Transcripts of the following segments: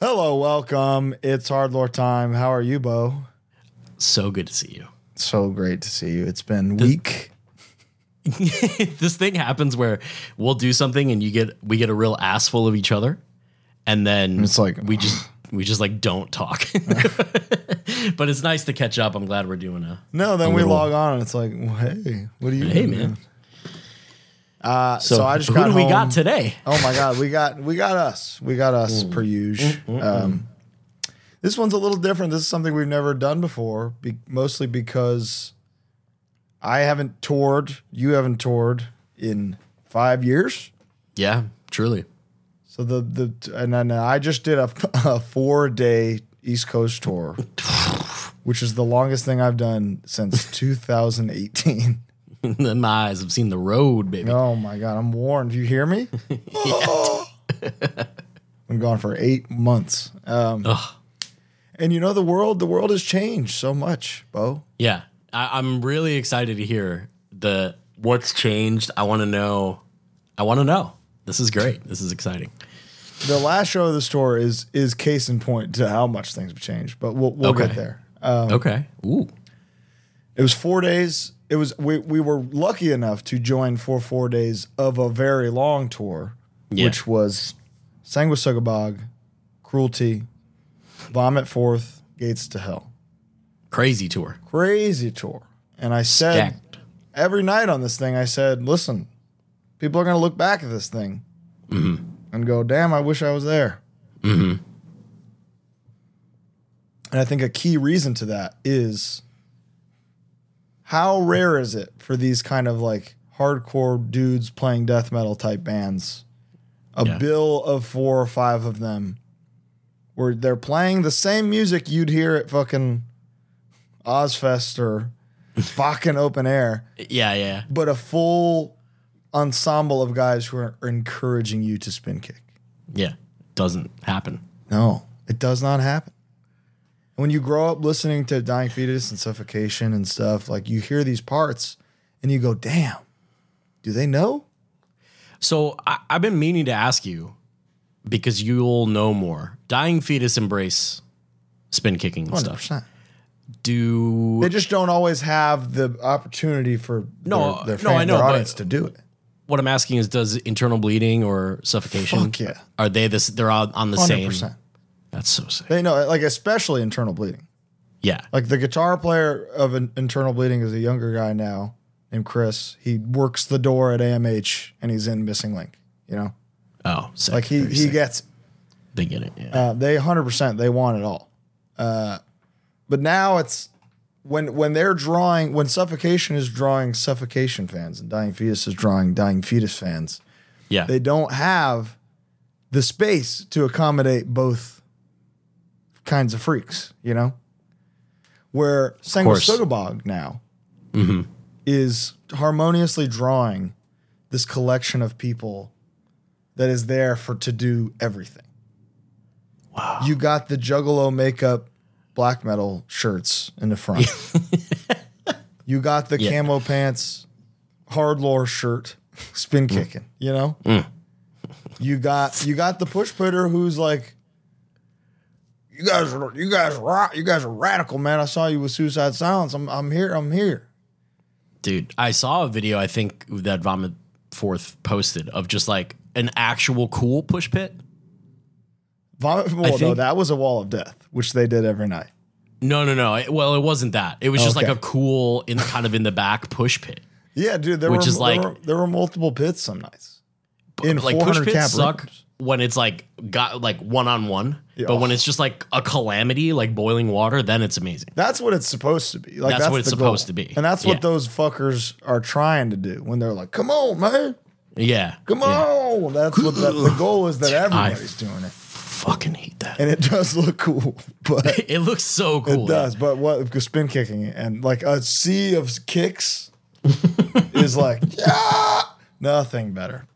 Hello, welcome. It's Hardlore time. How are you, Bo? So good to see you. So great to see you. It's been week. this thing happens where we'll do something and you get we get a real ass full of each other, and then It's like- we just we just like don't talk. but it's nice to catch up. I'm glad we're doing a No, then we log on and it's like, hey, what are you? hey doing? man. Uh, so, I just who got do we home. got today? Oh my god, we got we got us. We got us Mm. per usual. Um, this one's a little different. This is something we've never done before, be, mostly because I haven't toured, you haven't toured in 5 years. Yeah, truly. So the the and then uh, I just did a, a 4-day East Coast tour, which is the longest thing I've done since 2018. then my eyes have seen the road, baby. Oh my god, I'm warned. You hear me? I'm gone for eight months. Um, Ugh. and you know the world. The world has changed so much, Bo. Yeah, I, I'm really excited to hear the what's changed. I want to know. I want to know. This is great. This is exciting. The last show of the store is is case in point to how much things have changed. But we'll we'll get Okay. there. Um, Okay. Ooh. it was four days. It was we we were lucky enough to join for four days of a very long tour, Yeah. which was Sanguisugabog, Cruelty, Vomit Forth, Gates to Hell. Crazy tour. crazy tour. And I said Stacked. every night on this thing, I said, listen, people are going to look back at this thing and go, damn, I wish I was there. And I think a key reason to that is how rare is it for these kind of like hardcore dudes playing death metal type bands? A Yeah. bill of four or five of them where they're playing the same music you'd hear at fucking Ozfest or fucking open air, Yeah, yeah. but a full ensemble of guys who are encouraging you to spin kick. Yeah. Doesn't happen. No, it does not happen. And when you grow up listening to Dying Fetus and Suffocation and stuff, like you hear these parts and you go, damn, do they know? So I, I've been meaning to ask you because you'll know more. Dying fetus embrace spin kicking and stuff. 100%. Do They just don't always have the opportunity for No, their, their, no, fan- I know, their audience but- to do it. what I'm asking is does internal bleeding or suffocation? Fuck yeah. Are they this? They're on, on the 100%. same. That's so sick. They know, like, especially internal bleeding. Yeah. Like the guitar player of an internal bleeding is a younger guy now named Chris. He works the door at AMH and he's in Missing Link. You know, Oh, sick. like he Very he sick. gets they get it. Yeah. uh, they hundred percent they want it all. Uh, but now it's when when they're drawing when suffocation is drawing suffocation fans and dying fetus is drawing dying fetus fans. yeah. They don't have the space to accommodate both kinds of freaks, you know? Where course. Sangosugabog now is harmoniously drawing this collection of people that is there for to do everything. Wow. You got the Juggalo makeup black metal shirts in the front. you got the camo pants hard lore shirt spin kicking, you know? You got you got the push putter who's like you guys are you guys rock you guys are radical, man. I saw you with Suicide Silence. I'm I'm here, I'm here. Dude, I saw a video I think that Vomit Forth posted of just like an actual cool push pit. Vomit well, no, think- that was a wall of death, which they did every night. No, no, no. It- well, it wasn't that. It was just like Okay. a cool in kind of in the back push pit. Yeah, dude, there Which were is like- there were, there were multiple pits some nights. In like push 400 pits cap suck rooms. when it's like got like one on one, Yeah. but when it's just like a calamity, like boiling water, then it's amazing. That's what it's supposed to be. Like That's that's, what it's the goal. supposed to be. and that's what Yeah. those fuckers are trying to do when they're like, "Come on, man, Yeah, come on." That's what that, the goal is. That everybody's doing it, fucking hate that. and it does look cool, but It looks so cool. It does, but what spin kicking and like a sea of kicks is like yeah, nothing better.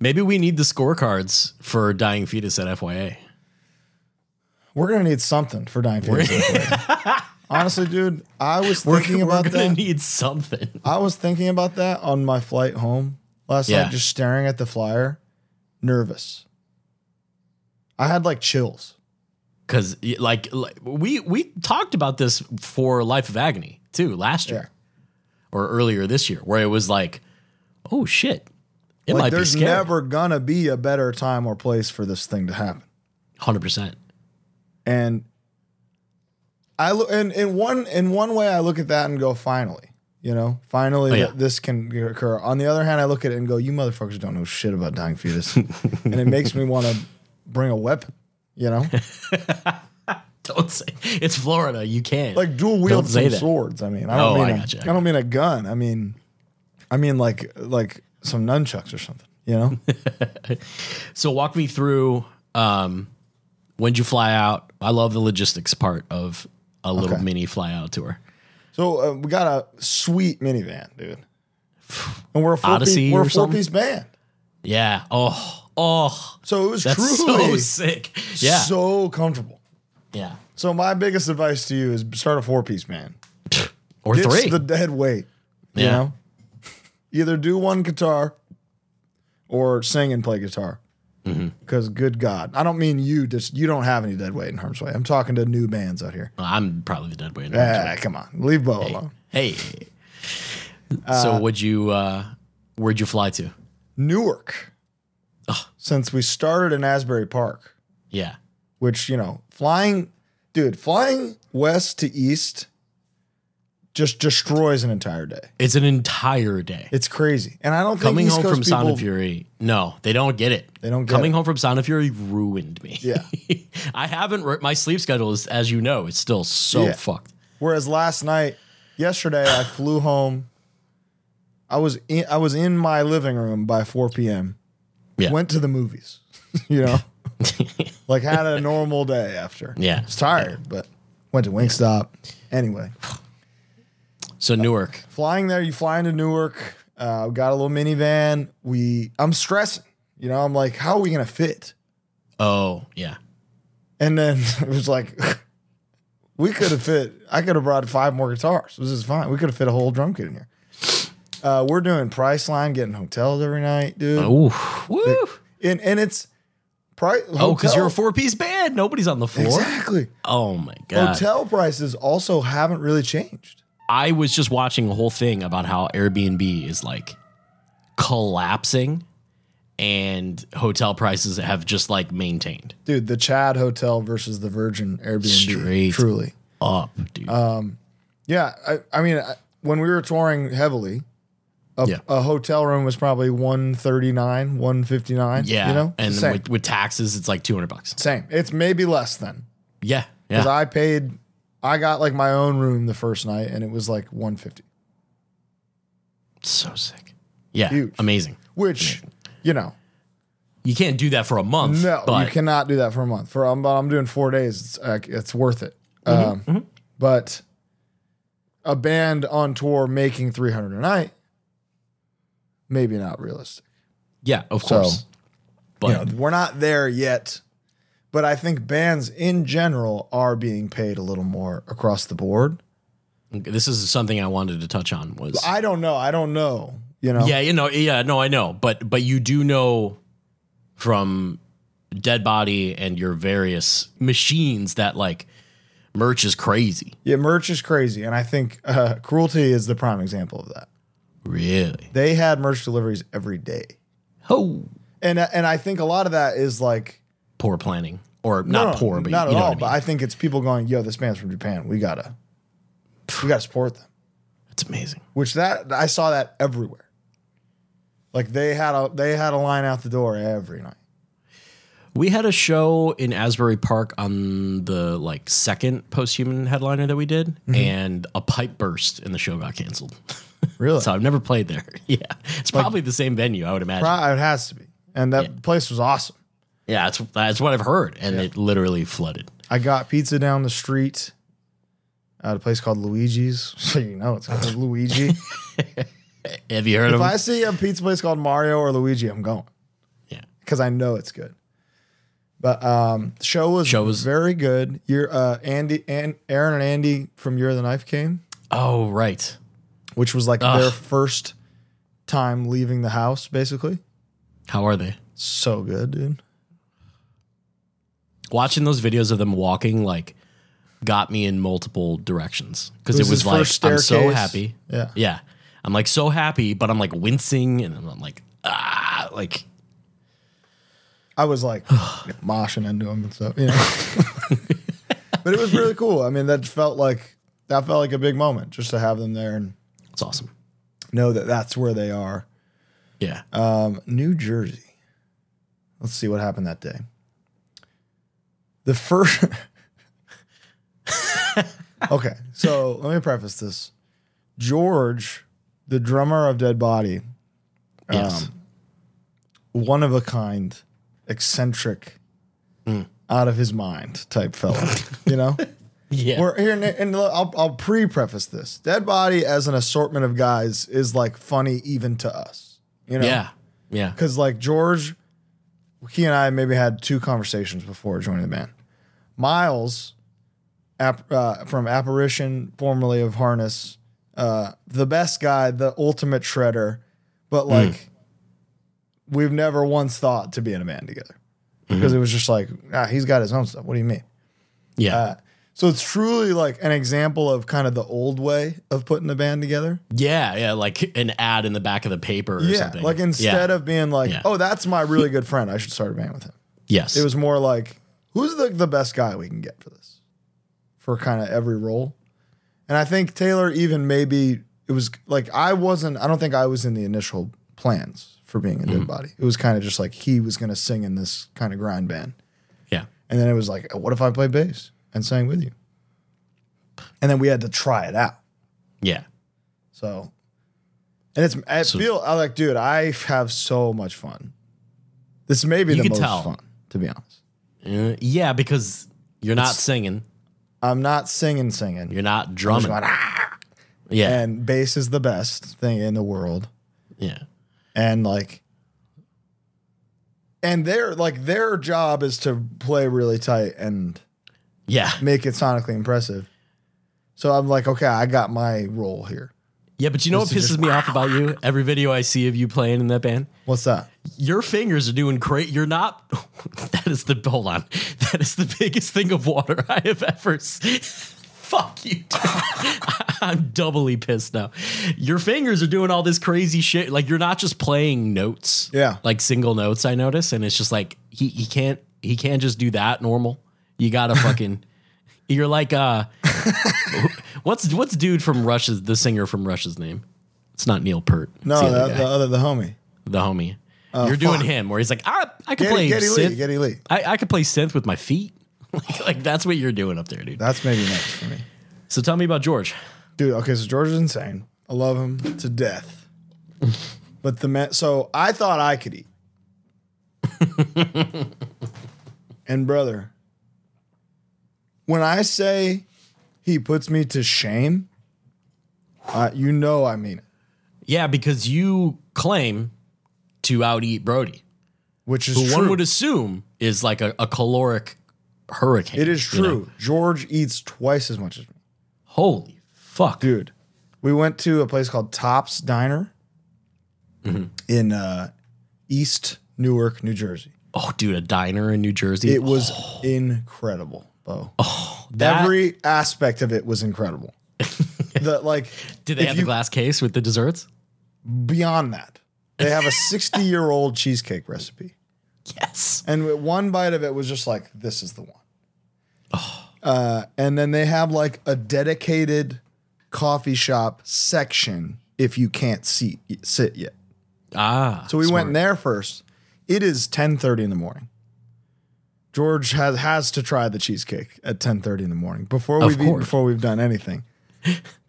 Maybe we need the scorecards for dying fetus at FYA. We're gonna need something for dying fetus. Honestly, dude, I was thinking We're about gonna that. need something. I was thinking about that on my flight home last Yeah. night, just staring at the flyer, nervous. I had like chills. because like, like we we talked about this for Life of Agony too last year or earlier this year, where it was like, oh shit, it Like might be there's scary. never gonna be a better time or place for this thing to happen. Hundred percent. And I look and in one in one way I look at that and go, finally, you know, finally Oh, th- yeah. this can occur. On the other hand, I look at it and go, you motherfuckers don't know shit about dying fetus, and it makes me want to bring a weapon, you know, Don't say it's Florida. You can like dual Don't wield say some that. swords. I mean, I Oh, don't I mean a- gotcha, I I don't mean a gun. I mean, I mean like like some nunchucks or something, you know. So walk me through um when'd you fly out? I love the logistics part of a little Okay. mini fly out tour. So uh, we got a sweet minivan, dude, and we're a four Odyssey piece, we're or a four something? piece band. Yeah. Oh, oh, So it was that's so truly sick. Yeah. so comfortable. yeah. So my biggest advice to you is start a four piece band. Or It's three. the dead weight. You Yeah. know? Either do one guitar or sing and play guitar. Mm-hmm. Because good God. I don't mean you just you don't have any dead weight in harm's way. I'm talking to new bands out here. Well, I'm probably the dead weight. in terms Ah, come on. Leave Bo alone. of- Hey. so would you uh where'd you fly to? Newark. Since we started in Asbury Park, Yeah. which, you know, flying dude, flying west to east just destroys an entire day. It's an entire day. It's crazy. And I don't think Coming East home Coast from Sound people- of Fury, no, they don't get it. They don't get Coming it. home from Sound of Fury ruined me. Yeah. I haven't. Re- my sleep schedule is, as you know, it's still so Yeah. fucked. Whereas last night, yesterday, I flew home. I was in, I was in my living room by 4 p.m. Yeah. Went to the movies, you know, like had a normal day after. Yeah. was tired, but went to Wingstop. Anyway, So Newark. flying there, you fly into Newark. Uh, we got a little minivan. We I'm stressing, you know. I'm like, how are we gonna fit? Oh yeah. And then it was like, we could have fit, I could have brought five more guitars. This is fine. We could have fit a whole drum kit in here. Uh, we're doing Priceline, getting hotels every night, dude. Ooh. Woo. And, and it's price. Oh, because you're a four piece band. Nobody's on the floor. Exactly. Oh my god. Hotel prices also haven't really changed. I was just watching a whole thing about how Airbnb is like collapsing, and hotel prices have just like maintained Dude, the Chad Hotel versus the Virgin Airbnb. Straight. Truly. up, dude. Yeah. I, I mean, I, when we were touring heavily, a, Yeah. a hotel room was probably 139, 159. yeah. You know? and Same. with, with taxes, it's like two hundred bucks. Same. It's maybe less than Yeah. Yeah. because I paid. I got like my own room the first night, and it was like one fifty, so sick. Yeah. Huge. Amazing. which you know, You can't do that for a month. no, but you cannot do that for a month. For I'm, I'm doing four days. It's uh, it's worth it. Mm-hmm, um, But a band on tour making three hundred a night, maybe not realistic. Yeah, of So, course. but You know, we're not there yet. But I think bands in general are being paid a little more across the board. this is something I wanted to touch on was I don't know. I don't know. You know. Yeah, you know, yeah, no, I know. But but you do know from Dead Body and your various machines that like merch is crazy. Yeah, merch is crazy, and I think uh, Cruelty is the prime example of that. Really? They had merch deliveries every day, Oh and uh, and I think a lot of that is like poor planning. Or no, not no, poor, but not you at know all. what I mean. But I think it's people going, "Yo, this band's from Japan. We gotta, we gotta support them." it's amazing. Which that I saw that everywhere. Like they had a they had a line out the door every night. We had a show in Asbury Park on the like second posthuman headliner that we did, Mm-hmm. and a pipe burst and the show got canceled. Really, so I've never played there. yeah, it's probably the same venue, I would imagine. it has to be, and that place was awesome. yeah, that's that's what I've heard, and it literally flooded. I got pizza down the street at a place called Luigi's. So you know it's called Luigi. Have you heard of If them? I see a pizza place called Mario or Luigi, I'm going yeah, because I know it's good. But um, the show was Show was- very good. Your uh, Andy and Aaron and Andy from Year of the Knife came, Oh, right. which was like their Ugh. first time leaving the house, basically. How are they? So good, dude. watching those videos of them walking like got me in multiple directions because It was it was his like first I'm so staircase. happy. Yeah. yeah. I'm like so happy, but I'm like wincing and I'm like ah, like I was like moshing into him and stuff, you know. but it was really cool. I mean, that felt like that felt like a big moment just to have them there and it's awesome. know that that's where they are. Yeah, Um, New Jersey. Let's see what happened that day. The first. okay, so let me preface this. George, the drummer of Dead Body, um, yes, one of a kind, eccentric, Mm. out of his mind type fella. you know, yeah, we're here, and, and look, I'll I'll pre-preface this. Dead Body as an assortment of guys is like funny even to us. You know, yeah, yeah, because like George, he and I maybe had two conversations before joining the band. Miles, ap- uh, from Apparition, formerly of Harness, uh, the best guy, the ultimate shredder, but Hmm. like we've never once thought to be in a band together Mm-hmm. because it was just like ah, he's got his own stuff. What do you mean? yeah. Uh, so it's truly like an example of kind of the old way of putting the band together. Yeah, yeah, like an ad in the back of the paper or yeah, something. like instead of being like, Yeah. oh, that's my really good friend, I should start a band with him. yes, It was more like, who's the, the best guy we can get for this? For kind of every role. And I think Taylor even maybe it was like I wasn't I don't think I was in the initial plans for being a Mm-hmm. dead body. It was kind of just like he was gonna sing in this kind of grind band. yeah, And then it was like, what if I play bass and sang with you? And then we had to try it out. yeah, So, and it's I So- feel I like, dude, I have so much fun. This may be You the can most tell. fun, to be honest. Uh, yeah. Because you're not singing, I'm not singing, singing. you're not I'm drumming. just going, "Ah!" yeah, And bass is the best thing in the world. yeah, And like, and their like their job is to play really tight and yeah, make it sonically impressive. So I'm like, okay, I got my role here. yeah. But you know what This is pisses just- me off about you? Every video I see of you playing in that band, What's that? your fingers are doing great. You're not. that is the hold on. That is the biggest thing of water I have ever. s- Fuck you. dude. I'm doubly pissed now. Your fingers are doing all this crazy shit. Like you're not just playing notes. Yeah. Like single notes. I notice, and it's just like he he can't he can't just do that normal. You gotta fucking. you're like uh, what's what's dude from Russia's the singer from Russia's name? It's not Neil Peart. It's No, the other the, guy the other the homie. the homie. Oh, You're doing him where he's like, I, I could play Getty, Getty Lee. synth. Getty Lee. I, I could play synth with my feet. like, like, that's what you're doing up there, dude. That's maybe next for me. So tell me about George. dude. Okay, so George is insane. I love him to death. But the man, so I thought I could eat. and brother, when I say he puts me to shame, uh, you know I mean it. Yeah, because you claim to out eat Brody, Which is who true. one would assume is like a, a caloric hurricane. it is you true. know? George eats twice as much as me, Holy fuck. dude. We went to a place called Tops Diner Mm-hmm. in uh, East Newark, New Jersey. Oh, dude, a diner in New Jersey. It was incredible, Bo. That- Every aspect of it was incredible. the like Did they if have you- the glass case with the desserts? beyond that, they have a 60 year old cheesecake recipe, Yes. and with one bite of it was just like this is the one. Uh, and then they have like a dedicated coffee shop section if you can't see sit yet. Ah. So we went there first. It is 10:30 in the morning. George has has to try the cheesecake at 10:30 in the morning before we've eaten, course. before we've done anything.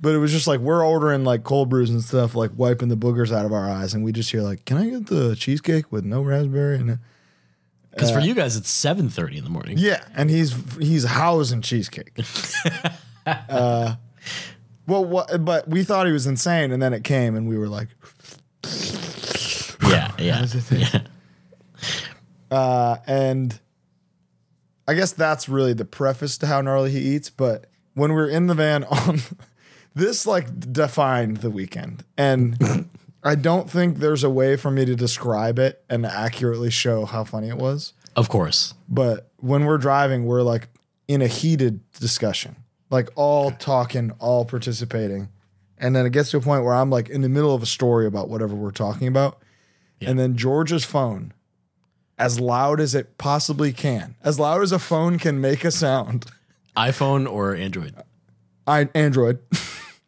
But it was just like we're ordering like cold brews and stuff, like wiping the boogers out of our eyes, and we just hear like, "Can I get the cheesecake with no raspberry?" And Because for you guys, it's 7.30 in the morning. uh, yeah, and he's he's housing cheesecake. uh, well, what, but we thought he was insane, and then it came, and we were like, Yeah, yeah. yeah. Uh, and I guess that's really the preface to how gnarly he eats. But when we're in the van on this, like defined the weekend, and I don't think there's a way for me to describe it and accurately show how funny it was. Of course. But when we're driving, we're like in a heated discussion, like all talking, all participating. And then it gets to a point where I'm like in the middle of a story about whatever we're talking about. And then George's phone, as loud as it possibly can, as loud as a phone can make a sound, iPhone or Android? I Android,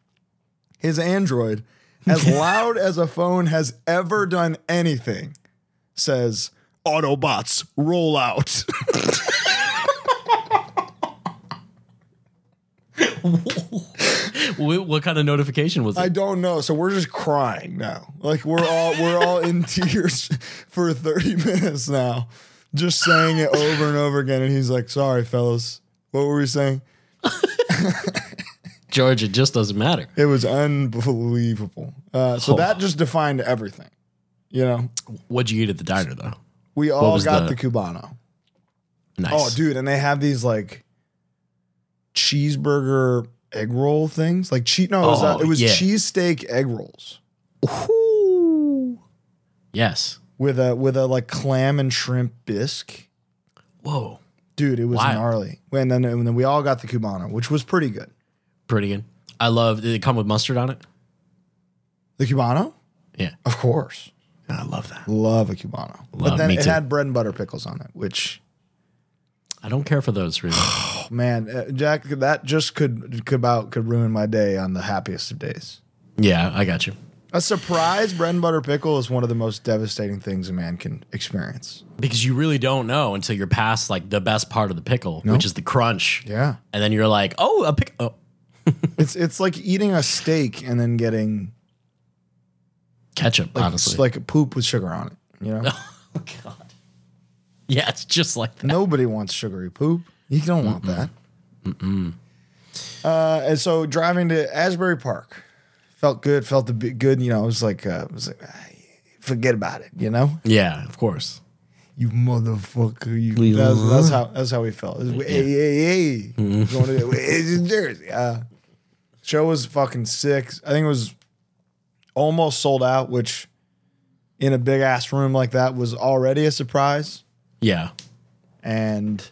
his Android, as loud as a phone has ever done anything, says, Autobots, roll out. Wh- what kind of notification was it? I don't know. So we're just crying now. Like we're all we're all in tears for 30 minutes now. Just saying it over and over again. And he's like, sorry, fellas. What were we saying? George, it just doesn't matter. It was unbelievable. Uh, Oh. so that just defined everything. You know, What'd you eat at the diner though? we all was got the- the Cubano. Nice. Oh, dude, and they have these like cheeseburger egg roll things. Like cheat no, it was, Oh, uh, it was yeah. cheesesteak egg rolls Oh, Ooh. Yes. with a with a like clam and shrimp bisque. Whoa. Dude, it was Wild. gnarly. And then, and then we all got the Cubano, which was pretty good. Pretty good. I love. Did it come with mustard on it? The Cubano? Yeah. Of course. I love that. Love a Cubano. but Love- then me it too. had bread and butter pickles on it, which, I don't care for those really. oh, man, uh, Jack, that just could, could about could ruin my day on the happiest of days. yeah, I got you. A surprise bread and butter pickle is one of the most devastating things a man can experience. Because you really don't know until you're past like the best part of the pickle, which is the crunch. Yeah. And then you're like, oh, a pickle. Oh, It's it's like eating a steak and then getting ketchup, like, honestly. like poop with sugar on it. You know? oh, God. Yeah, it's just like that. Nobody wants sugary poop. You don't want that. Uh, and so driving to Asbury Park felt good. Felt the b- good. You know, it was like, uh, it was like, ah, forget about it. You know, Yeah, of course. you motherfucker. You. That's, that's how. That's how we felt. It was, hey, hey, hey. Going to it's in Jersey. Uh, show was fucking sick. I think it was almost sold out, which in a big ass room like that was already a surprise Yeah. and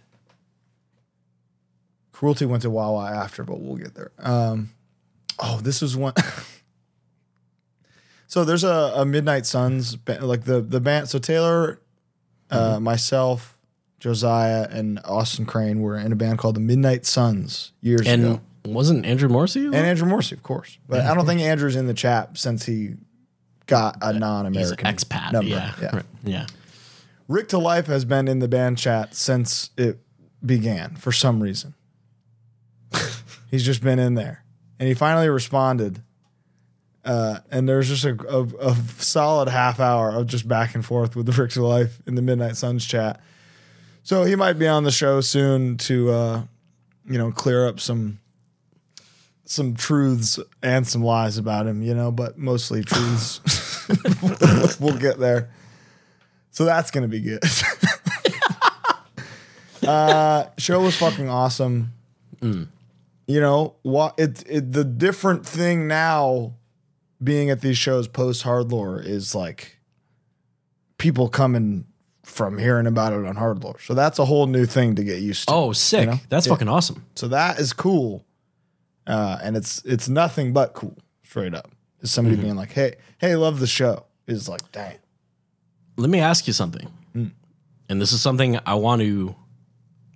Cruelty went to Wawa after, but we'll get there. Um, oh, this was one. so there's a, a Midnight Suns ba- like the the band. So Taylor, uh, Mm-hmm. myself, Josiah, and Austin Crane were in a band called the Midnight Suns years And ago, wasn't Andrew Morrissey? and Andrew Morrissey, of course. But I don't think Andrew's in the chat since he got a He's an non-American expat. number. Yeah. Right. Yeah. Rick to Life has been in the band chat since it began for some reason. He's just been in there. And he finally responded. Uh, and there's just a, a, a solid half hour of just back and forth with Rick to Life in the Midnight Suns chat. So he might be on the show soon to, uh, you know, clear up some some truths and some lies about him, you know, but mostly truths. we'll get there. So that's gonna be good. uh, show was fucking awesome. You know what? It, it the different thing now, being at these shows post hard lore is like people coming from hearing about it on hard lore. So that's a whole new thing to get used to. Oh, sick. know? That's Yeah. fucking awesome. So that is cool. Uh, and it's it's nothing but cool, straight up. Is somebody Mm-hmm. being like, hey, hey, love the show. Is like, dang. Let me ask you something. Hmm. And this is something I want to,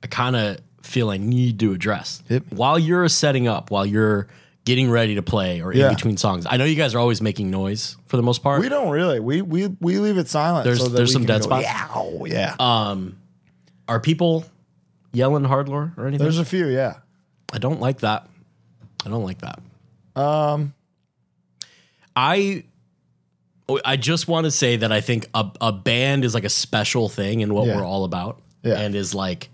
I kind of feel I need to address. Hit me. While you're setting up, while you're getting ready to play or Yeah. in between songs, I know you guys are always making noise for the most part. We don't really. We we we leave it silent. There's- so that there's we some can dead go, spots. Um, Yeah, oh, yeah. are people yelling hard lore or anything? there's a few. Yeah. I don't like that. I don't like that. Um, Um, I oh, I just want to say that I think a a band is like a special thing in what Yeah. we're all about, Yeah. and is like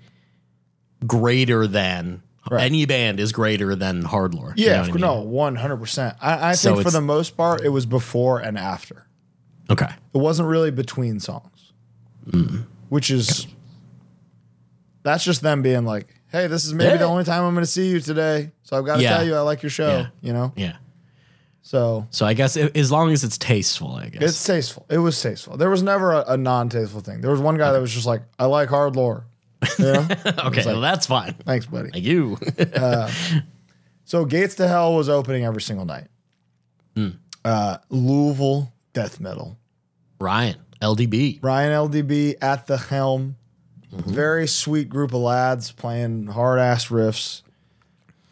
greater than Right. any band is greater than Hardlore. you know Yeah. what I for- mean? no, one hundred percent. I, I So think for it's- the most part, it was before and after. Okay. It wasn't really between songs, Mm-hmm. which is that's just them being like, hey, this is maybe Yeah. the only time I'm going to see you today, so I've got to Yeah. tell you I like your show. Yeah. You know. Yeah. So So I guess i as long as it's tasteful, I guess. it's tasteful. It was tasteful. There was never a, a non-tasteful thing. There was one guy that was just like, "I like hard lore." You know? okay, well, that's fine. Thanks, buddy. Like you. So Gates to Hell was opening every single night. Uh, Louisville death metal. Ryan, LDB. Brian LDB at the helm. Very sweet group of lads playing hard ass riffs.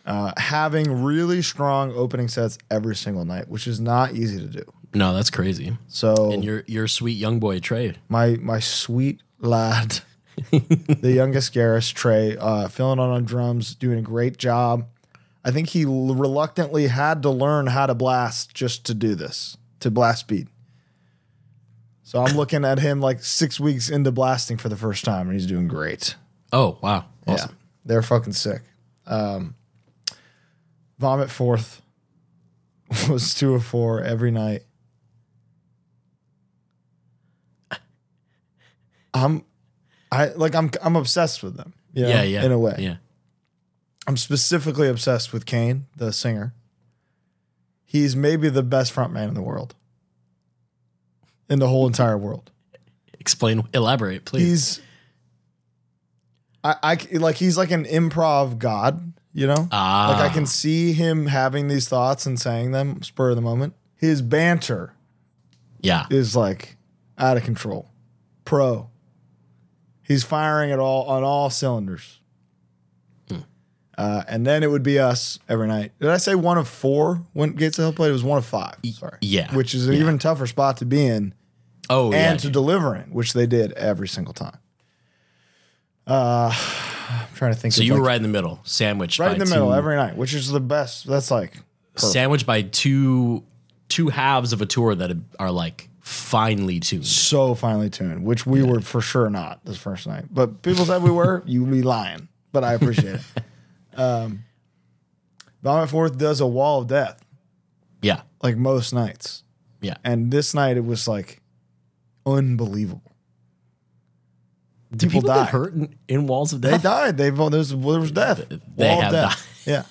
Uh, having really strong opening sets every single night, which is not easy to do. No, that's crazy. So And your your sweet young boy Trey. my my sweet lad, the youngest Garrus Trey, uh, filling on on drums, doing a great job. I think he l- reluctantly had to learn how to blast just to do this, to blast beat. So I'm looking at him like six weeks into blasting for the first time, and he's doing great. Oh wow, awesome. Yeah, they're fucking sick. Um, Vomit Fourth was two of four every night. I'm, I like I'm I'm obsessed with them. you know, Yeah, yeah. In a way, Yeah. I'm specifically obsessed with Kane, the singer. He's maybe the best frontman in the world, in the whole entire world. Explain, elaborate, please. He's, I, I c- like he's like an improv god, you know. Ah. Like I can see him having these thoughts and saying them spur of the moment. His banter yeah. is like out of control, pro. He's firing at all on all cylinders. Hmm. Uh, and then it would be us every night. Did I say one of four when Gates of Hell played? It was one of five. Sorry. yeah, Which is an yeah. even tougher spot to be in Oh yeah. and to deliver in, which they did every single time. Uh, I'm trying to think. so of you like, were right in the middle, sandwiched right by in the middle two, every night, which is the best. That's like sandwiched by two two halves of a tour that are like finely tuned. so finely tuned, which we were for sure not this first night. But people said we were. You be lying, but I appreciate it. Um, Vomit Forth does a wall of death Yeah, like most nights, yeah. and this night it was like unbelievable. Do people people, get die. hurt in, in walls of They death? died. They there's there was death. They Wall of have death. died.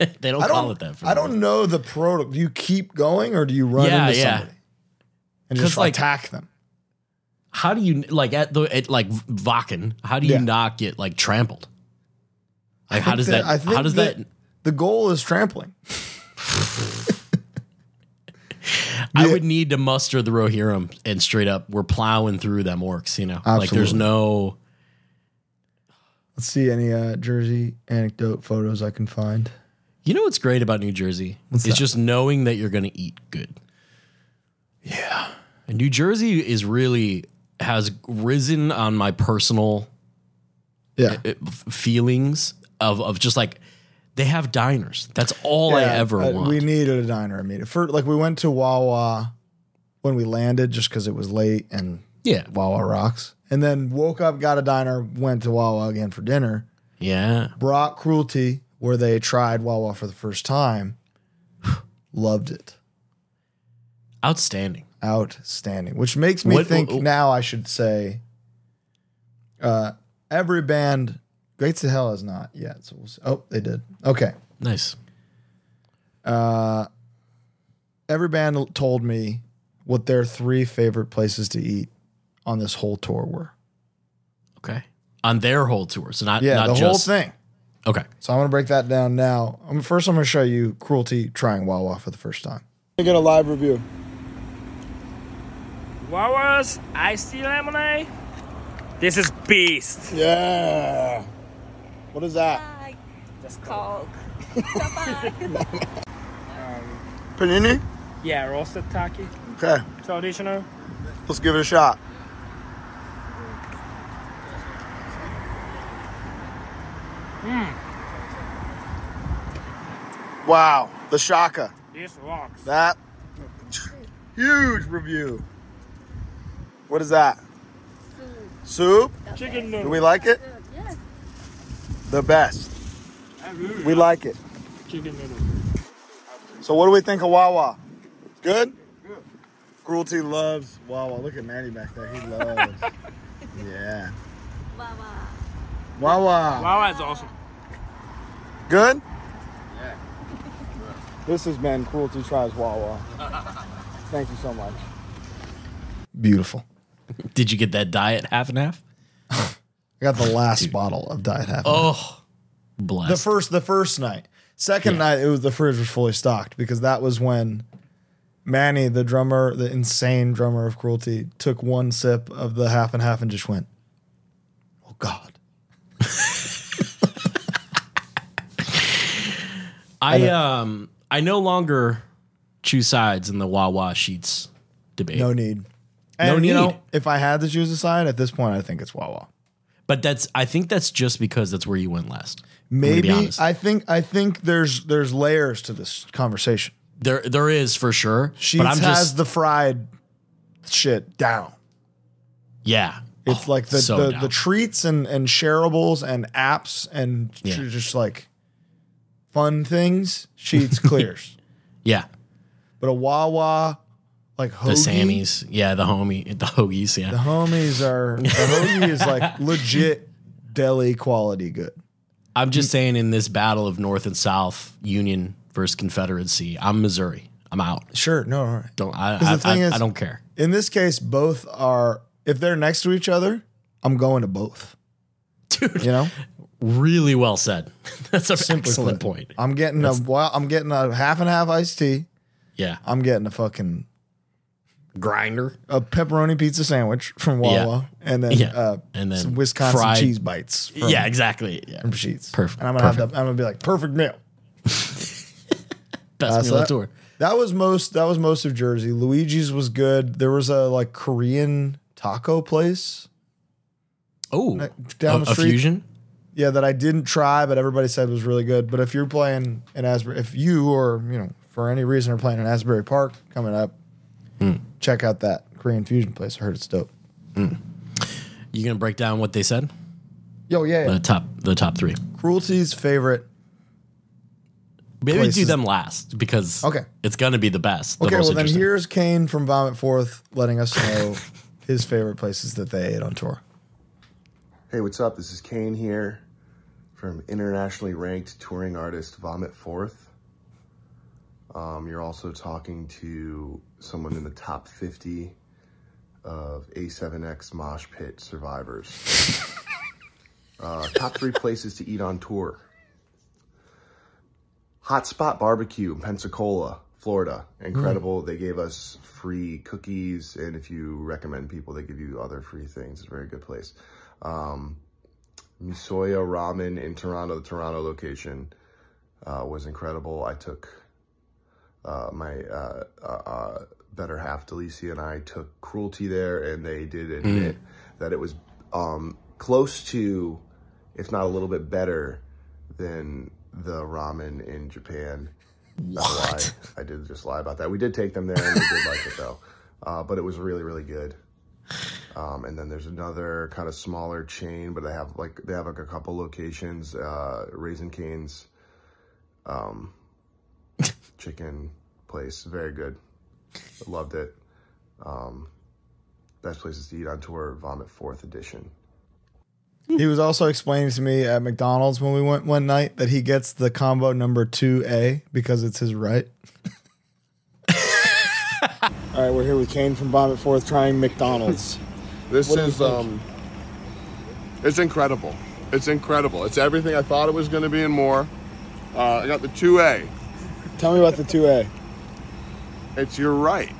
Yeah. They, don't, I call don't. it that. For I the- don't know the protocol. Do you keep going or do you run Yeah, into yeah. somebody and just 'Cause, like- attack them? How do you like at the at like Vakken? How do you Yeah. not get like trampled? Like how does think that? how does that? The goal is trampling. I would need to muster the Rohirrim and straight up we're plowing through them orcs. You know, like there's Absolutely. no. Let's see any uh, Jersey anecdote photos I can find. You know what's great about New Jersey? it's just knowing that you're going to eat good. Yeah. And New Jersey is really has risen on my personal Yeah, uh, f- feelings of of just like they have diners. That's all I Yeah, ever uh, want. We needed a diner immediately. For like, we went to Wawa when we landed just because it was late and yeah. Wawa rocks. And then woke up, got a diner, went to Wawa again for dinner. Yeah. Brought Cruelty, where they tried Wawa for the first time. Loved it. Outstanding. outstanding, which makes me What- think what- now I should say uh, every band, Greats to Hell has not yet. So we'll see. Oh, they did. Okay. Nice. Uh, Every band told me what their three favorite places to eat on this whole tour were. Okay. On their whole tour. So not Yeah, not the just whole thing. Okay. So I'm going to break that down now. Um, first, I'm going to show you Cruelty trying Wawa for the first time. Get a live review. Wawa's iced tea lemonade. This is beast. Yeah. What is that? Bye. Just Coke. Panini? Yeah, roasted taki, Okay. traditional. Let's give it a shot. Hmm. Wow, the Shaka. This rocks. That huge review. What is that? Soup. Chicken Do noodle. we like it? Yes. The best. I really We love like it. chicken noodle. So what do we think of Wawa? Good? Cruelty loves Wawa. Look at Manny back there. He loves. yeah. Bye bye. Wawa. Wawa is awesome. Good? Yeah. This has been Cruelty Tries Wawa. Thank you so much. Beautiful. Did you get that diet half and half? I got the last bottle of Diet Happy. Oh, bless. the first the first night. Second night, it was the fridge was fully stocked because that was when Manny, the drummer, the insane drummer of Cruelty, took one sip of the half and half and just went, "Oh God." I um I no longer choose sides in the Wawa sheets debate. No need. No And, You need. know, if I had to choose a side at this point, I think it's Wawa. But that's I think that's just because that's where you went last. I'm gonna be Maybe honest. I think I think there's there's layers to this conversation. there there is for sure. Sheets but I'm has just the fried shit down. yeah. It's Oh, like the, so the, down. the treats and, and shareables and apps and tr- Yeah. just like fun things. Sheets clears, yeah but a Wawa like hoagie. the Sammys yeah the homie the hoagies yeah The homies are the hoagie is like legit deli quality good. I'm just saying in this battle of North and South Union versus Confederacy I'm Missouri I'm out Sure, no, all right. don't I 'Cause I, the I, thing is- I don't care In this case, both are if they're next to each other, I'm going to both. dude You know, really well said that's an Simply excellent put, point I'm getting a well, I'm getting a half and half iced tea. yeah I'm getting a fucking grinder a pepperoni pizza sandwich from Wawa, and then Yeah. uh, And then some Wisconsin fried- cheese bites. From, yeah exactly yeah from Sheets. Perfect, And I'm gonna have to. I'm gonna be like perfect meal. best so meal on that- tour That was most. That was most of Jersey. Luigi's was good. There was a like Korean taco place oh down a, the a street. fusion Yeah, that I didn't try, but everybody said was really good. But if you're playing in Asbury, if you or you know for any reason are playing in Asbury Park coming up, check out that Korean fusion place. I heard it's dope. you gonna break down what they said Yo, yeah, yeah. the top the top three Cruelty's favorite Maybe do places. them last because Okay. it's gonna be the best. The Okay, most well then interesting. here's Kane from Vomit Forth letting us know his favorite places that they ate on tour. Hey, what's up? This is Kane here from internationally ranked touring artist Vomit Forth. Um, you're also talking to someone in the top 50 of A7X Mosh Pit survivors. uh, top three places to eat on tour Hotspot Barbecue in Pensacola, Florida. Incredible. They gave us free cookies, and if you recommend people, they give you other free things. It's a very good place. Misoya Ramen in Toronto, the Toronto location, uh, was incredible. I took uh, my uh, uh, uh, better half, Delisi, and I took Cruelty there, and they did admit that it was um, close to, if not a little bit better, than the ramen in Japan. That's a lie. I did just lie about that. We did take them there, and they did like it though. Uh, but it was really, really good. Um, and then there's another kind of smaller chain, but they have like they have like a couple locations. Uh, Raisin Canes, um, chicken place, very good. Loved it. Um, best places to eat on tour. Vomit Fourth Edition. He was also explaining to me at McDonald's when we went one night that he gets the combo number 2A because it's his right. All right, we're here with Kane from Vomit Forth trying McDonald's. This do you is think? um it's incredible. It's incredible. It's everything I thought it was gonna be and more. Uh, I got the two A. Tell me about the 2A. It's your right.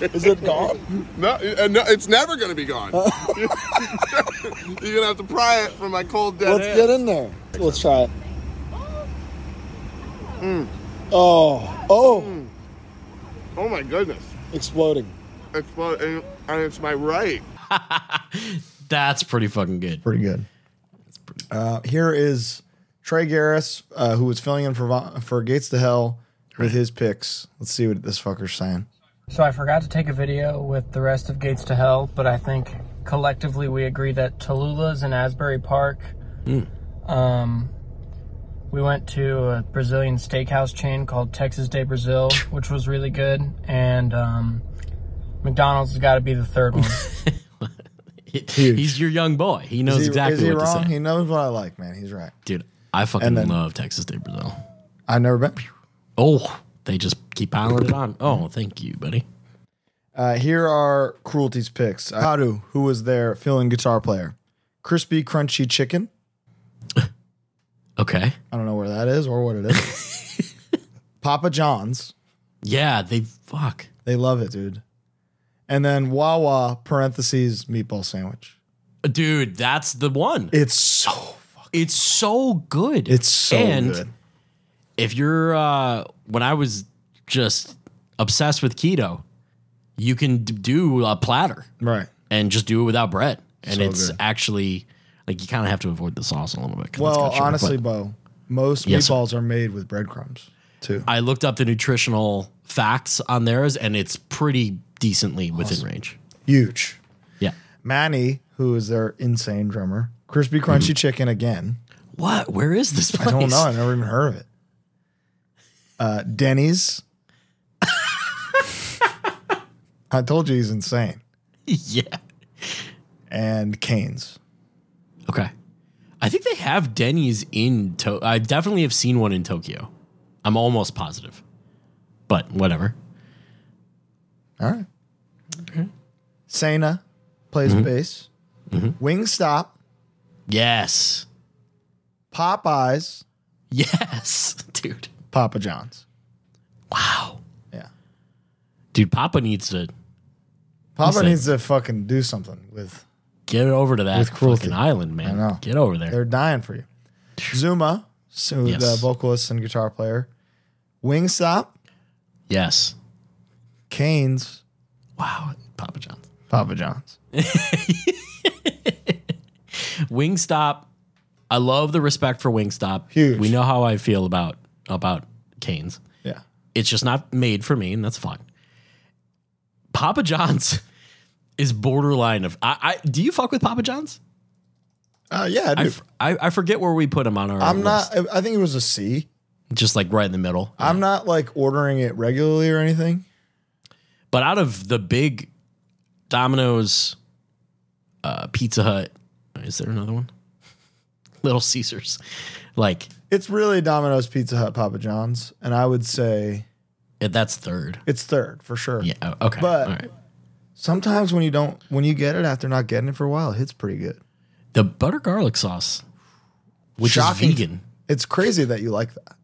Is it gone? No, uh, no it's never gonna be gone. You're gonna have to pry it from my cold dead Let's hand. get in there. Let's try it. Mm. Oh, oh, Oh my goodness. exploding. Explode and, and it's my right. That's pretty fucking good. Pretty good. Uh, here is Trey Garris, uh, who was filling in for, Vo- for Gates to Hell with his picks. Let's see what this fucker's saying. So I forgot to take a video with the rest of Gates to Hell, but I think collectively we agree that Tallulah's in Asbury Park. Um, we went to a Brazilian steakhouse chain called Texas Day Brazil, which was really good, and um, McDonald's has got to be the third one. He's your young boy. He knows Is he, exactly is he what wrong? to say. He knows what I like, man. He's right. Dude, I fucking And then- love Texas Day Brazil. I've never been. Oh, they just keep piling it on. Oh, thank you, buddy. Uh, here are Cruelty's picks. Haru, who was their fill-in guitar player. Crispy Crunchy Chicken. Okay. I don't know where that is or what it is. Papa John's. Yeah, they fuck. They love it, dude. And then Wawa, parentheses, meatball sandwich. Dude, that's the one. It's so fucking, It's so good. it's so and good. if you're uh when I was just obsessed with keto, you can d- do a platter Right. and just do it without bread. And So it's good. actually like you kind of have to avoid the sauce a little bit. 'cause it's Well, got sugar, honestly, but Bo, most Yes, sir. meatballs are made with breadcrumbs too. I looked up the nutritional facts on theirs and it's pretty decently within range. Huge. Yeah. Manny, who is their insane drummer, crispy crunchy Mm-hmm. chicken again. What? Where is this place? I don't know. I've never even heard of it. Uh, Denny's. I told you he's insane. yeah. And Canes. Okay. I think they have Denny's in to I definitely have seen one in Tokyo. I'm almost positive. But whatever. All right. Sana plays Mm-hmm. bass. Wingstop, Yes. Popeyes, Yes, dude. Papa John's. Wow. Yeah. Dude, Papa needs to Papa Listen. needs to fucking do something with. get over to that With cruelty. fucking island, man. I know. Get over there. They're dying for you. Zuma, so the Yes. vocalist and guitar player. Wingstop, yes. Canes, Wow. Papa John's. Papa John's. Wingstop. I love the respect for Wingstop. Huge. We know how I feel about about Canes. Yeah. It's just not made for me, and that's fine. Papa John's is borderline of. I, I do you fuck with Papa John's? Uh, yeah, I I, do. f- I- I forget where we put them on our. I'm list. not. I- I think it was a C. just like right in the middle. am not like ordering it regularly or anything. But out of the big Domino's, uh, Pizza Hut, is there another one? Little Caesars, like It's really Domino's, Pizza Hut, Papa John's, and I would say that's third. it's third for sure. Yeah. oh, Okay. But- all right. Sometimes when you don't, when you get it after not getting it for a while, it hits pretty good. The butter garlic sauce, which Shocking. is vegan. It's crazy that you like that.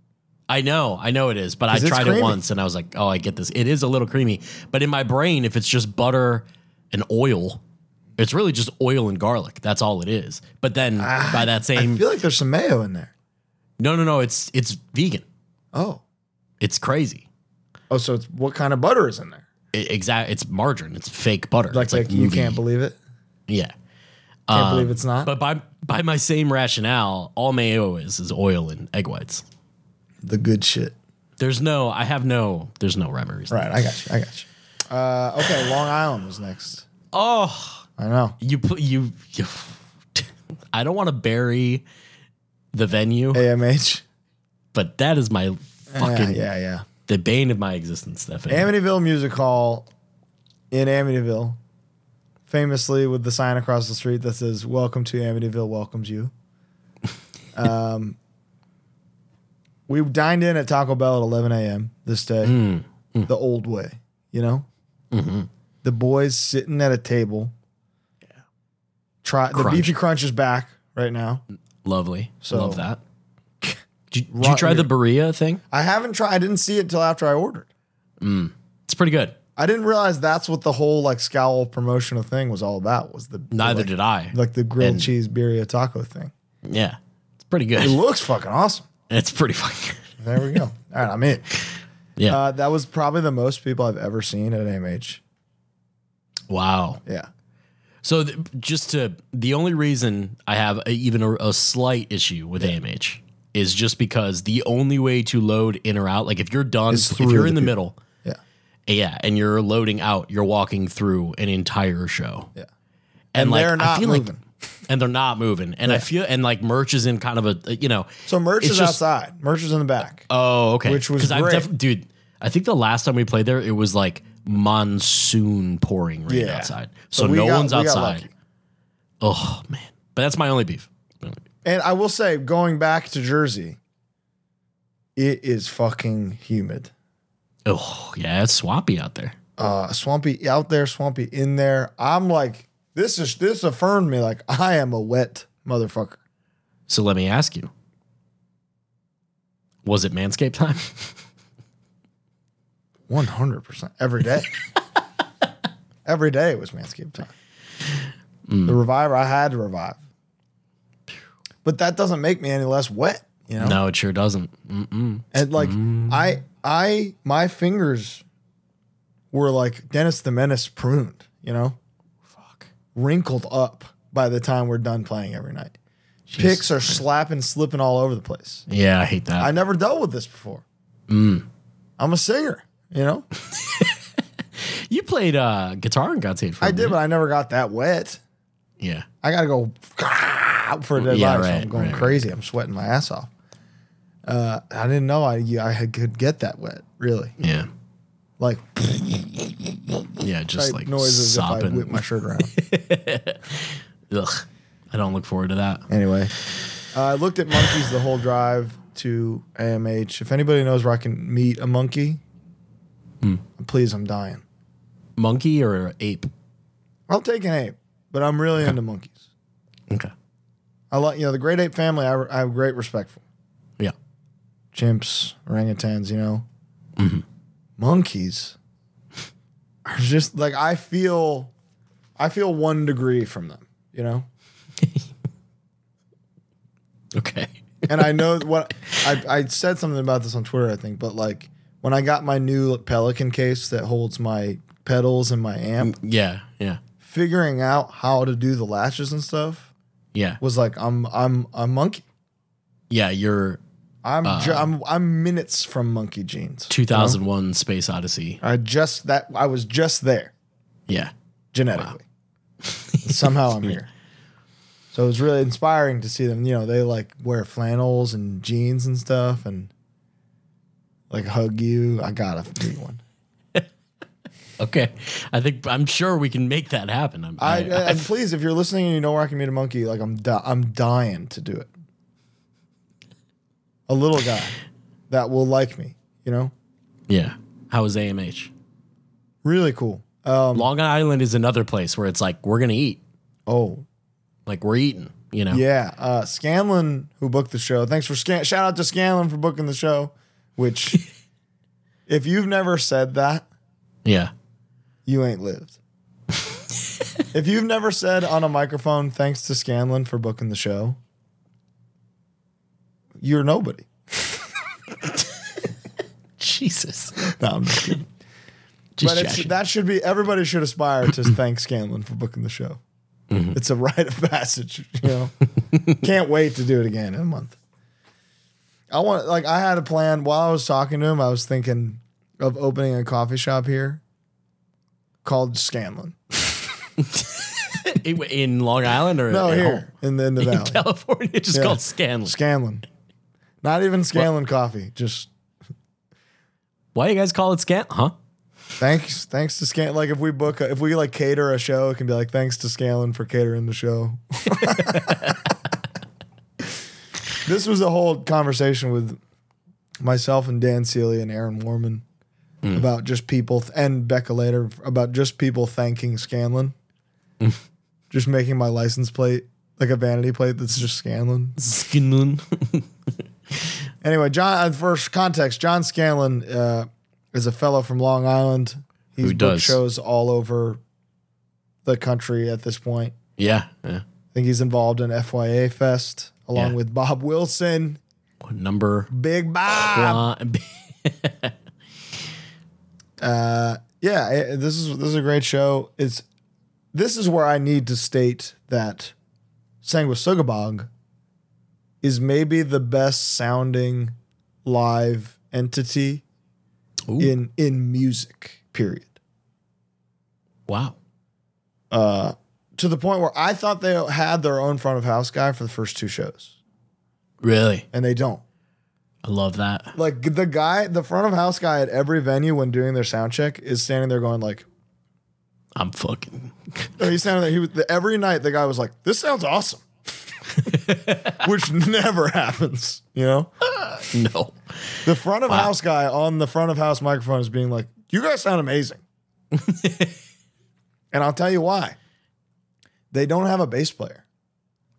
I know, I know it is, but I it's tried creamy. it once and I was like, oh, I get this. It is a little creamy, but in my brain, if it's just butter and oil, it's really just oil and garlic. That's all it is. But then by that Ah, I same, feel like there's some mayo in there. no, no, no, it's it's vegan. Oh, It's crazy. oh, so it's what kind of butter is in there? It, exact, it's margarine. It's fake butter. Like, it's like, you movie. can't believe it. Yeah, Can't believe it's not but by by my same rationale, all mayo is is oil and egg whites. the good shit. There's no, I have no, there's no rhyme or reason. Right, I got you. I got you. Uh, okay, Long Island was next. Oh, I know. you put you, you I don't want to bury the venue, AMH. but that is my Yeah, fucking yeah, yeah. the bane of my existence, Stephanie. Amityville Music Hall in Amityville, famously with the sign across the street that says "Welcome to Amityville welcomes you." Um, we dined in at Taco Bell at 11 a.m. this day, Mm, the old way, you know. Mm-hmm. The boys sitting at a table. Try the Crunch. beefy crunch is back right now. Lovely, So- love that. Did, you- did you try the Berea thing? I haven't tried. I didn't see it till after I ordered. It's pretty good. I didn't realize that's what the whole like scowl promotional thing was all about. Was the Neither like, did I. like the grilled And- cheese birria taco thing. yeah, it's pretty good. It looks fucking awesome. it's pretty fucking. good. There we go. All right, I'm in. Yeah. Uh, that was probably the most people I've ever seen at AMH. Wow. Yeah. So th- just to the only reason I have a, even a, a slight issue with AMH is just because the only way to load in or out, like if you're done, Is if through you're the in the people. middle, eh, Yeah. yeah, and you're loading out, you're walking through an entire show, Yeah. and, like they're not I feel moving. like, and they're not moving, and I feel and like merch is in kind of a you know, So merch it's is just- outside. Merch is in the back. oh okay, Which was 'Cause I've great. dude. I think the last time we played there, it was like monsoon pouring rain Yeah. outside, So so we no got- one's we got outside. lucky. Oh man, but that's my only beef. My only beef. And I will say, going back to Jersey, it is fucking humid. Oh, yeah, it's swampy out there. Uh, swampy out there, swampy in there. I'm like, this is this affirmed me like I am a wet motherfucker. So let me ask you Was it Manscaped time? One hundred percent every day. every day was Manscaped time. Mm. The reviver, I had to revive, but that doesn't make me any less wet. You know, No, Mm. it sure doesn't. Mm-mm. and like I, I, my fingers were like Dennis the Menace pruned. You know, Fuck. wrinkled up by the time we're done playing every night. Picks are slapping, slipping all over the place. Yeah, I hate that. I never dealt with this before. Mm. I'm a singer, you know. you played uh, guitar and got for I a did, uh, minute. but I never got that wet. Yeah. I gotta go for a deadline. Yeah, so right, I'm going right, right. crazy. I'm sweating my ass off. Uh, I didn't know I I had- could get that wet. Really, Yeah. like Yeah, just type like noises if I sopping. whip my shirt around. Ugh. I don't look forward to that. anyway, uh, I looked at monkeys the whole drive to AMH. If anybody knows where I can meet a monkey, Hmm. please, I'm dying. Monkey or ape? I'll take an ape, but I'm really into monkeys. Okay. I like you know the great ape family. I, I have great respect for. Yeah. chimps, orangutans, you know. Monkeys are just like I feel I feel one degree from them, you know? Okay. And I know what I, I said something about this on Twitter, I think, but like when I got my new pelican case that holds my pedals and my amp, Yeah. Yeah. figuring out how to do the latches and stuff Yeah. was like I'm I'm a monkey. Yeah. You're I'm ju- I'm I'm minutes from monkey jeans. 2001 Space Odyssey. I just that I was just there. Yeah. genetically. Somehow I'm here. So it was really inspiring to see them. You know, they like wear flannels and jeans and stuff and like hug you. I gotta be one. Okay. I think I'm sure we can make that happen. I'm, I, I, and please, if you're listening and you know where I can meet a monkey, like I'm, di- I'm dying to do it. A little guy that will like me, you know, yeah. How is AMH? really cool. Um, Long Island is another place where it's like we're gonna eat, oh like we're eating. You know. Yeah, uh, Scanlon who booked the show. Thanks for Scan- shout out to Scanlon for booking the show. Which, if you've never said that, Yeah. you ain't lived. if you've never said on a microphone, thanks to Scanlon for booking the show, you're nobody. Jesus. No, I'm just kidding. Just but it's, joshing. that should be everybody should aspire to thank Scanlon for booking the show. Mm-hmm. It's a rite of passage, you know. Can't wait to do it again in a month. I want like I had a plan while I was talking to him. I was thinking of opening a coffee shop here called Scanlon. in, in Long Island or No, at here in the, in the home? valley, in California, it's just Yeah. called Scanlon. Scanlon. Not even Scanlon coffee. Just Why you guys call it Scan? Huh? thanks, thanks to Scan. Like if we book, a, if we like cater a show, it can be like thanks to Scanlon for catering the show. this was a whole conversation with myself and Dan Seely and Aaron Warman about just people th- and Becca later about just people thanking Scanlon. just making my license plate like a vanity plate that's just Scanlon. Scanlon. Anyway, John. Uh, first context: John Scanlon uh, is a fellow from Long Island. He's Who booked does. shows all over the country at this point. yeah. Yeah. I think he's involved in FYA Fest along Yeah. with Bob Wilson, What number? Big Bob. Blonde- Uh, Yeah, I- this is this is a great show. It's this is where I need to state that Sanguisugabog is maybe the best sounding live entity Ooh. in in music. Period. wow. uh, to the point where I thought they had their own front of house guy for the first two shows, Really? and they don't. I love that. Like the guy, the front of house guy at every venue when doing their sound check is standing there going like, I'm fucking. no, he's standing there. He was, every night the guy was like, "This sounds awesome." which never happens. You know, No. the front of house guy on the front of house microphone is being like, "You guys sound amazing," and I'll tell you why. They don't have a bass player.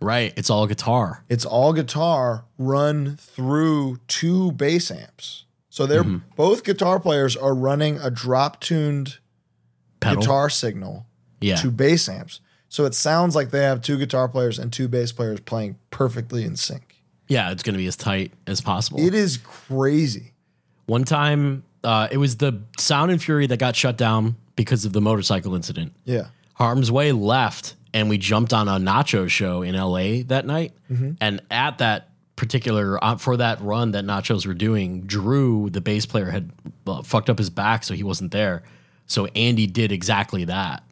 Right. It's all guitar. It's all guitar run through two bass amps. So they're Mm-hmm. both guitar players are running a drop tuned Pedal. guitar signal Yeah. to bass amps. So it sounds like they have two guitar players and two bass players playing perfectly in sync. Yeah. It's going to be as tight as possible. It is crazy. One time, uh, it was the Sound and Fury that got shut down because of the motorcycle incident. Yeah. Harm's Way left, and we jumped on a Nacho show in LA that night. And at that particular, uh, for that run that Nachos were doing, Drew, the bass player, had uh, fucked up his back, so he wasn't there. So Andy did exactly that.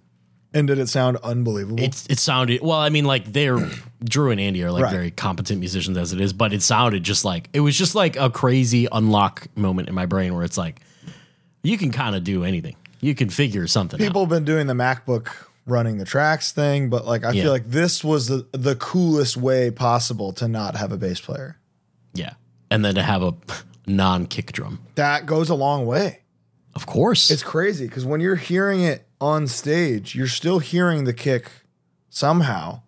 And did it sound unbelievable? It, it sounded well. I mean, like they're Drew and Andy are like Right. very competent musicians as it is, but it sounded just like it was just like a crazy unlock moment in my brain where it's like you can kind of do anything. You can figure something. out. People have been doing the MacBook running the tracks thing, but like I Yeah. feel like this was the, the coolest way possible to not have a bass player. Yeah. And then to have a non kick drum. That goes a long way. Of course. It's crazy because when you're hearing it on stage, you're still hearing the kick somehow,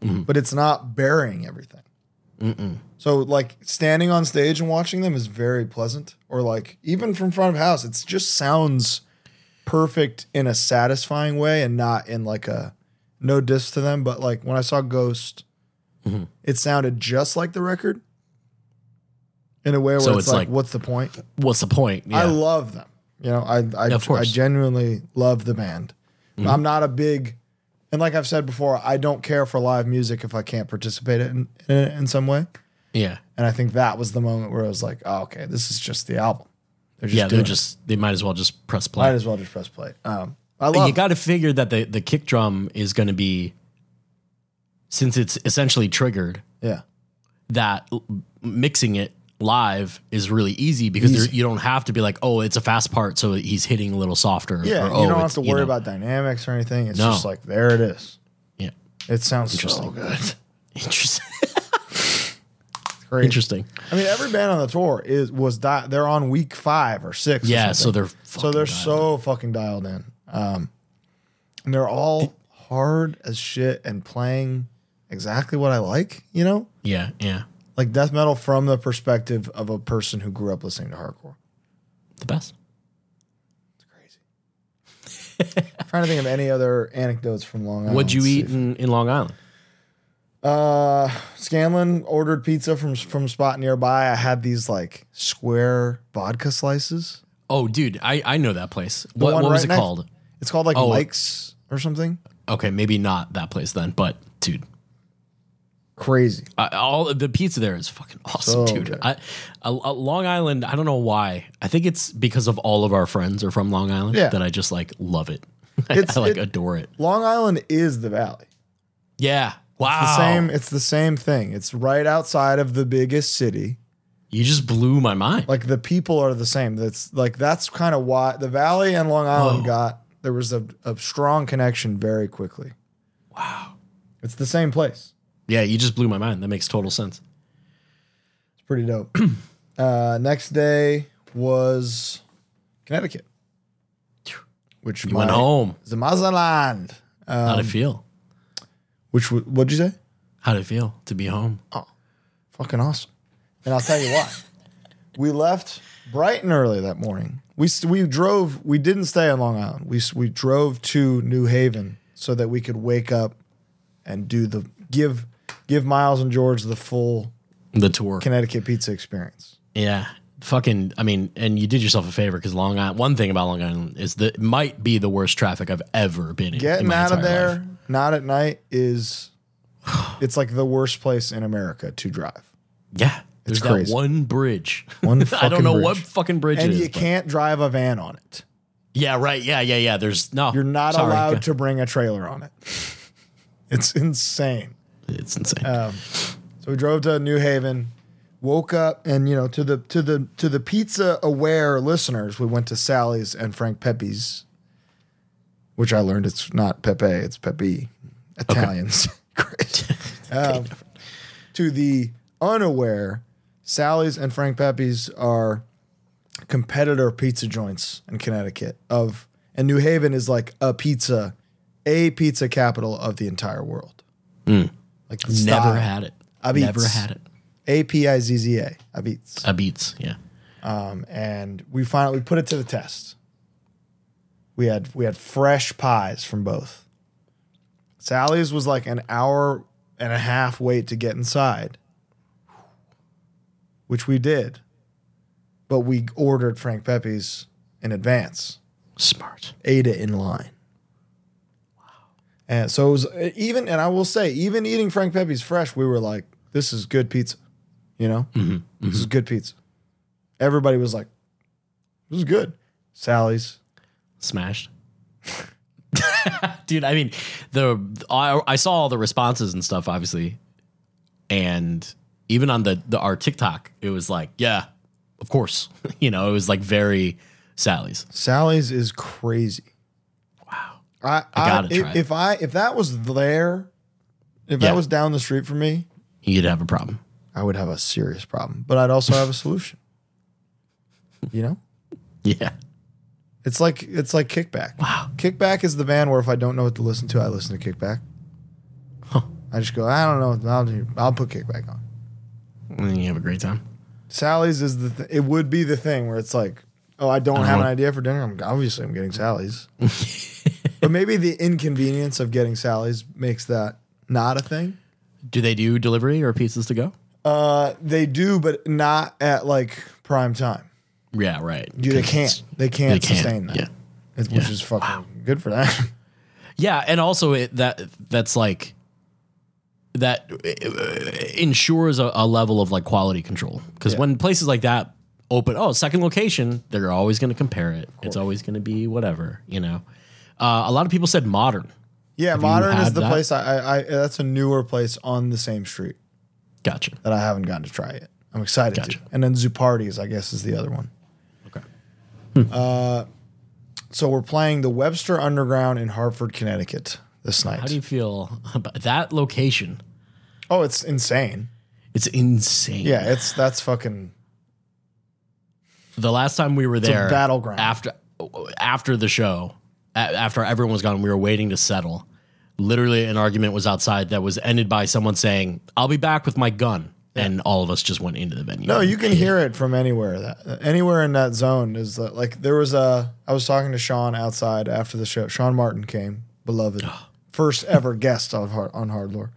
but it's not burying everything. So, like, standing on stage and watching them is very pleasant, or like, even from front of house, it just sounds perfect in a satisfying way and not in like a no diss to them. But like, when I saw Ghost, it sounded just like the record in a way where So it's, it's like, like- what's the point? What's the point? Yeah. I love them. You know, I I, Of course. Mm-hmm. I genuinely love the band. I'm not a big, and like I've said before, I don't care for live music if I can't participate in in, it in some way. yeah. And I think that was the moment where I was like, oh, okay, this is just the album. They're just Yeah. They're doing it. just, they might as well just press play. Might as well just press play. Um, I love. you got to figure that the, the kick drum is going to be, since it's essentially triggered, yeah, that l- mixing it live is really easy because there, Easy. you don't have to be like, oh, it's a fast part. So he's hitting a little softer. yeah. or, you "Oh, don't have it's," to worry know. about dynamics or anything. It's No. just like there it is. Yeah. It sounds so good. Interesting. Great. Interesting. I mean, every band on the tour is was di- they're on week five or six. or Yeah. something. So they're, so they're fucking so fucking dialed in. Um, and they're all hard as shit and playing exactly what I like, you know? dialed. Yeah. Yeah. Like death metal from the perspective of a person who grew up listening to hardcore. The best. It's crazy. I'm trying to think of any other anecdotes from Long Island. What'd you Uh, Let's see eat if- in, in Long Island? Uh, Scanlon ordered pizza from from a spot nearby. I had these like square vodka slices. Oh, dude, I, I know that place. What, one what was right it next- called? It's called like Oh. Mike's or something. Okay, maybe not that place then, but dude, Crazy. I, all the pizza there is fucking awesome, So dude. good. I, I- I- Long Island, I don't know why. I think it's because of all of our friends are from Long Island Yeah. that I just like love it. It's- I like it- adore it. Long Island is the valley. Yeah. Wow. the same it's the same thing it's right outside of the biggest city You just blew my mind. like the people are the same that's like that's kind of why the valley and long island Whoa. got there was a, a strong connection very quickly wow it's the same place yeah, you just blew my mind. That makes total sense. it's pretty dope uh, next day was connecticut which You went home. the mazaland Um, How'd it feel? which w- what'd you say How'd it feel to be home? fucking awesome. And I'll tell you why. we left bright and early that morning. We st- we drove. We didn't stay on Long Island. We s- we drove to New Haven so that we could wake up and do the give give Miles and George the full The tour. Connecticut pizza experience. Yeah. Fucking, I mean, and you did yourself a favor because Long Island, one thing about Long Island is that it might be the worst traffic I've ever been in. in Getting my out of entire there, life. not at night, is it's like the worst place in America to drive. Yeah. There's It's that crazy. one bridge. One I fucking don't know bridge. what fucking bridge And it is. you but- can't drive a van on it. Yeah, right. Yeah, yeah, yeah. There's no. You're not sorry. allowed to bring a trailer on it. It's insane. It's insane. uh, So we drove to New Haven, woke up, and you know, to the to the to the pizza aware listeners, we went to Sally's and Frank Pepe's, which I learned it's not Pepe, it's Pepe, Italians. Great. Um, to the unaware, Sally's and Frank Pepe's are competitor pizza joints in Connecticut of and New Haven is like a pizza a pizza capital of the entire world. Like the style. Never had it. I've Never eats. had it. A P I Z Z A. I beats. A beats. Yeah. Um, and we finally we put it to the test. We had we had fresh pies from both. Sally's was like an hour and a half wait to get inside, which we did, but we ordered Frank Pepe's in advance Smart. ate it in line. Wow. And so it was even, and I will say, even eating Frank Pepe's fresh, we were like, this is good pizza. You know, Mm-hmm, this is good pizza. Everybody was like, this is good. Sally's. Smashed. Dude, I mean, the I, I saw all the responses and stuff, obviously, and even on the, the our TikTok, it was like, yeah, of course, you know, it was like very Sally's. Sally's is crazy. Wow. I, I, gotta if, try it. if I if that was there, if Yeah. that was down the street from me, You'd have a problem. I would have a serious problem. But I'd also have a solution. you know? Yeah, It's like it's like Kickback. Wow. Kickback is the band where if I don't know what to listen to, I listen to Kickback. I just go, I don't know. I'll, do- I'll put Kickback on. and you have a great time. Sally's is the th- it would be the thing where it's like, oh, I don't have an idea for dinner. I'm obviously I'm getting Sally's. but maybe the inconvenience of getting Sally's makes that not a thing. Do they do delivery or pizzas to go? Uh, they do, but not at like prime time. Yeah, right. You, they can't. They can't can't, sustain that. yeah. It's- Which is fucking good for that. Yeah, and also it, that that's like that uh, ensures a, a level of like quality control because when places like that open, oh, second location, they're always going to compare it. It's always going to be whatever, you know. Uh, a lot of people said modern. Yeah, you Modern is had the that? place. I, I, I that's a newer place on the same street Gotcha. that I haven't gotten to try it. I'm excited Gotcha. to. And then Zupardi's, I guess, is the other one. Hmm. Uh, Okay. So we're playing the Webster Underground in Hartford, Connecticut this night. How do you feel about that location? oh, it's insane. It's insane. Yeah, it's that's fucking. The last time we were a there, battleground. after after the show, a- after everyone was gone, we were waiting to settle. Literally, an argument was outside that was ended by someone saying, "I'll be back with my gun," and all of us just went into the venue. No, Oh, you can hear it from anywhere. That anywhere in that zone is that like there was a. I was talking to Sean outside after the show. Sean Martin came, beloved, first ever guest on Hard on Hard Lore,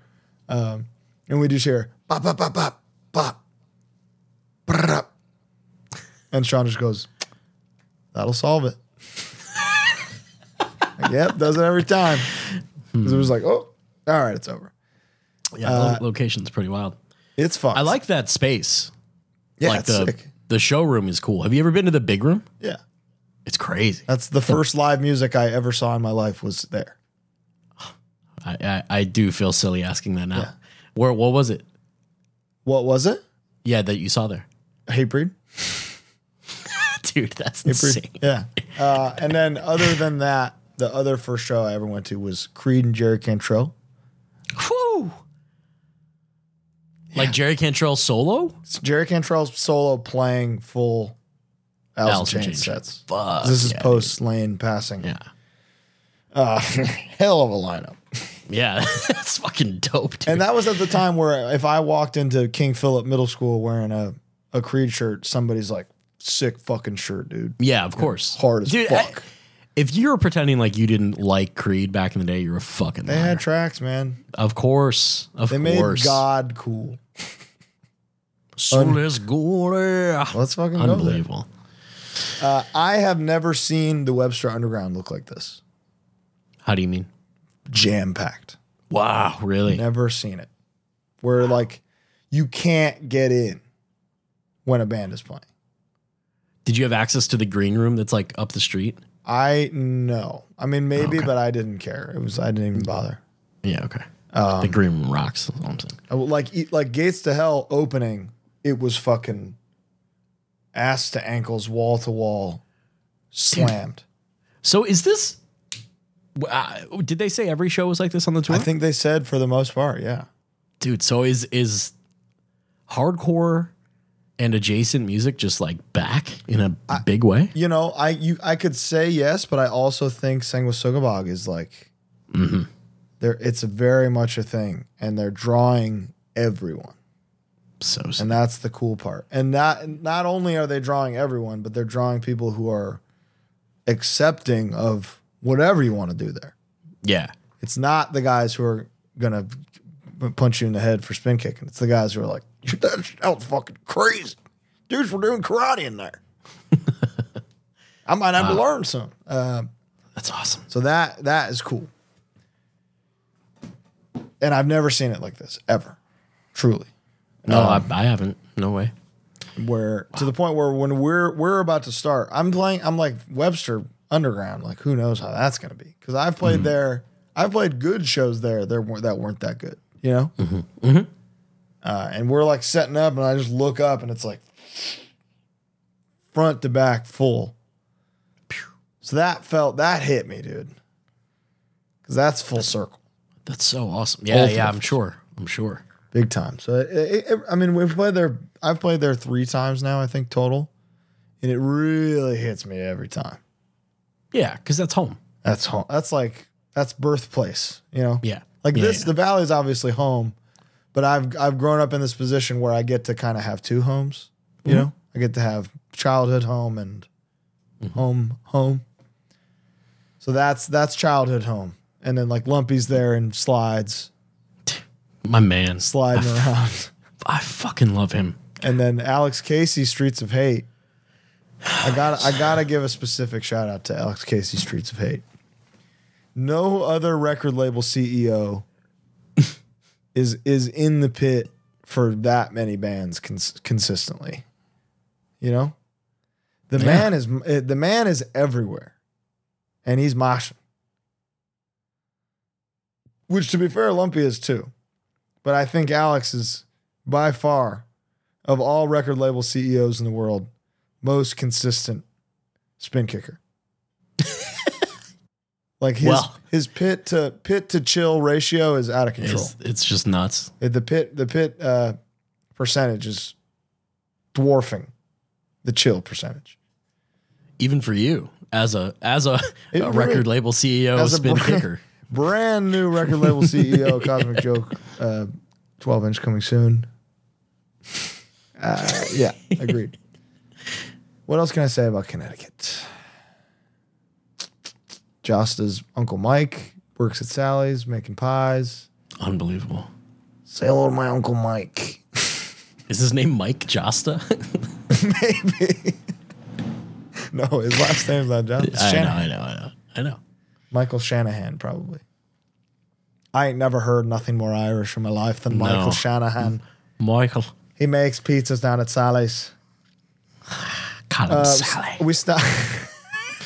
um, and we just hear pop pop pop pop pop, brrrrup. and Sean just goes, "That'll solve it." Like, yep, does it every time. Hmm. 'Cause It was like, oh, all right, it's over. yeah, uh, lo- location's pretty wild. It's fun. I like that space. yeah, like it's the sick. the showroom is cool. Have you ever been to the big room? Yeah. It's crazy. That's the first live music I ever saw in my life was there. I I, I do feel silly asking that now. Where what was it? What was it? Yeah, that you saw there, Hatebreed. dude. That's Hatebreed. insane. Yeah. Uh, and then other than that, the other first show I ever went to was Creed and Jerry Cantrell. Whew. Like Jerry Cantrell solo? It's Jerry Cantrell solo playing full Alice Alice in Chain Chains. sets. Fuck, This is yeah, post lane passing. Yeah. Uh, hell of a lineup. Yeah, that's fucking dope, dude. And that was at the time where if I walked into King Philip Middle School wearing a, a Creed shirt, somebody's like, sick fucking shirt, dude. yeah, of course. Hard as Dude, I- fuck. if you were pretending like you didn't like Creed back in the day, you're a fucking they liar. had tracks, man. of course. Of They made course. God cool. so let's go there. Let's fucking go there. Unbelievable. Uh, I have never seen the Webster Underground look like this. How do you mean? Jam packed. Wow, really? Never seen it. Where like you can't get in when a band is playing. Did you have access to the green room that's like up the street? I know. I mean, maybe, Okay. but I didn't care. It was I didn't even bother. Yeah, okay. Um, the green room rocks. That's all I'm saying. I would like eat, like Gates to Hell opening. It was fucking ass to ankles, wall to wall, slammed. So is this? w- Uh, did they say every show was like this on the tour? I think they said for the most part, yeah. dude so is is hardcore and adjacent music just like back in a big way? You know, I you I could say yes, but I also think Sangwa Sogabog is like there it's very much a thing and they're drawing everyone. So And that's the cool part. And not not only are they drawing everyone, but they're drawing people who are accepting of whatever you want to do there. yeah, It's not the guys who are gonna punch you in the head for spin kicking. It's the guys who are like, that, that was fucking crazy. Dudes were doing karate in there. I might have to learn some. Uh, that's awesome. so that that is cool. And I've never seen it like this ever, truly. No, I, I haven't. No way. Where to the point where when we're we're about to start, I'm playing. I'm like Webster Underground. Like who knows how that's gonna be? Because I've played there. I've played good shows there. There weren't that weren't that good. You know. Mm-hmm. Uh, and we're like setting up, and I just look up, and it's like front to back full. So that felt that hit me, dude. Because that's full circle. That's so awesome. Yeah, Both yeah, of I'm sure. I'm sure. big time. So it, it, it- I mean, we've played there. I've played there three times now, I think total, and it really hits me every time. Yeah, because that's home. That's home. That's like that's birthplace. You know. Yeah. Like Yeah, this, yeah. the valley is obviously home, but I've I've grown up in this position where I get to kind of have two homes. You Mm-hmm. know, I get to have childhood home and Mm-hmm. home home. So that's that's childhood home, and then like Lumpy's there and slides My man. sliding around. I fucking love him. and then Alex Casey Streets of Hate. I got I got to give a specific shout out to Alex Casey Streets of Hate. No other record label CEO is is in the pit for that many bands cons- consistently. You know? The man is eh, the man is everywhere. And he's moshing. Which to be fair Lumpy is too. But I think Alex is by far of all record label CEOs in the world, most consistent spin kicker. like his Well. his pit to pit to chill ratio is out of control. It's, it's just nuts. The pit the pit uh, percentage is dwarfing the chill percentage. Even for you as a as a, It a really- record label CEO, as a spin brand- kicker. Brand new record label CEO Cosmic Joke, uh, twelve inch coming soon. Uh, yeah, agreed. what else can I say about Connecticut? Josta's uncle Mike works at Sally's making pies. Unbelievable. Say hello to my uncle Mike. Is his name Mike Josta? Maybe. no, his last name's not John. It's I know, Shanahan. I know, I know, I know. Michael Shanahan, probably. I ain't never heard nothing more Irish in my life than Michael Shanahan. Michael. He makes pizzas down at Sally's. Call him Sally. We stop.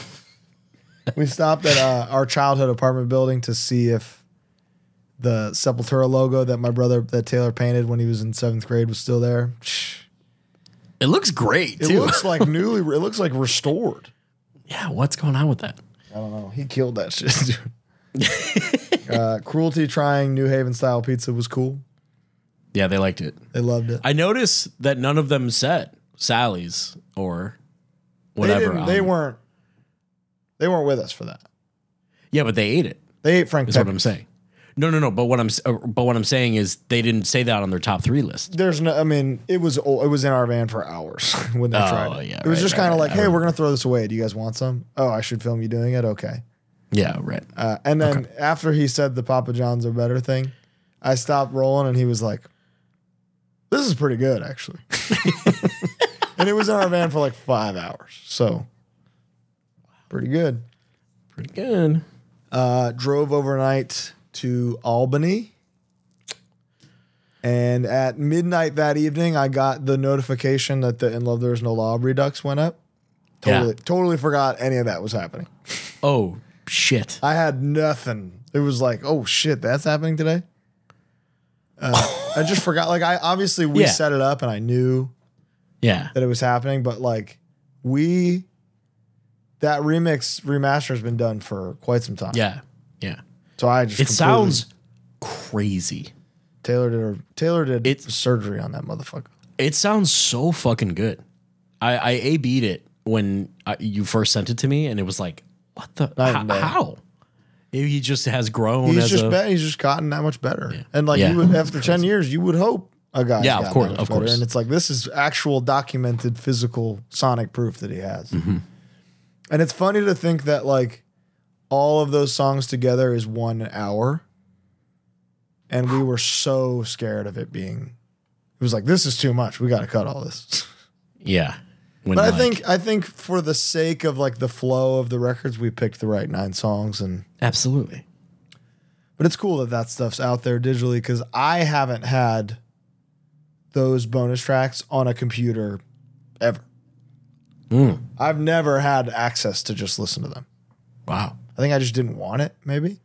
we stopped at uh, our childhood apartment building to see if the Sepultura logo that my brother that Taylor painted when he was in seventh grade was still there. It looks great It too. looks like newly. It looks like restored. yeah, what's going on with that? I don't know. He killed that shit, dude. uh, cruelty trying New Haven style pizza was cool. Yeah, they liked it. They loved it. I noticed that none of them said Sally's or They, whatever. um, didn't- they on- weren't. They weren't with us for that. Yeah, but they ate it. They ate Frank. Is what I'm Pepe's. saying. No, no, no. But what I'm s- uh, but what I'm saying is they didn't say that on their top three list. there's no. I mean, it was o- it was in our van for hours when they Oh, tried it. yeah, it was right, just right, kind of right. like, I hey, we're remember. gonna throw this away. Do you guys want some? Oh, I should film you doing it. Okay. Yeah, right. Uh, and then after he said the Papa John's are better thing, I stopped rolling and he was like, "This is pretty good, actually." and it was in our van for like five hours, so pretty good. Pretty good. Uh, drove overnight to Albany. And at midnight that evening, I got the notification that the In Love There's No Law Redux went up. Yeah. Totally, totally forgot any of that was happening. Oh shit. I had nothing. It was like, oh shit, that's happening today. Uh, I just forgot. Like, I obviously we Yeah. set it up and I knew Yeah. that it was happening, but like we that remix remaster has been done for quite some time. Yeah. Yeah. So I just It completely- sounds crazy. Taylor did her, Taylor did It's- surgery on that motherfucker. It sounds so fucking good. I I a beat it when I, you first sent it to me, and it was like, what the Night how? and day. how? Maybe he just has grown He's as just a bet he's just gotten that much better. And like Yeah. you would after ten years, you would hope a guy. Yeah, of course, of course. And it's like this is actual documented physical sonic proof that he has. Mm-hmm. And it's funny to think that like all of those songs together is one hour. And we were so scared of it being it was like this is too much. We gotta cut all this. yeah. When But I like- think I think for the sake of like the flow of the records, we picked the right nine songs and absolutely. But it's cool that that stuff's out there digitally because I haven't had those bonus tracks on a computer ever. I've never had access to just listen to them. Wow. I think I just didn't want it, maybe.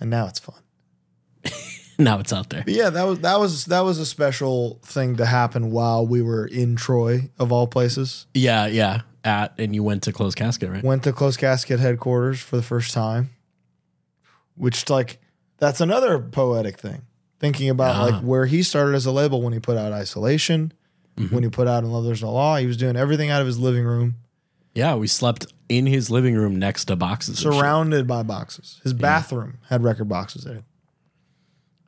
And now it's fun. Now it's out there. But yeah, that was that was that was a special thing to happen while we were in Troy, of all places. Yeah, yeah. At and you went to close casket, right? Went to Close Casket headquarters for the first time, which like that's another poetic thing. Thinking about like where he started as a label when he put out Isolation, when he put out In Love There's No Law, he was doing everything out of his living room, Yeah, we slept in his living room next to boxes. and shit. surrounded by boxes. His bathroom had record boxes in it.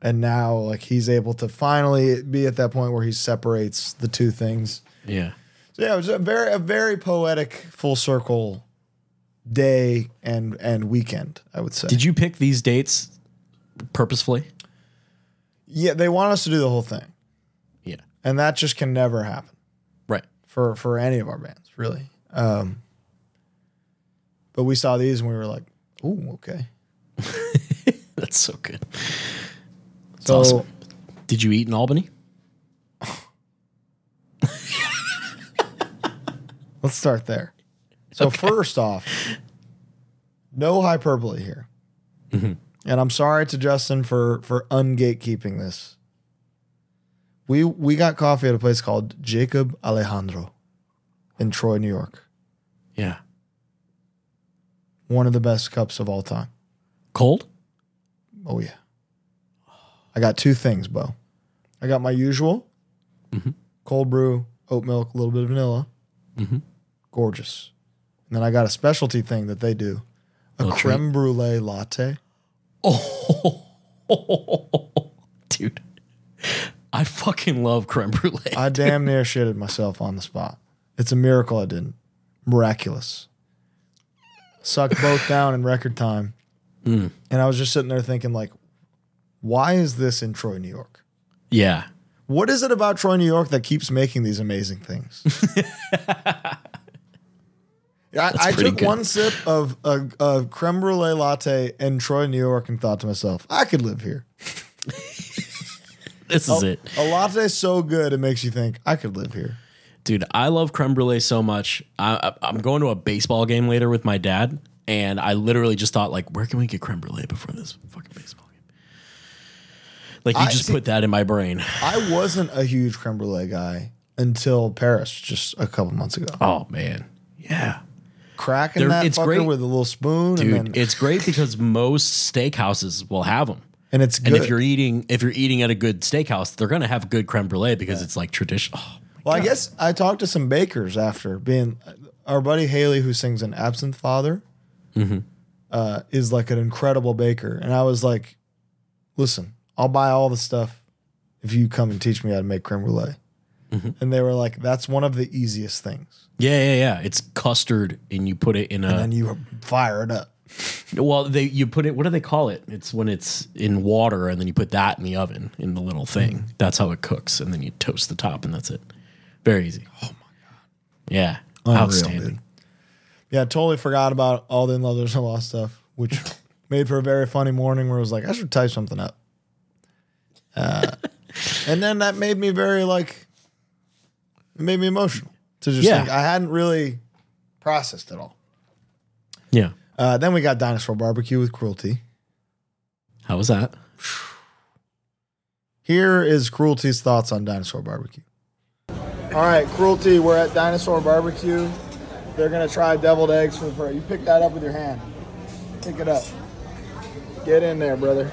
And now like he's able to finally be at that point where he separates the two things. Yeah. So yeah, it was a very a very poetic full circle day and and weekend, I would say. Did you pick these dates purposefully? Yeah, they want us to do the whole thing, Yeah. and that just can never happen Right. for for any of our bands, really. Um, but we saw these and we were like, "Ooh, okay." That's so good. That's So awesome. Did you eat in Albany? let's start there. So first off, no hyperbole here, Mm-hmm. and I'm sorry to Justin for for ungatekeeping this. We we got coffee at a place called Jacob Alejandro in Troy, New York. Yeah. One of the best cups of all time. Cold? Oh yeah. I got two things, Bo. I got my usual cold brew, oat milk, a little bit of vanilla. Gorgeous. And then I got a specialty thing that they do, a Little creme brulee latte. Dude. I fucking love creme brulee. I damn near shitted myself on the spot. It's a miracle I didn't. Miraculous. Sucked both down in record time. And I was just sitting there thinking, like, why is this in Troy, New York? yeah. What is it about Troy, New York that keeps making these amazing things? I, I pretty took good. one sip of a, a creme brulee latte in Troy, New York, and thought to myself, I could live here. This is it. A latte's so good, it makes you think, I could live here. Dude, I love creme brulee so much. I, I, I'm going to a baseball game later with my dad, and I literally just thought, like, where can we get creme brulee before this fucking baseball game? Like, you I- just see- put that in my brain. I wasn't a huge creme brulee guy until Paris just a couple months ago. Oh, man. Yeah. Cracking They're- that it's fucker great. with a little spoon, and Dude, then it's great because most steakhouses will have them. and it's And good. if you're eating, if you're eating at a good steakhouse, they're gonna have good creme brulee because it's like traditional. Oh, Well, I guess I talked to some bakers after being our buddy Haley, who sings an absinthe father, uh, is like an incredible baker. And I was like, listen, I'll buy all the stuff if you come and teach me how to make creme brulee. And they were like, that's one of the easiest things. yeah, yeah, yeah. It's custard, and you put it in a. And you fire it up. Well, they you put it. What do they call it? It's when it's in water, and then you put that in the oven in the little thing. That's how it cooks, and then you toast the top, and that's it. Very easy. Oh my god! Yeah, outstanding. dude. Yeah, I totally forgot about all the in love there's no law stuff, which made for a very funny morning where I was like, I should type something up. Uh, and then that made me very like, it made me emotional to just Yeah. think I hadn't really processed it all. Yeah. Uh, then we got dinosaur barbecue with cruelty. How was that? Here is Cruelty's thoughts on Dinosaur Barbecue. All right, Cruelty, we're at Dinosaur Barbecue. They're gonna try deviled eggs for the first. You pick that up with your hand. Pick it up. Get in there, brother.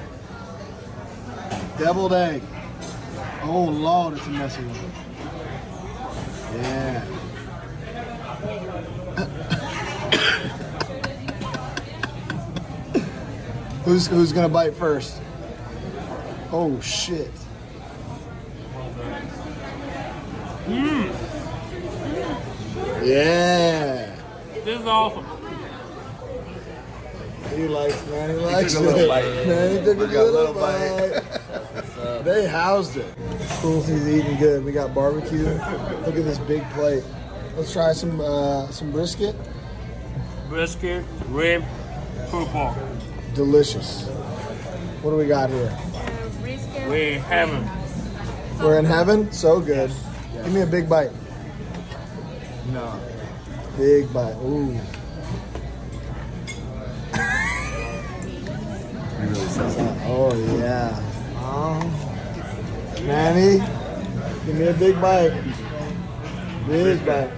Deviled egg. Oh lord, it's a messy one. Yeah. who's who's gonna bite first? Oh shit. Yeah. This is awesome. He likes, man. He likes took a little it. bite. Man, he took a We got a little little bite. bite. they housed it. Coolsy's eating good. We got barbecue. Look at this big plate. Let's try some uh, some brisket. Brisket, rib, pulled pork. Delicious. What do we got here? Brisket. We have it. We're in heaven. So good. Give me a big bite. No. Big bite. Ooh. You really sound Oh yeah. Um, Manny, give me a big bite. Big bite.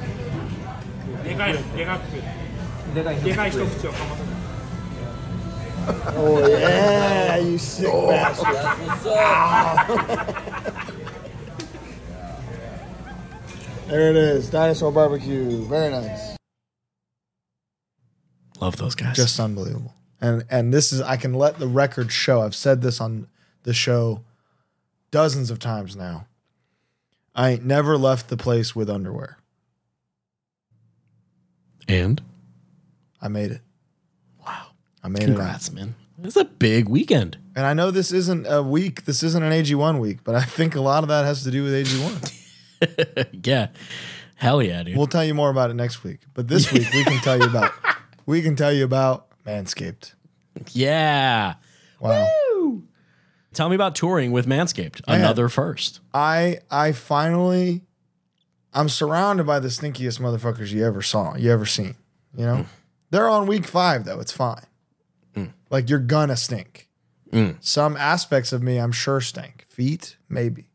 얘가 얘가 내가 이거 얘가 있어 없죠. Oh yeah, you sick bastard. there it is, dinosaur barbecue. Very nice. Love those guys. just unbelievable. And and this is I can let the record show. I've said this on the show dozens of times now. I ain't never left the place with underwear. and I made it. wow, I made it. out. congrats, man! It's a big weekend. And I know this isn't a week. This isn't an AG1 week, but I think a lot of that has to do with AG1. yeah, hell yeah, dude. we'll tell you more about it next week. But this week we can tell you about we can tell you about Manscaped. yeah. Wow. Tell me about touring with Manscaped. Man. Another first. I I finally I'm surrounded by the stinkiest motherfuckers you ever saw, you ever seen. You Mm. know? They're on week five though, it's fine. Like you're gonna stink. Mm. Some aspects of me I'm sure stink. Feet, maybe.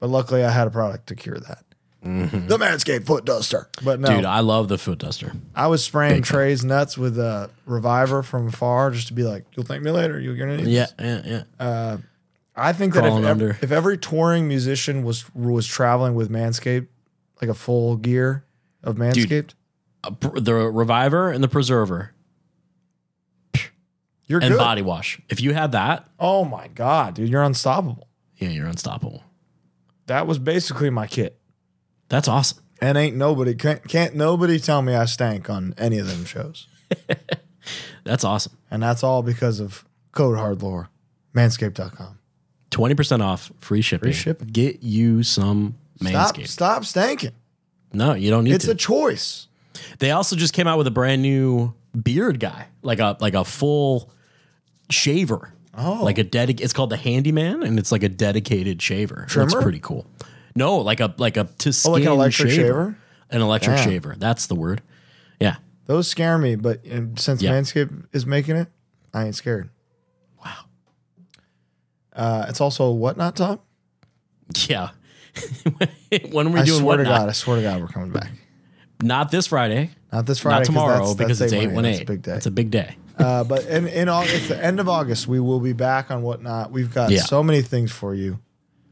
But luckily I had a product to cure that. The Manscaped foot duster. But no, Mm-hmm. Dude, I love the foot duster. I was spraying Trey's nuts with a reviver from afar just to be like, you'll thank me later. You're gonna need this." Yeah, yeah, yeah. I think that if, Crawling ev- under. if every touring musician was was traveling with Manscaped, like a full gear of Manscaped, A pr- the reviver and the preserver you're and good. body wash. If you had that, Oh my god, dude, you're unstoppable. yeah, you're unstoppable. That was basically my kit, That's awesome. and ain't nobody can't, can't nobody tell me I stank on any of them shows, That's awesome. and that's all because of code hardlore, manscaped.com. 20% off, free shipping. Free shipping. Get you some Stop, Manscaped. stop stanking. No, you don't need It's to. a choice. they also just came out with a brand new beard guy, like a like a full shaver. Oh. Like a dedic it's called the handyman and it's like a dedicated shaver. It's Trimmer? pretty cool. No, like a like a to skin Oh, like an electric shaver? An electric Damn. shaver. That's the word. Yeah. Those scare me, but and since Yeah. Manscaped is making it, I ain't scared. Wow. Uh, it's also a whatnot time. Yeah. when are we I doing swear what? to God, I Not, swear to God, we're coming back. not this Friday. Not this Friday. not 'cause tomorrow that's- because that's it's day eight one Monday. eight. That's a big day. It's a big day. uh, but in, in August, it's the end of August. We will be back on whatnot. We've got Yeah. so many things for you.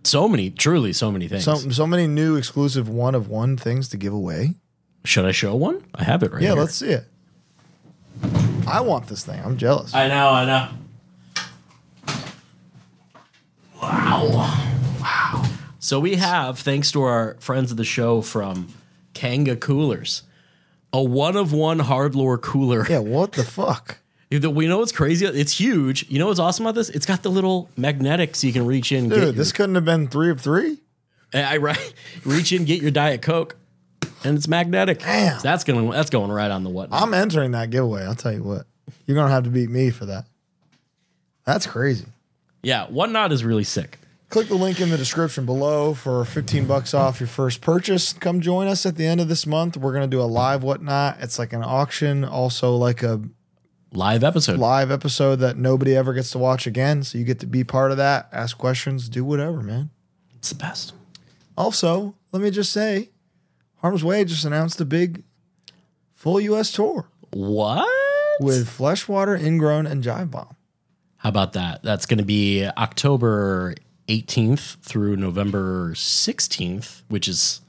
So many, truly so many things. So so many new exclusive one of one things to give away. Should I show one? I have it right Yeah, here. let's see it. I want this thing. I'm jealous. I know, I know. Wow. Wow. So we have, thanks to our friends of the show from Kanga Coolers, a one of one hardlore cooler. yeah, what the fuck? That We know it's crazy. It's huge. You know what's awesome about this? It's got the little magnetic so you can reach in. and get your- Dude, this couldn't have been three of three. I right, reach in, get your Diet Coke, and it's magnetic. Damn. So that's going. That's going right on the whatnot. I'm entering that giveaway. I'll tell you what. You're gonna have to beat me for that. That's crazy. yeah, whatnot is really sick. Click the link in the description below for 15 bucks off your first purchase. Come join us at the end of this month. We're going to do a live whatnot. It's like an auction, also like a Live episode. live episode that nobody ever gets to watch again. So you get to be part of that, ask questions, do whatever, man. It's the best. Also, let me just say Harm's Way just announced a big full US tour What? with Fleshwater, Ingrown, and Jive Bomb. How about that? That's going to be October 18th through November 16th, which is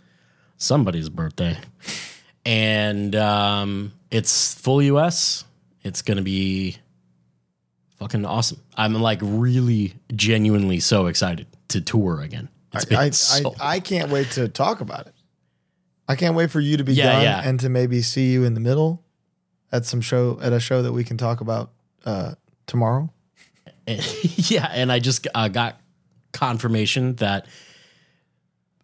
somebody's birthday. And um, it's full US. It's going to be fucking awesome. I'm like really genuinely so excited to tour again. It's been I, I, so- I, I can't wait to talk about it. I can't wait for you to be Yeah, done yeah. and to maybe see you in the middle at some show at a show that we can talk about uh, tomorrow. yeah, and I just uh, got confirmation that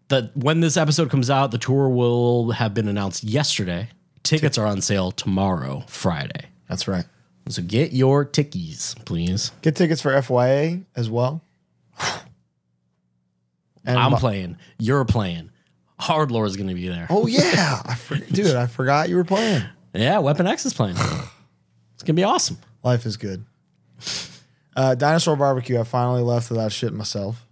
that when this episode comes out, the tour will have been announced yesterday. Tickets are on sale tomorrow, Friday. That's right. So get your tickies, please. Get tickets for FYA as well. And I'm my- playing. You're playing. Hard Lord's going to be there. Oh yeah, I for- dude, I forgot you were playing. Yeah, Weapon X is playing. it's going to be awesome. Life is good. Uh, Dinosaur barbecue. I finally left without shitting myself,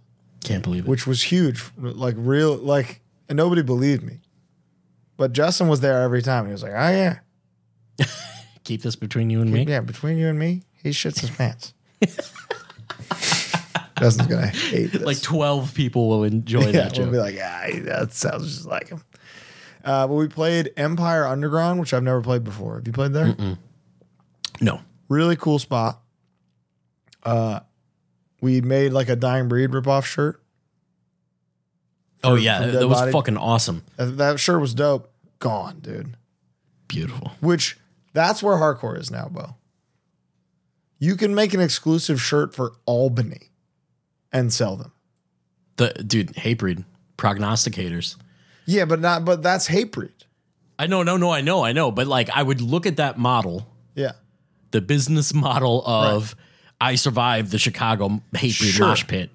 Can't believe it. which was huge. Like real, like and nobody believed me, but Justin was there every time. And he was like, "Oh yeah, Keep this between you and me. yeah." Between you and me, he shits his pants. Justin's gonna hate this. Like 12 people will enjoy yeah, that we'll joke. be like, ah, that sounds just like him. Uh, but we played Empire Underground, which I've never played before. Have you played there? no. Really cool spot. Uh, we made like a Dying Breed ripoff shirt. Oh, yeah. for That Dead was Body. fucking awesome. That, that shirt was dope. Gone, dude. Beautiful. Which that's where hardcore is now, Bo. You can make an exclusive shirt for Albany and sell them. The dude, Hatebreed, prognosticators. Yeah, but not. But that's hate breed. I know, no, no, I know, I know. But like, I would look at that model, Yeah, the business model of I survived the Chicago hate breed Sure. mosh pit,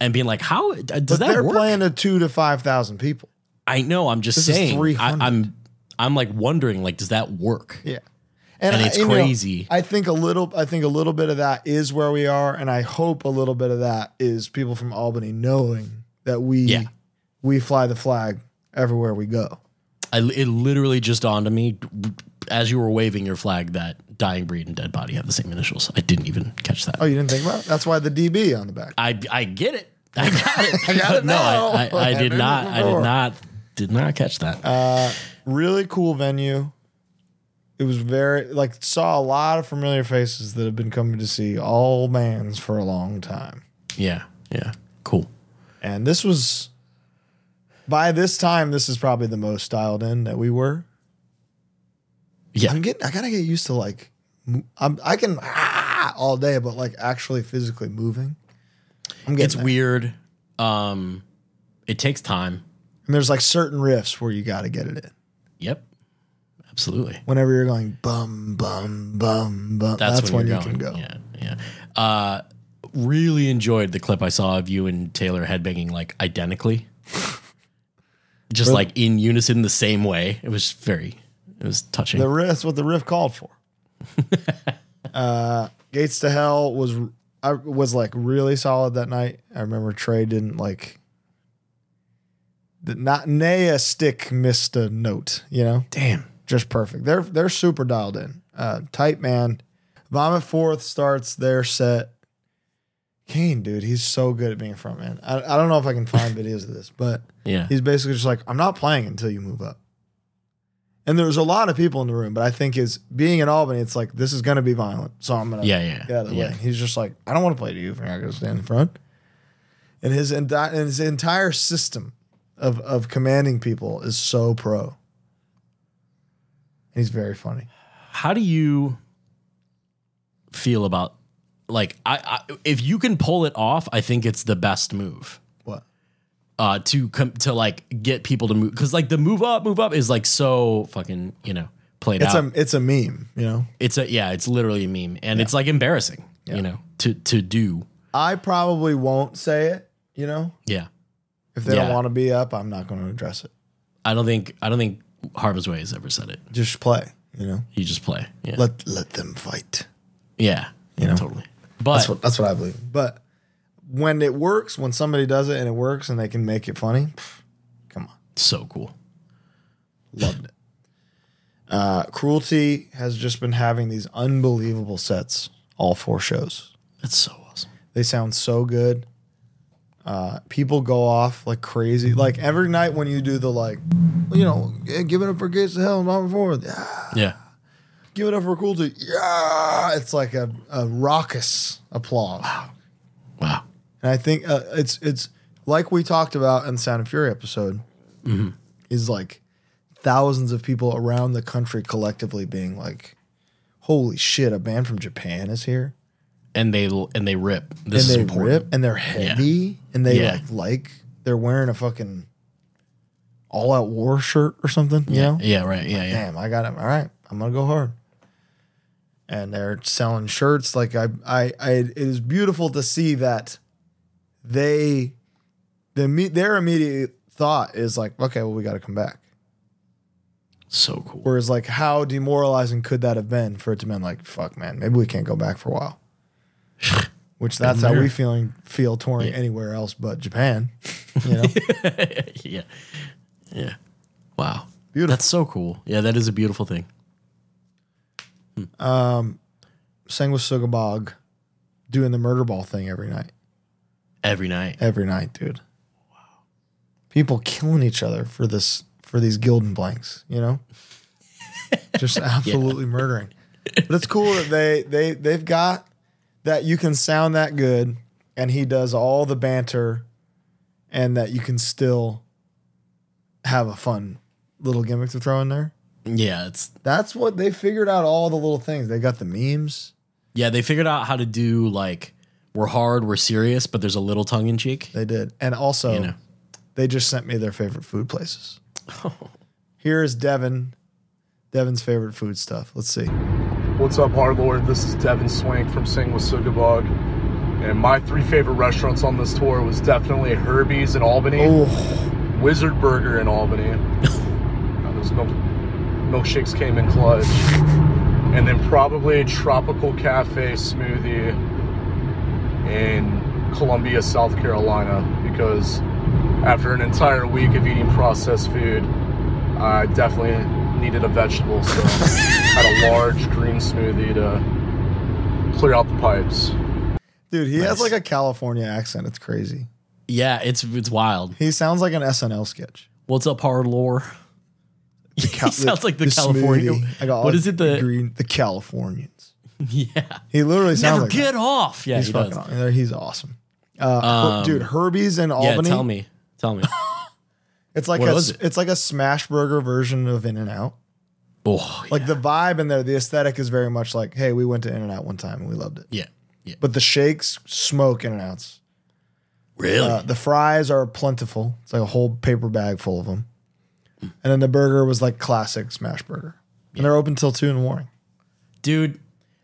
and being like, how d- but does they're that work? playing to two to five thousand people. I know. I'm just This is saying. I, 300. I'm, I'm like wondering, like, does that work? Yeah. And I- it's you know, crazy. I think a little I think a little bit of that is where we are and I hope a little bit of that is people from Albany knowing that we Yeah. we fly the flag everywhere we go. I, it literally just dawned on me as you were waving your flag that Dying Breed and Dead Body have the same initials. I didn't even catch that. Oh, you didn't think about it? That's why the DB on the back. I I get it. I got it. I got But it no, now. I, I, I I did did not. it I did before. Uh, not. Did not catch that. Really cool venue. It was very like saw a lot of familiar faces that have been coming to see all bands for a long time. yeah. Yeah. Cool. And this was by this time this is probably the most dialed in that we were. Yeah. I'm getting. I gotta get used to like. mo- I'm. I can ah, all day, but like actually physically moving. I'm getting. It's there. weird. Um, it takes time. And there's like certain riffs where you gotta get it in. Yep. Absolutely. Whenever you're going bum bum bum bum, That's, when, you you're can going. go. Yeah. Yeah. Uh, really enjoyed the clip I saw of you and Taylor headbanging like identically, just like in unison the same way. It was very. It was touching. The riff, that's what the riff called for. uh, Gates to Hell was I was like really solid that night. I remember Trey didn't like. did Not nay a stick missed a note, you know. Damn. just perfect. They're they're super dialed in. Uh, tight man. Vomit Fourth starts their set. Kane, dude, he's so good at being a front man. I, I don't know if I can find videos of this, but Yeah. he's basically just like, I'm not playing until you move up. And there was a lot of people in the room, but I think is being in Albany, it's like this is gonna be violent, so I'm gonna Yeah, yeah, get out of the yeah. way. And he's just like, I don't want to play to you if you're not gonna stand in front. And his and his entire system of of commanding people is so pro. He's very funny. how do you feel about like I, I if you can pull it off i think it's the best move What? uh to come to like get people to move because like the move up move up is like so fucking you know played It's out a it's a meme, you know. it's a yeah it's literally a meme and it's like embarrassing you know to to do I probably won't say it, you know. yeah If they Yeah. don't want to be up, I'm not going to address it. i don't think i don't think harm's way has ever said it Just play, you know. you just play yeah Let let them fight. yeah you know. totally but That's what that's what I believe. But when it works, when somebody does it and it works and they can make it funny, pff, come on. so cool Loved it. Uh, Cruelty has just been having these unbelievable sets all four shows. that's so awesome They sound so good. Uh, people go off like crazy. Like every night when you do the like, you know, eh, give it up for Gates of Hell and Robert Ford. Yeah. Yeah. Give it up for Cruelty. Yeah. It's like a, a raucous applause. Wow. And I think uh, it's it's like we talked about in the Sound and Fury episode, Mm-hmm. is like thousands of people around the country collectively being like, "Holy shit, a band from Japan is here!" And they and they rip. This is and they important. rip, and they're heavy, and they Yeah. like like they're wearing a fucking all out war shirt or something. You know, Yeah. Right. Yeah. Yeah. damn, I got him. All right, I'm gonna go hard. And they're selling shirts. Like I, I, I it is beautiful to see that they, the me, their immediate thought is like, okay, well, we got to come back. So cool. Whereas, like, how demoralizing could that have been for it to been like, fuck, man, maybe we can't go back for a while. Which that's how we feeling feel touring anywhere else but Japan. You know, yeah. Yeah. Wow. Beautiful. That's so cool. Yeah, that is a beautiful thing. sang with Sugabog, doing the murder ball thing every night. Every night. every night, dude. Wow. People killing each other for this for these Gildan blanks, you know? Just absolutely murdering. But it's cool that they they they've got that you can sound that good and he does all the banter and that you can still have a fun little gimmick to throw in there. Yeah, it's That's what they figured out all the little things. They got the memes. yeah, they figured out how to do like we're hard, we're serious, but there's a little tongue in cheek. They did. And also You know. they just sent me their favorite food places. Here is Devin. Devin's favorite food stuff. Let's see. What's up, Hardlord? This is Devin Swank from Sing with Sugabog. And my three favorite restaurants on this tour was definitely Herbie's in Albany, Oh, Wizard Burger in Albany. Uh, those milk, milkshakes came in clutch. And then probably Tropical Cafe Smoothie in Columbia, South Carolina, because after an entire week of eating processed food, I definitely needed a vegetable, so had a large green smoothie to clear out the pipes. dude, he has Nice. like a California accent. It's crazy. Yeah, it's it's wild. He sounds like an SNL sketch. What's up, hard lore? he sounds like the, California. smoothie. I got what is it? The green? The Californians. yeah, He literally sounds never like get that. off. Yeah, He's he fucking. does. Awesome. He's awesome. Uh, Um, dude, Herbie's in Albany. Yeah, tell me, tell me. It's like What a was s- it? it's like a smash burger version of In and Out. oh, Like the vibe in there, the aesthetic is very much like, hey, we went to In and Out one time and we loved it. yeah, yeah. But the shakes smoke In and Outs. Really? Uh, the fries are plentiful. It's like a whole paper bag full of them. And then the burger was like classic smash burger. And they're open till two in the morning. dude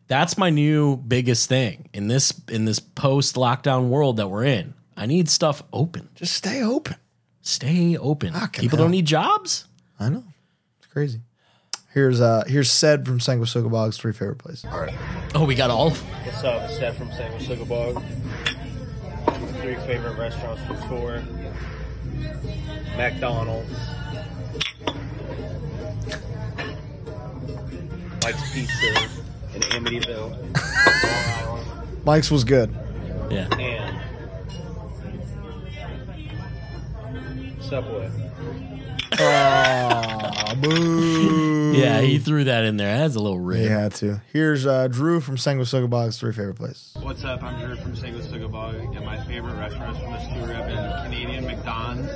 that's my new biggest thing in this in this post lockdown world that we're in i need stuff open Just stay open. stay open Fucking people hell. don't need jobs I know. It's crazy. Here's uh here's said from Sanguisuga Bog's three favorite places. oh we got all of What's up? It's Seth from San Francisco Bog. My three favorite restaurants from tour. McDonald's. Mike's Pizza in Amityville. Mike's was good. yeah And Subway. Ah, boo. yeah he threw that in there that's a little He rich had to. Here's uh Drew from Sanguisuga Bog's three favorite places. What's up? I'm Drew from San Francisco Bog, and my favorite restaurants from this tour have been Canadian McDonald's,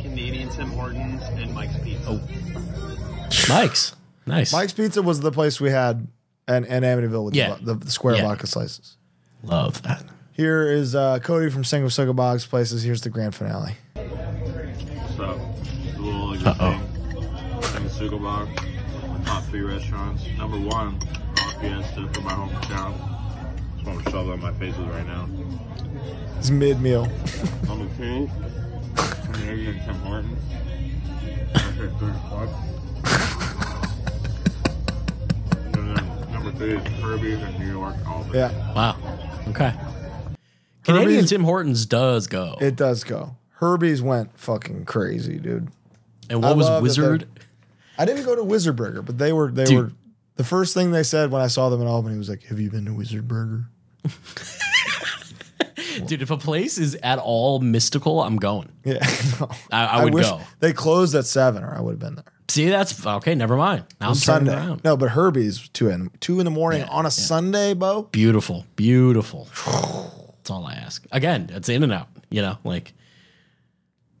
Canadian Tim Hortons, and Mike's Pizza. mike's nice Mike's Pizza was the place we had and and Amityville with Yeah. the, the, the square Yeah. vodka slices. love that Here is uh, Cody from Sanguisuga Bog's places. Here's the grand finale. So, the little like Uh-oh. Second Sugalbach, top three restaurants. Number one, Rock Fiesta from my hometown. That's what I'm shoving in my faces right now. It's mid meal. Number two, Canadian Tim Hortons. That's a good fuck. And then number three is Kirby's in New York. Albany. Yeah, wow okay canadian tim hortons does go it does go. Herbie's went fucking crazy, dude. and I what was love that wizard I didn't go to Wizard Burger, but they were they Dude. were the first thing they said when I saw them in Albany was like, "Have you been to Wizard Burger?" dude, if a place is at all mystical, I'm going. Yeah, no. I- I would go. They closed at seven, or I would have been there. See, that's okay. Never mind. Now I'm turning Sunday. around. No, but Herbie's two in two in the morning on a Sunday, Bo. Beautiful, beautiful. That's all I ask. Again, it's in and out. You know, like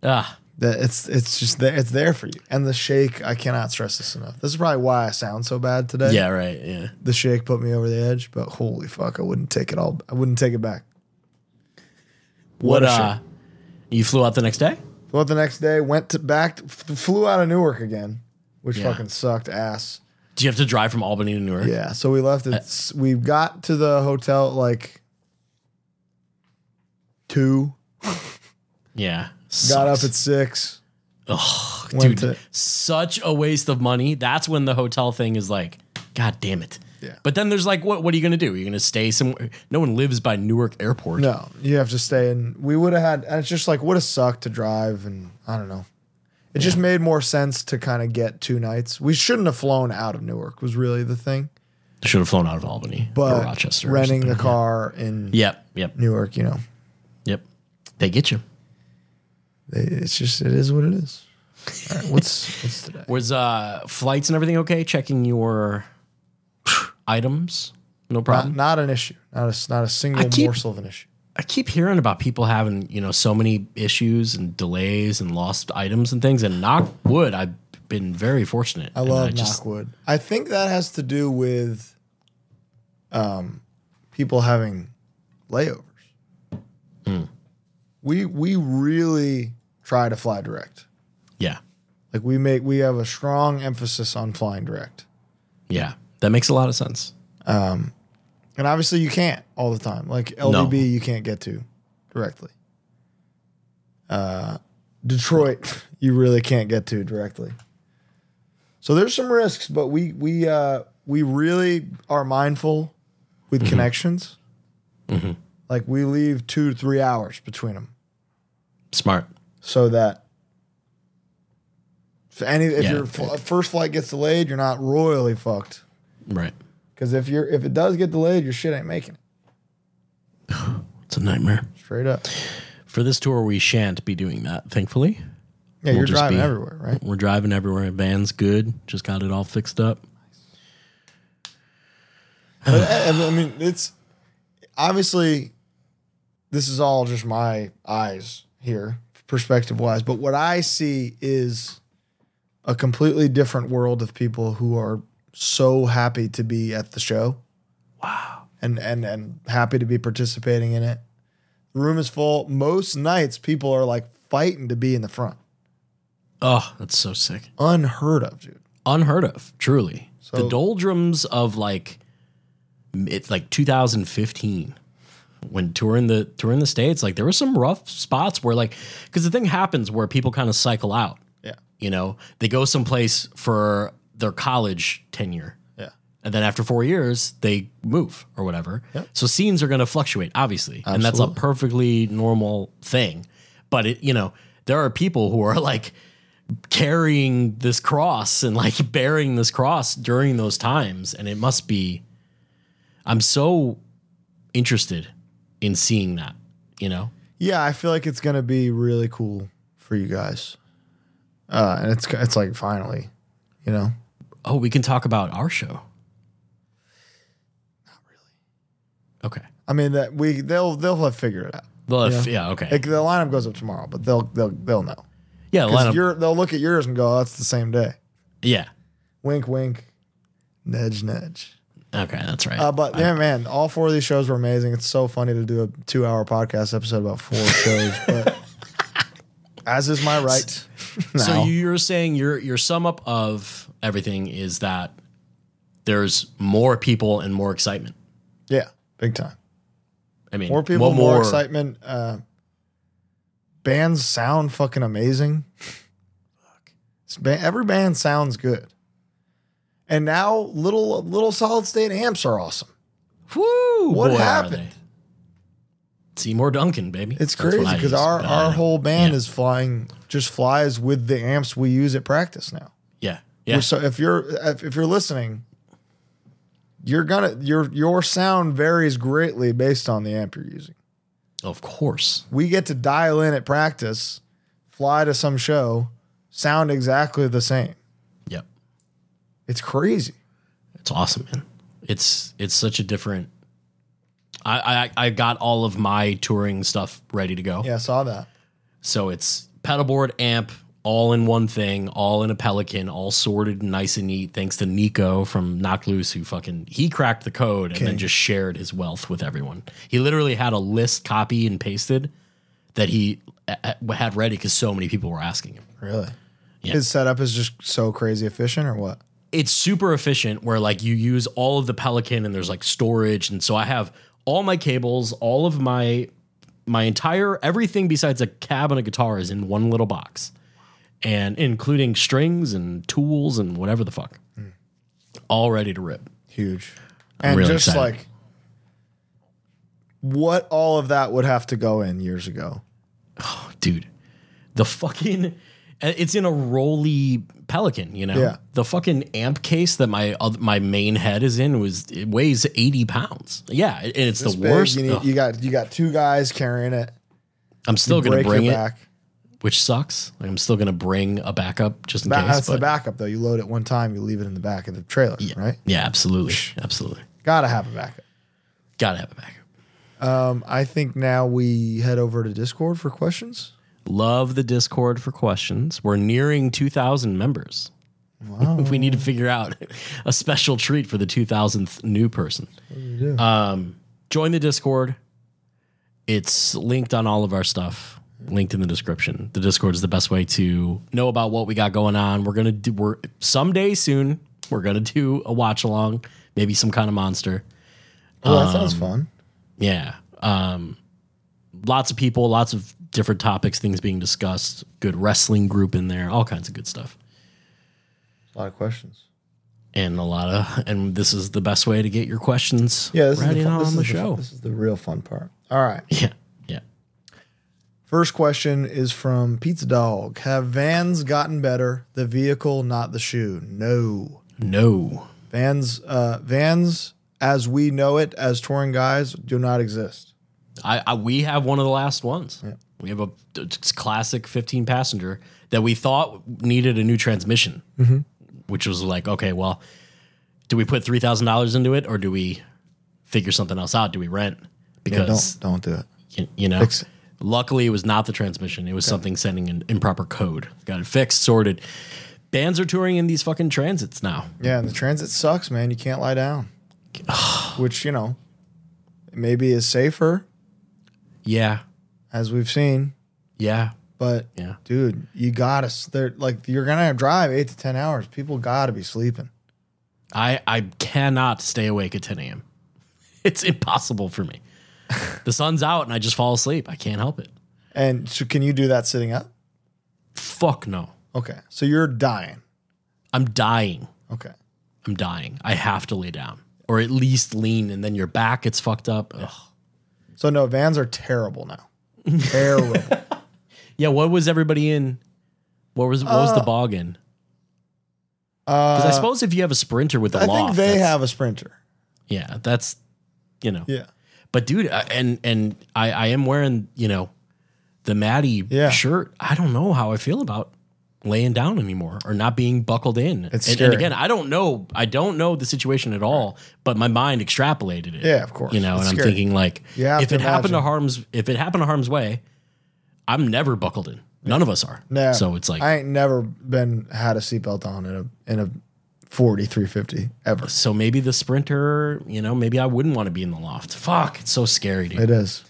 ah, That it's it's just there. It's there for you. And the shake, I cannot stress this enough. This is probably why I sound so bad today. yeah, right, yeah. the shake put me over the edge, but holy fuck, I wouldn't take it all. I wouldn't take it back. What, a uh, shame. you flew out the next day? Well, the next day went to back, f- flew out of Newark again, which Yeah. fucking sucked ass. Do you have to drive from Albany to Newark? Yeah, so we left. Uh, It's we got to the hotel at like two. yeah. Got up Sucks. at six. Ugh, went dude, to- such a waste of money. That's when the hotel thing is like, God damn it. Yeah. But then there's like, what? What are you gonna do? You're gonna stay somewhere? No one lives by Newark Airport. No, you have to stay. And we would have had. And it's just like would have sucked to drive, and I don't know. It just made more sense to kind of get two nights. We shouldn't have flown out of Newark. Was really the thing. Should have flown out of Albany But or Rochester. or renting something. the car in Yep. Yep. Newark, you know, Yep. They get you. it's just it is what it is. All right, what's what's today? Was uh flights and everything okay? Checking your items. No problem. Not, not an issue. Not a not a single keep- morsel of an issue. I keep hearing about people having, you know, so many issues and delays and lost items and things. And knock wood, I've been very fortunate. I love Knockwood. I think that has to do with um, people having layovers. We we really try to fly direct. Yeah. Like we make we have a strong emphasis on flying direct. Yeah. That makes a lot of sense. And obviously you can't all the time. Like LDB No. you can't get to directly. Uh Detroit you really can't get to directly. So there's some risks, but we we uh we really are mindful with Mm-hmm. connections. Like we leave 2 to 3 hours between them Smart. so that if any if Yeah. your fl- first flight gets delayed, you're not royally fucked. Right. Cuz if you're if it does get delayed, your shit ain't making it. It's a nightmare. Straight up. For this tour, we shan't be doing that, thankfully. Yeah, We'll you're just driving be- everywhere, right? We're driving everywhere. Van's good. Just got it all fixed up. But, I I mean, it's obviously this is all just my eyes here, perspective wise. But what I see is a completely different world of people who are so happy to be at the show. Wow. And and and happy to be participating in it. The room is full. Most nights, people are like fighting to be in the front. Oh, that's so sick. Unheard of, dude. Unheard of, truly. the So- doldrums of like it's like 2015 when touring the touring the states like there were some rough spots where like cuz the thing happens where people kind of cycle out, Yeah. you know. They go someplace for their college tenure Yeah. and then after four years they move or whatever so scenes are going to fluctuate obviously and that's a Absolutely. perfectly normal thing but it you know there are people who are like carrying this cross and like bearing this cross during those times and it must be i'm so interested in seeing that you know Yeah, I feel like it's gonna be really cool for you guys, uh, and it's it's like finally, you know. oh we can talk about our show not really okay I mean that we they'll they'll have figured it out. well, Yeah. if- yeah. okay Like the lineup goes up tomorrow, but they'll they'll they'll know. yeah Because lineup, your they'll look at yours and go, oh, that's the same day. yeah Wink, wink, nudge, nudge. okay that's right Uh, but yeah, man, all four of these shows were amazing. It's so funny to do a two-hour podcast episode about four shows, but as is my right. So now. you're saying your your sum up of everything is that there's more people and more excitement. yeah, big time. I mean, More people, what more, excitement. Uh, bands sound fucking amazing. It's ba- Every band sounds good. And now little little solid state amps are awesome. Woo! What boy, are happened? they. Seymour Duncan, baby. It's That's what crazy I because use. Uh, our, Yeah, our I know. whole band Yeah. is flying just flies with the amps we use at practice now. yeah We're yeah So if you're if, if you're listening, you're gonna your your sound varies greatly based on the amp you're using. Of course. we get to dial in at practice, fly to some show, sound exactly the same. Yep. It's crazy. It's awesome, man. It's it's such a different. I I, I got all of my touring stuff ready to go. Yeah, I saw that. So it's pedalboard, amp, all in one thing, all in a Pelican, all sorted and nice and neat. Thanks to Nico from Knock Loose, who fucking he cracked the code and then just shared his wealth with everyone. He literally had a list copy and pasted that he uh, uh, had ready because so many people were asking him. Really? Yeah. His setup is just so crazy efficient, or what? it's super efficient where like you use all of the pelican and there's like storage and so i have all my cables all of my my entire everything besides a cab and a guitar is in one little box and including strings and tools and whatever the fuck Hmm. all ready to rip Huge. I'm and really just excited. like what all of that would have to go in years ago. dude the fucking eh, it's in a roly pelican you know Yeah. the fucking amp case that my oth- my main head is in was it weighs 80 pounds yeah and it's This the big, worst You, Ugh. need, you got you got two guys carrying it. i'm still gonna Break bring your it back. which sucks. Like, I'm still gonna bring a backup just in Ba- case. that's but the backup though. You load it one time, you leave it in the back of the trailer, right? Yeah, absolutely, absolutely. Gotta have a backup. Gotta have a backup. Um, I think now we head over to Discord for questions. Love the Discord for questions. We're nearing 2,000 members. we need to figure out a special treat for the 2,000th new person. Um, join the Discord. It's linked on all of our stuff. Linked in the description. The Discord is the best way to know about what we got going on. We're gonna do. We're someday soon. We're gonna do a watch along. Maybe some kind of monster. Oh, that sounds Um, fun. Yeah. Um, lots of people, lots of different topics, things being discussed. Good wrestling group in there, all kinds of good stuff, A lot of questions. and a lot of. And this is the best way to get your questions. Yeah, this right is the in fun, on this the is the- show. this is the real fun part. All right. yeah, yeah. First question is from Pizza Dog. Have vans gotten better? The vehicle, not the shoe. No. No, Vans, uh, vans as we know it as touring guys do not exist. I, I we have one of the last ones. We have a it's classic 15 passenger that we thought needed a new transmission, Mm-hmm. which was like, okay, well, do we put three thousand dollars into it, or do we figure something else out? Do we rent? Yeah, Because don't don't do it. you, you know. Fix it. Luckily, it was not the transmission. It was something sending an improper code. Got it fixed, sorted. Bands are touring in these fucking transits now. Yeah, and the transit sucks, man. You can't lie down. Which, you know, maybe is safer Yeah, as we've seen, yeah, but Yeah. dude, you got to they're like you're going to drive 8 to 10 hours. People got to be sleeping. I I cannot stay awake at 10 a.m. It's impossible for me. the sun's out and I just fall asleep. I can't help it. And so can you do that sitting up? Fuck no. Okay. So you're dying. I'm dying. Okay. I'm dying. I have to lay down or at least lean, and then your back gets fucked up. Ugh. So no, vans are terrible now. terrible. Yeah. What was everybody in? What was what Uh, was the bog in? Because I suppose if you have a sprinter with a I think loft, they that's- have a sprinter. Yeah, that's you know. Yeah. But dude, I, and and I I am wearing you know the Maddie Yeah. shirt. I don't know how I feel about laying down anymore or not being buckled in. It's and, scary. and again, I don't know. I don't know the situation at all. But my mind extrapolated it. Yeah, of course. You know, It's and I'm scary. thinking like, You have if to it happened to imagine. harms, if it happened to harm's way, I'm never buckled in. None of us are. No. So it's like I ain't never been had a seatbelt on in a in a 40 350 ever. so maybe the sprinter, you know, maybe I wouldn't want to be in the loft. Fuck, it's so scary, dude. It is.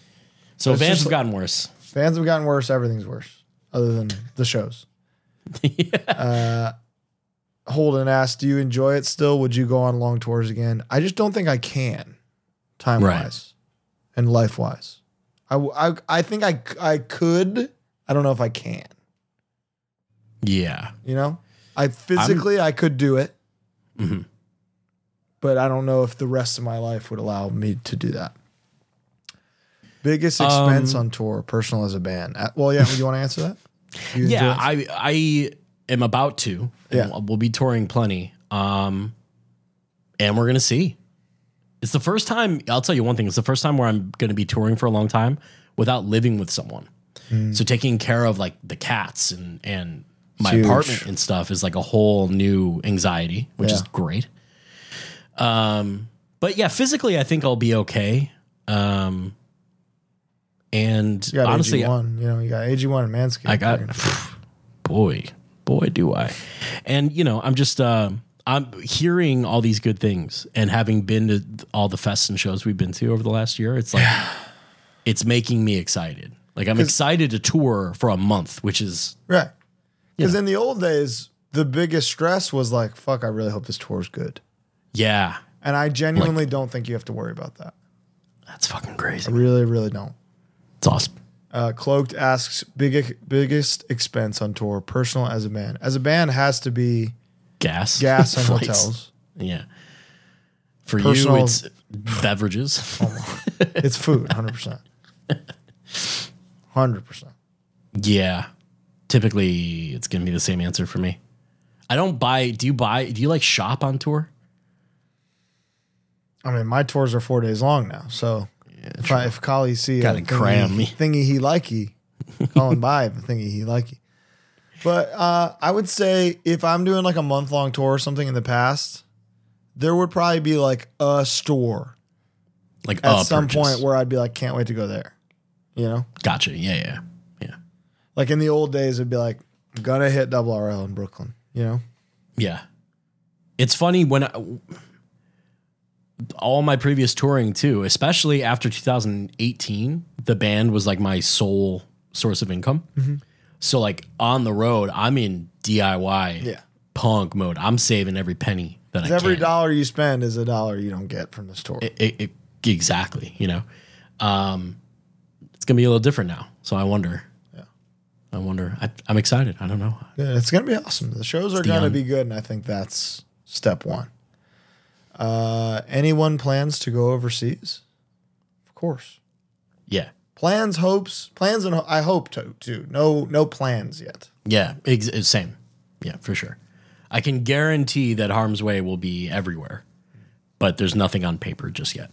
so it's Vans just have gotten worse. Fans have gotten worse, everything's worse other than the shows. Uh Holden asked, "Do you enjoy it still? Would you go on long tours again?" I just don't think I can, time wise, and life wise. I, w- I I think I c- I could. I don't know if I can. Yeah. You know, I physically i could do it, Mhm. but I don't know if the rest of my life would allow me to do that. Biggest expense Um, on tour, personal as a band. Uh, Well, yeah, you want to answer that? Do you yeah enjoy it? i i am about to and Yeah. we'll be touring plenty um and we're gonna see it's the first time i'll tell you one thing it's the first time where i'm gonna be touring for a long time without living with someone. Hmm. So taking care of like the cats and and my Huge. apartment and stuff is like a whole new anxiety, which is Yeah. great. Um, but yeah, physically, I think I'll be okay. Um, and You got honestly, AG1, you know, you got AG1 and Manscaped. I got boy, boy, do I. And you know, I'm just uh, I'm hearing all these good things and having been to th- all the fests and shows we've been to over the last year, it's like it's making me excited. Like I'm excited to tour for a month, which is Right. Because in the old days, the biggest stress was like, fuck, I really hope this tour's good. yeah, And I genuinely don't think you have to worry about that. that's fucking I crazy. really, really don't. It's awesome. Uh, Cloaked asks big, biggest expense on tour, personal as a band. As a band has to be Gas, gas and Flights. hotels. Yeah. For Personal- Oh you, it's beverages. It's food, 100%. 100%. yeah. Typically, it's gonna be the same answer for me. I don't buy. Do you buy? Do you like shop on tour? I mean, my tours are four days long now. So if, I, if Kali see Gotta a thingy, cram me. thingy he likey, call him by the thingy he likey. But uh, I would say if I'm doing like a month long tour or something in the past, there would probably be like a store like at a some Oh, purchase. point where I'd be like, can't wait to go there. You know, gotcha yeah yeah yeah like in the old days, it'd be like, I'm gonna hit double RL in Brooklyn. You know, yeah it's funny when I, all my previous touring too especially after 2018 the band was like my sole source of income Mm-hmm. so like on the road i'm in diy Yeah. punk mode i'm saving every penny that 'Cause i every can dollar you spend is a dollar you don't get from the store. It- it- it- exactly you know um it's gonna be a little different now so i wonder Yeah. i wonder I, i'm excited i don't know Yeah, it's gonna be awesome. The shows are the gonna un- be good, and I think that's step one. Uh, anyone plans to go overseas? Of course. yeah Plans, hopes, plans, and ho- I hope to too. No, no plans yet. Yeah, ex- uh, same. Yeah, for sure. I can guarantee that Harm's Way will be everywhere, but there's nothing on paper just yet.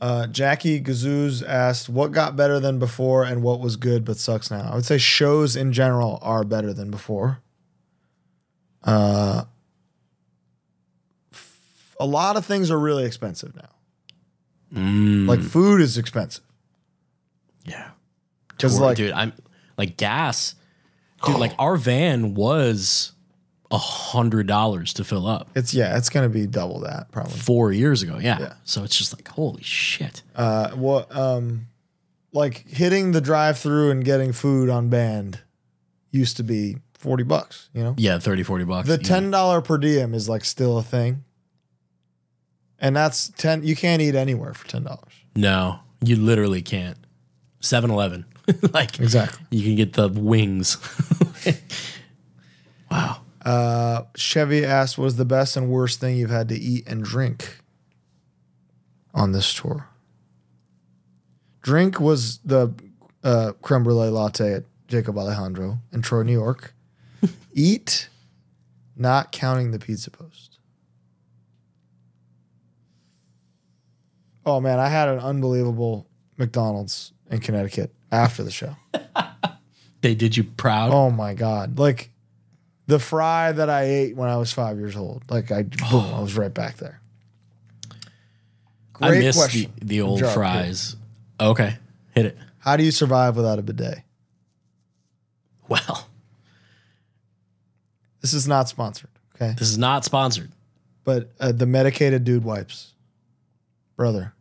Uh, Jackie Gazooz asked, "What got better than before, and what was good but sucks now?" I would say shows in general are better than before. Uh, f- a lot of things are really expensive now. Like food is expensive. Yeah, Because like dude, I'm like gas, dude. like our van was a hundred dollars to fill up it's yeah, it's gonna be double that probably. four years ago. Yeah. Yeah. so it's just like holy shit. Uh, what um, like hitting the drive-through and getting food on band used to be forty bucks. You know, Yeah, 30, 40 bucks. the easy. ten dollar per diem is like still a thing, and that's ten. You can't eat anywhere for ten dollars. No, you literally can't. 7-Eleven. like Exactly. you can get the wings. wow. Uh, Chevy asked, "Was the best and worst thing you've had to eat and drink on this tour?" Drink was the uh, creme brulee latte at Jacob Alejandro in Troy, New York. eat, not counting the pizza post. Oh man, I had an unbelievable McDonald's in Connecticut after the show. They did you proud. Oh my god! Like the fry that I ate when I was five years old. Like I, boom, I was right back there. I Great miss question the, the from old Jarp here. fries. Okay, hit it. How do you survive without a bidet? Well, This is not sponsored, okay? this is not sponsored. But uh, the medicated dude wipes, brother.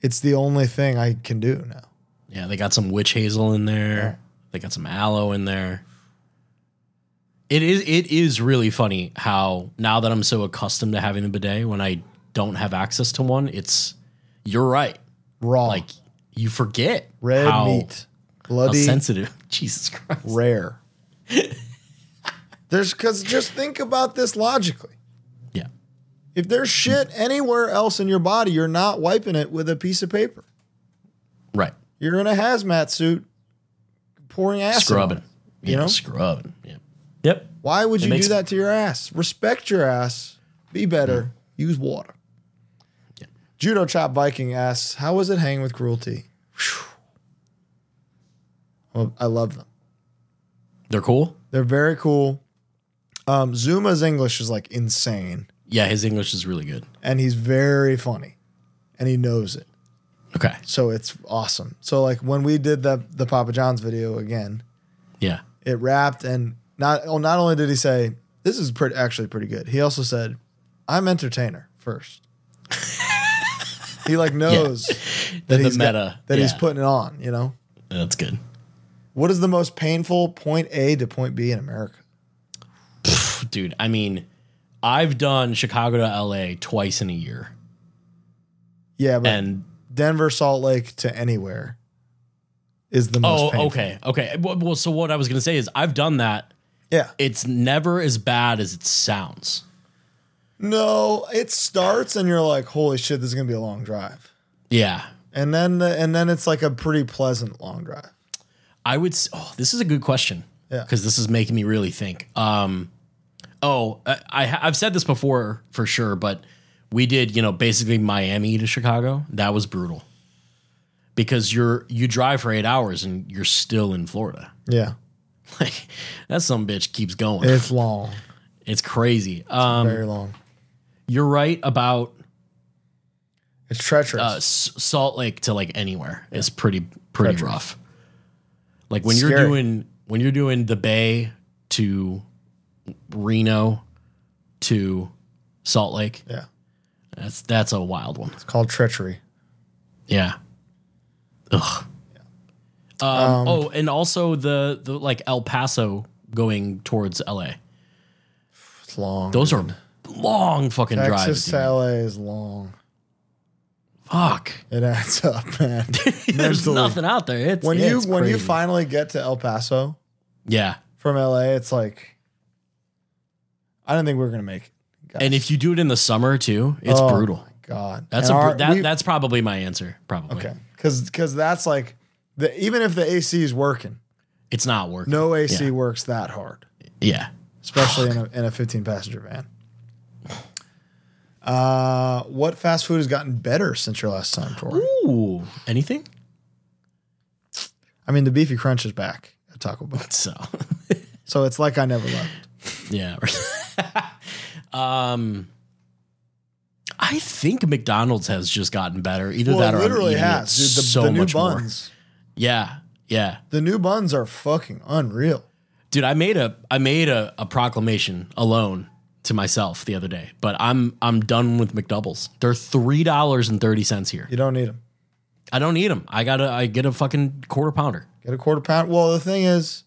It's the only thing I can do now. Yeah, they got some witch hazel in there. They got some aloe in there. It is it is really funny how now that I'm so accustomed to having the bidet, when I don't have access to one, it's you're right. Raw, Like you forget red how, meat, how bloody, sensitive. Jesus Christ. rare. There's because just think about this logically. Yeah. If there's shit anywhere else in your body, you're not wiping it with a piece of paper. Right. You're in a hazmat suit, pouring acid. on Scrubbing. it. Yeah, you know? scrubbing. Yeah. Yep. Why would you makes- do that to your ass? Respect your ass. Be better. Use water. Judo Chop Viking asks, "How was it hanging with cruelty? Well, I love them. They're cool. They're very cool. Um, Zuma's English is like insane, Yeah, his English is really good. and he's very funny, and he knows it. Okay. So it's awesome. So like when we did the the Papa John's video again, Yeah. it wrapped and not oh, not only did he say this is pretty actually pretty good. He also said, "I'm entertainer first. he like knows that The he's got- meta, that he's yeah. putting it on. You know, That's good. what is the most painful point A to point B in America? Dude, I mean, I've done Chicago to LA twice in a year. Yeah, but And Denver, Salt Lake to anywhere is the most. oh, painful. okay. Okay. Well, well, so what I was going to say is I've done that. Yeah. It's never as bad as it sounds. No, it starts and you're like, holy shit, this is gonna be a long drive. Yeah. And then the, and then it's like a pretty pleasant long drive. I would. s- Oh, this is a good question. Yeah. Because this is making me really think. Um, oh, I, I ha- I've said this before for sure, but we did. You know, basically Miami to Chicago. That was brutal. Because you're you drive for eight hours and you're still in Florida. Yeah. Like that some bitch keeps going. It's long. It's crazy. Um, very long. you're right about It's treacherous. uh, S- Salt Lake to like anywhere is pretty pretty Treacherous. rough. Like when you're Scary. doing when you're doing the Bay to Reno to Salt Lake, yeah. that's that's a wild one. It's called treachery. Yeah. Ugh. Um, oh, and also the the like El Paso going towards LA. It's long. Those are long fucking Texas drives. to dude. LA is long. Fuck. It adds up, man. There's Mentally. nothing out there. It's When you it's when you crazy. finally get to El Paso yeah. from LA, it's like I don't think we're gonna make it. guys. And if you do it in the summer too, it's Oh, brutal. my God. That's And a br- our- that, we- that's probably my answer. Probably. Okay. Cause cause that's like the even if the AC is working, It's not working. no AC Yeah. works that hard. yeah. Especially in a in a fifteen passenger van. Uh what fast food has gotten better since your last time, Tori? Ooh. Anything? I mean the beefy crunch is back at Taco Bell. So So it's like I never left. yeah. um I think McDonald's has just gotten better. Either Well, that it or I'm literally eating it has. Dude, the, so the new much more. buns. Yeah. Yeah. The new buns are fucking unreal. Dude, I made a I made a, a proclamation alone to myself the other day, but I'm I'm done with McDoubles. They're three dollars and thirty cents here. You don't need them. I don't need them. I gotta I get a fucking quarter pounder. Get a quarter pound. Well, the thing is,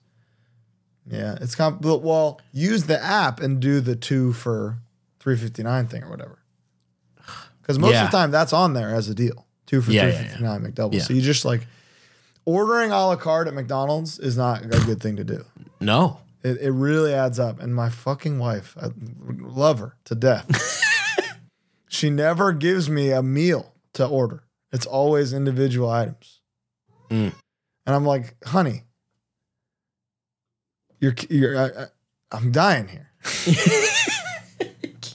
yeah, it's comp. Well, use the app and do the two for three fifty nine thing or whatever. Because most Yeah. of the time that's on there as a deal, two for Yeah, yeah, three fifty nine McDouble. Yeah. So you just like ordering a la carte at McDonald's is not a good thing to do. No. It, it really adds up. And my fucking wife, I love her to death. she never gives me a meal to order. It's always individual items. Mm. And I'm like, honey, you're you're I, I, I'm dying here.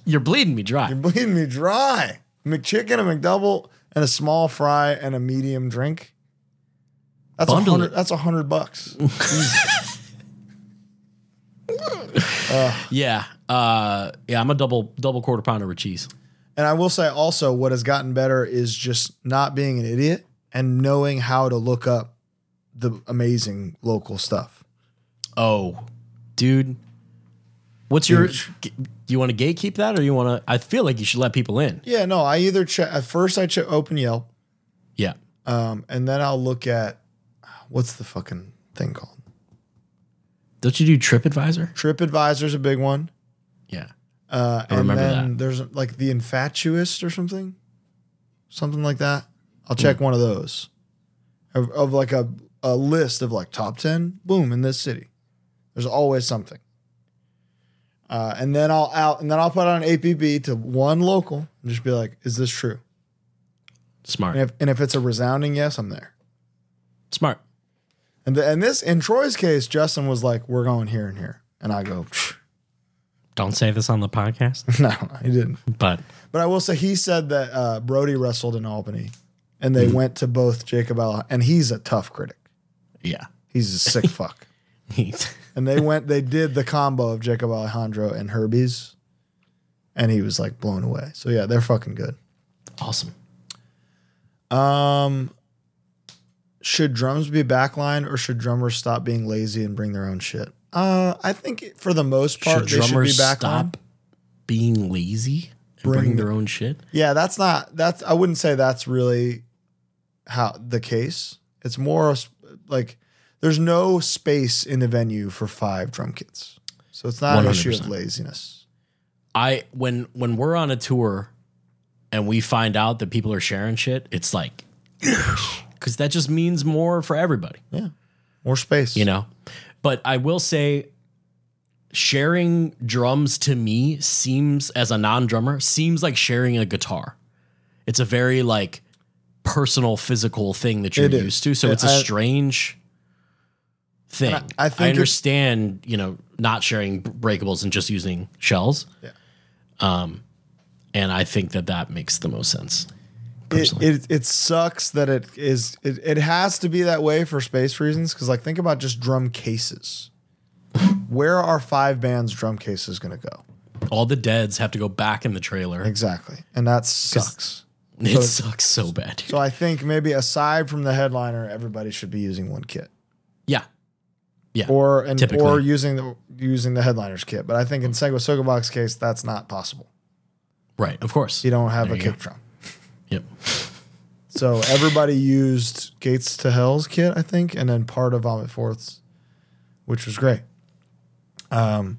You're bleeding me dry. You're bleeding me dry. McChicken, a McDouble, and a small fry and a medium drink. That's a Bundle hundred. it. That's a hundred bucks. Yeah. Uh yeah, I'm a double double quarter pounder with cheese. And I will say also, what has gotten better is just not being an idiot and knowing how to look up the amazing local stuff. Oh. Dude. What's your Huge. g- do you want to gatekeep that or you want to I feel like you should let people in. Yeah, no, I either check at first I check open Yelp, Yeah. um, and then I'll look at what's the fucking thing called? Don't you do TripAdvisor? TripAdvisor's a big one. Yeah. Uh, I and remember then there's like the Infatuist or something, something like that. I'll check Hmm. one of those of, of like a, a list of like top 10, boom, in this city. There's always something. Uh, and then I'll out and then I'll put on an APB to one local and just be like, is this true? Smart. And if, and if it's a resounding yes, I'm there. Smart. And, the, and this, in Troy's case, Justin was like, we're going here and here. And I go, Don't say this on the podcast, no, he didn't. but But I will say he said that uh, Brody wrestled in Albany and Hmm. they went to both Jacob Al, and he's a tough critic. Yeah. He's a sick fuck. He's- And they went, they did the combo of Jacob Alejandro and Herbie's, and he was like blown away. So yeah, they're fucking good. awesome. Um, should drums be backline or should drummers stop being lazy and bring their own shit? Uh, I think for the most part, should they should be drummers backline. stop being lazy and bring, Bring- their own shit? Yeah, that's not that's I wouldn't say that's really how the case. It's more s- like there's no space in the venue for five drum kits. So it's not an issue of 100%. laziness. I when when we're on a tour and we find out that people are sharing shit, it's like because that just means more for everybody, More space. you know. But I will say, sharing drums to me seems as a non drummer seems like sharing a guitar. It's a very like personal physical thing that you're It is. used to, so Yeah, it's a I- strange thing. And I- I I, think it- understand, you know, not sharing breakables and just using shells. Yeah. Um, and I think that that makes the most sense. It, personally. it it sucks that it is it, it has to be that way for space reasons because like think about just drum cases. Where are five bands drum cases gonna go? All the deads have to go back in the trailer. Exactly. And that sucks. It So- sucks so bad. dude. So I think maybe aside from the headliner, everybody should be using one kit. yeah. Yeah. or and Typically. or using the using the headliners kit. But I think in Segwa Sogabox case, that's not possible. right. Of course. You don't have There a you kick go. drum. Yep. So everybody used Gates to Hell's kit, I think, and then part of Vomit Fourth's, which was great. Um, and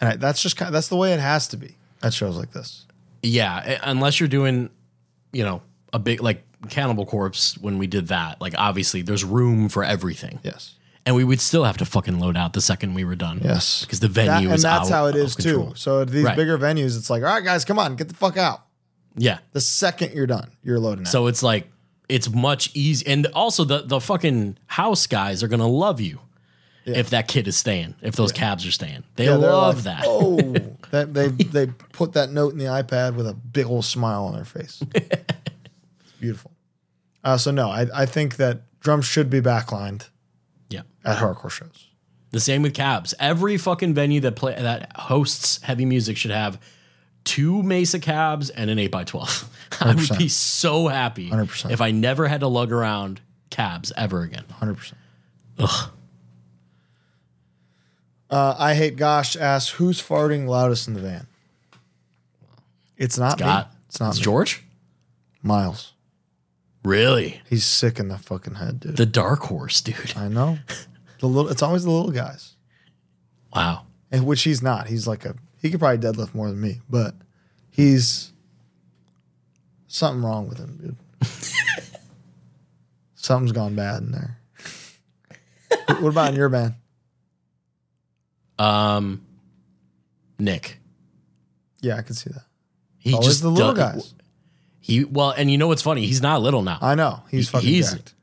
I, that's just kind that's the way it has to be at shows like this. Yeah, u- unless you're doing, you know, a big like Cannibal Corpse when we did that, like obviously there's room for everything. Yes, And we would still have to fucking load out the second we were done. yes, Because the venue That- is and that's out how it of is too. control. So at these Right. bigger venues, it's like, all right, guys, come on, get the fuck out. Yeah. The second you're done, you're loading out. So it's like it's much easy and also the the fucking house guys are gonna love you if that kid is staying, if those cabs are staying. They Yeah, they're like, love that. Oh, that they they put that note in the iPad with a big old smile on their face. it's beautiful. Uh, so no, I, I think that drums should be backlined Yeah. at hardcore shows. The same with cabs. Every fucking venue that play that hosts heavy music should have two Mesa cabs and an eight x twelve. I would 100%. be so happy 100%. if I never had to lug around cabs ever again. Hundred percent. Ugh. Uh, I hate gosh. Asks who's farting loudest in the van. It's not Got me. It's not me. George. Miles. Really, He's sick in the fucking head, dude. the dark horse, dude. I know. The little. It's always the little guys, Wow. and which he's not. He's like a. He could probably deadlift more than me, but he's something wrong with him, dude. Something's gone bad in there. what what about in your band? Um, Nick. Yeah, I can see that. He Always just the little do- guys. He well, and you know what's funny? He's not little now. I know he's He- fucking he's- jacked.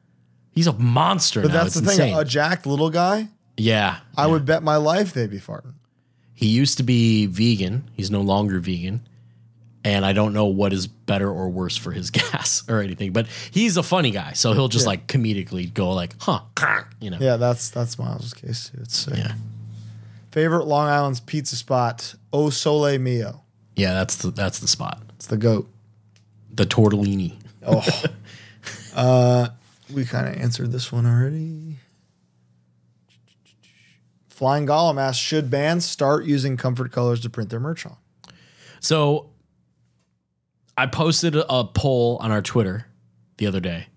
He's a monster. But now. that's It's the thing. insane. A jacked little guy, yeah, I would bet my life they'd be farting. he used to be vegan. He's no longer vegan. And I don't know what is better or worse for his gas or anything, but he's a funny guy. So he'll just like comedically go like, huh, you know. Yeah, that's that's Miles' case. too. It's sick. Yeah. Favorite Long Island's pizza spot? O Sole Mio. Yeah, that's the that's the spot. It's the goat. The tortellini. Oh. uh, we kind of answered this one already. Flying Golem asks, should bands start using comfort colors to print their merch on? So I posted a a poll on our Twitter the other day.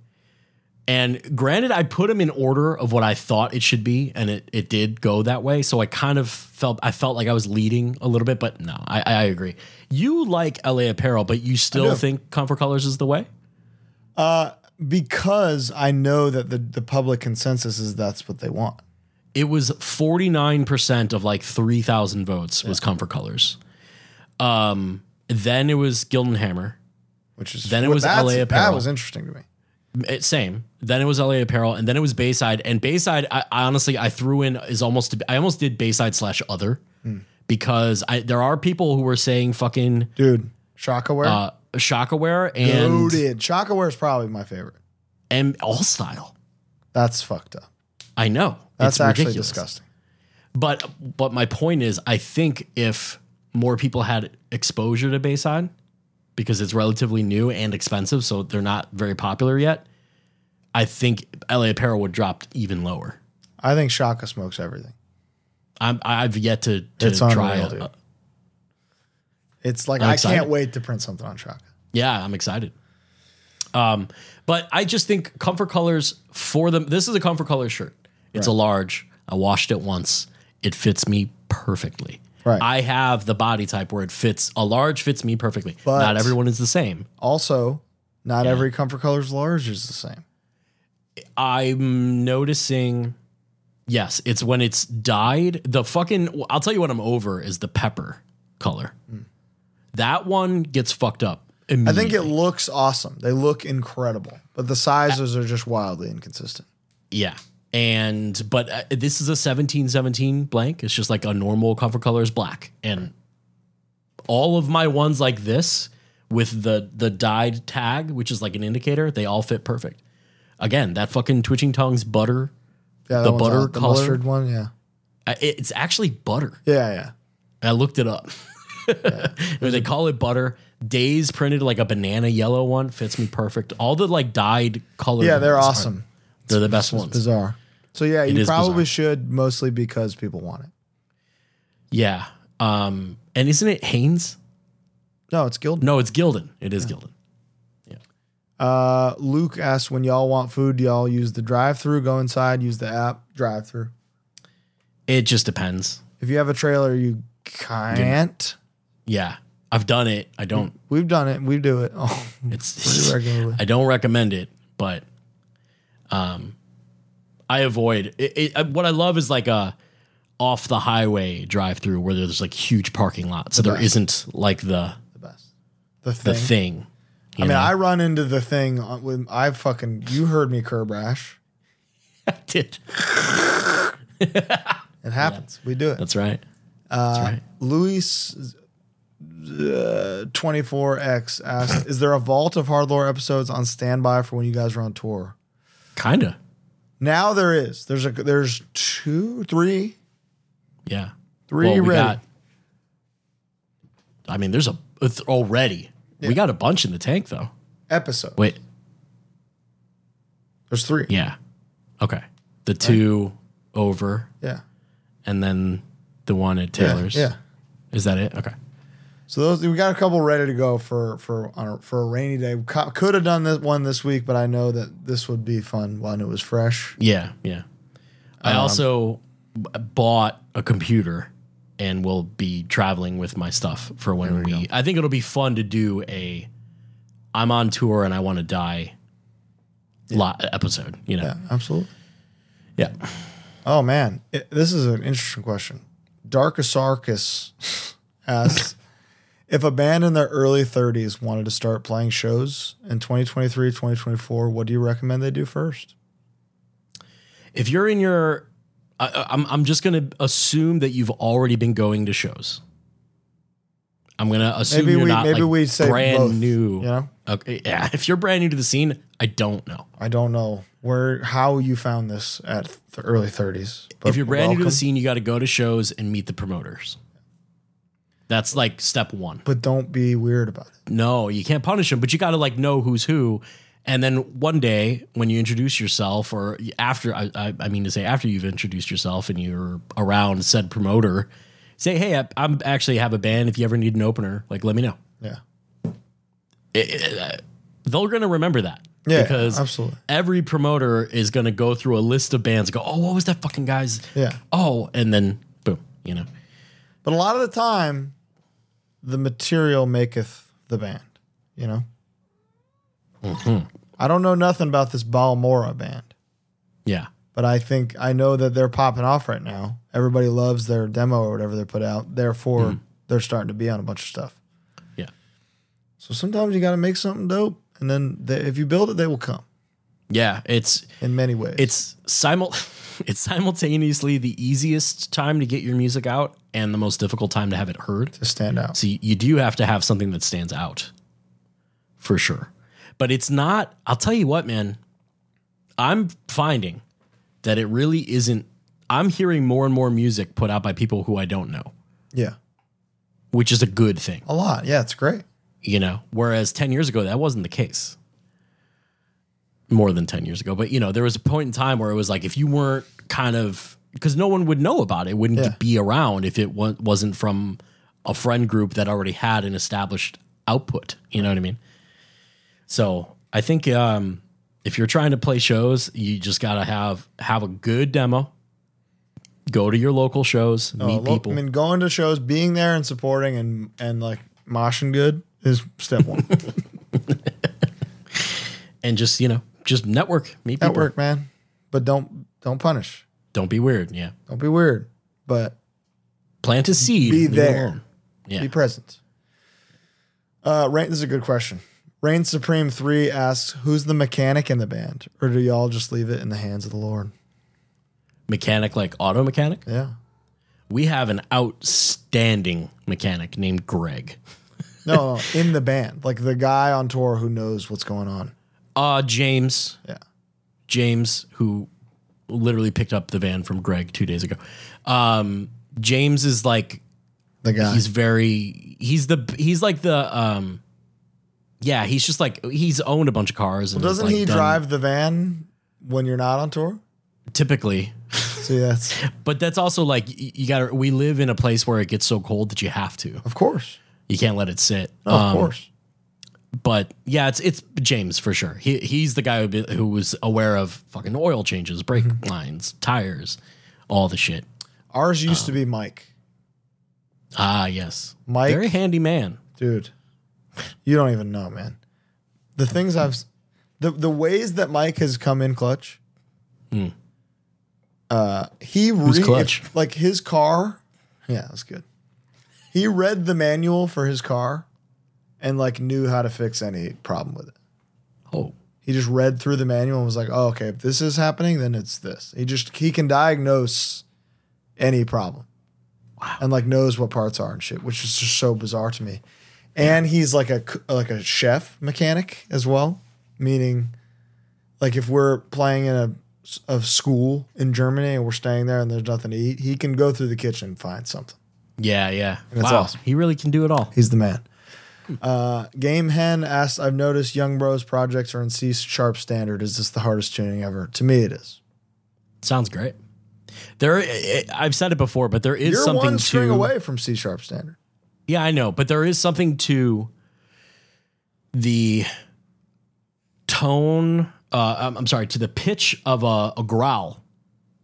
And granted, I put them in order of what I thought it should be, and it, it did go that way. So I kind of felt I felt like I was leading a little bit, but no, I, I agree. You like LA apparel, but you still do. think Comfort Colors is the way? Because I know that the, the public consensus is that's what they want. It was 49% of like 3,000 votes was Comfort Colors. Um, then it was Gilden Hammer. Which is Then it well, was that's- LA That apparel. was interesting to me. It, Eh, same. Then it was LA Apparel, and then it was Bayside. And Bayside, I, I honestly, I threw in is almost. I almost did Bayside slash other because I there are people who were saying fucking Dude, Shockaware? uh, Shockaware and Loaded. Shockaware is probably my favorite. and All Style. That's fucked up. I know That's It's actually ridiculous. disgusting. But but my point is, I think if more people had exposure to Bayside, because it's relatively new and expensive, so they're not very popular yet. I think LA Apparel would drop even lower. I think Shaka smokes everything. I'm, I've yet to, to It's try unreal, it. Uh, dude. It's like I'm I excited. can't wait to print something on Shaka. Yeah, I'm excited. Um, but I just think comfort colors for them. This is a comfort color shirt. It's a large. I washed it once. It fits me perfectly. Right. I have the body type where it fits. A large fits me perfectly. But- Not everyone is the same. Also, not every comfort colors large is the same. I'm noticing. Yes, it's when it's dyed. The fucking. I'll tell you what I'm over is the pepper color. That one gets fucked up. Hmm. I think it immediately. looks awesome. They look incredible, but the sizes are just wildly inconsistent. Yeah. And but uh, this is a 1717 blank. It's just like a normal cover color is black. And all of my ones like this with the the dyed tag, which is like an indicator, they all fit perfect. Again, that fucking twitching tongues butter. Yeah, that The one's butter odd. the color? mustard one. Yeah, Uh, it- It's actually butter. yeah, yeah. I looked it up. they call it butter. Days printed like a banana yellow one fits me perfect. All the like dyed colors. Yeah, they're awesome. They're the best It's ones. bizarre. So yeah, you is probably bizarre. should mostly because people want it. Yeah. Um, and isn't it Haynes? No, it's Guild. No, it's Gildan. It is Gildan. Uh, Luke asks, when y'all want food, do y'all use the drive-through? Go inside, use the app, drive-through. It just depends. If you have a trailer, you can't. Yeah. I've done it. I don't We've done it. We do it. Oh, it's pretty regularly. I don't recommend it, but um I avoid it, it, I- what I love is like a off the highway drive through where there's like huge parking lot. So there best. isn't like the the best. The thing. the thing. I mean, I run into the thing on- when I fucking. You heard me, curb rash. I did. It happens. We do it. That's right. Uh, That's right. Luis twenty four X asked, "Is there a vault of hard lore episodes on standby for when you guys are on tour?" Kinda. Now there is. There's a there's two, three, Yeah. three Well, we ready. got- I mean, there's a it's already. We got a bunch in the tank though. episode. Wait, There's three. Yeah. Yeah. Okay. The two over Yeah. and then the one at Taylor's. yeah. Is that it? Okay. So those we got a couple ready to go for for on a, for a rainy day. Co- Could have done this one this week, but I know that this would be fun when it was fresh. Yeah. Um, Yeah. I also b- bought a computer and will be traveling with my stuff for when we, I think it'll be fun to do a I'm on tour and I want to die lot episode, you know? Yeah, absolutely. Yeah. Oh man, It- this is an interesting question. Darkasarkis asks if a band in their early 30s wanted to start playing shows in 2023, 2024, what do you recommend they do first? If you're in your, I- I, I'm, I'm just going to assume that you've already been going to shows. I'm going to assume Maybe you're we not maybe like we say brand both, new. You know, Okay, yeah. If you're brand new to the scene, I don't know. I don't know where how you found this at the early 30s. but if you're brand new to the welcome. scene, you got to go to shows and meet the promoters. That's like step one. but don't be weird about it. No, you can't punish them, but you got to like know who's who. And then one day when you introduce yourself, or after, I, I, I mean to say, after you've introduced yourself and you're around said promoter, say, hey, I, I'm actually have a band. If you ever need an opener, like let me know. Yeah. It- it- uh, they're going to remember that. Yeah, because absolutely. every promoter is going to go through a list of bands, go, oh, what was that fucking guy's? Yeah. Oh, and then boom, you know. But a lot of the time the material maketh the band, you know? Mm-hmm. I don't know nothing about this Balmora band. Yeah. but I think I know that they're popping off right now. Everybody loves their demo or whatever they put out. Therefore, they're starting to be on a bunch of stuff. Mm-hmm. Yeah. So sometimes you got to make something dope, and then they, if you build it, they will come Yeah. It's in many ways. it's simul it's simultaneously the easiest time to get your music out and the most difficult time to have it heard. to stand out. So you, you do have to have something that stands out. for sure. but it's not i'll tell you what man i'm finding that it really isn't i'm hearing more and more music put out by people who i don't know Yeah. which is a good thing A lot. Yeah, it's great. you know whereas 10 years ago that wasn't the case more than 10 years ago but you know there was a point in time where it was like if you weren't kind of because no one would know about it, it wouldn't Yeah. be around if it wa- wasn't from a friend group that already had an established output you know what i mean so i think um if you're trying to play shows you just gotta have have a good demo go to your local shows No, meet Oh, lo- people I mean, going to shows, being there and supporting and and like moshing good is step one. and just you know just network meet people Network, man. But don't don't punish. don't be weird yeah Don't be weird. But plant a seed. Be leave it there. alone. Yeah. be present. Uh, Rain, this is a good question. Reign Supreme 3 asks, who's the mechanic in the band? Or do y'all just leave it in the hands of the Lord? mechanic like auto mechanic. Yeah. We have an outstanding mechanic named Greg. No, no, in the band. Like the guy on tour who knows what's going on. Uh James. Yeah. James, who literally picked up the van from Greg two days ago. Um James is like The guy. he's very he's the he's like the um yeah, he's just like he's owned a bunch of cars. And has, Doesn't like, he done- drive the van when you're not on tour? typically? See, that's But that's also like y- you got. to We live in a place where it gets so cold that you have to. of course. You can't let it sit. No, of Um, course. but yeah, it's it's James for sure. He he's the guy who, be, who was aware of fucking oil changes, brake Mm-hmm. lines, tires, all the shit. Ours used uh, to be Mike. Ah, yes, Mike? very handy man. Dude, you don't even know, man. The things I've, the the ways that Mike has come in clutch. Uh, he re- clutch? if- like his car. Yeah, that's good. He read the manual for his car, and like knew how to fix any problem with it. Oh, He just read through the manual and was like, "Oh, okay, if this is happening, then it's this." He just he can diagnose any problem. And like knows what parts are and shit, which is just so bizarre to me. And he's like a c- like a chef mechanic as well, meaning like if we're playing in a s- a school in Germany and we're staying there and there's nothing to eat, he can go through the kitchen and find something. yeah, yeah. That's wow, awesome. he really can do it all. He's the man. Uh, Game Hen asks, I've noticed Young Bros projects are in C sharp standard. Is this the hardest tuning ever? To me, it is. Sounds great. There, I- I've said it before, but there is You're something one string to away from C sharp standard. Yeah, I know, but there is something to the tone. Uh, I'm, I'm sorry, to the pitch of a, a growl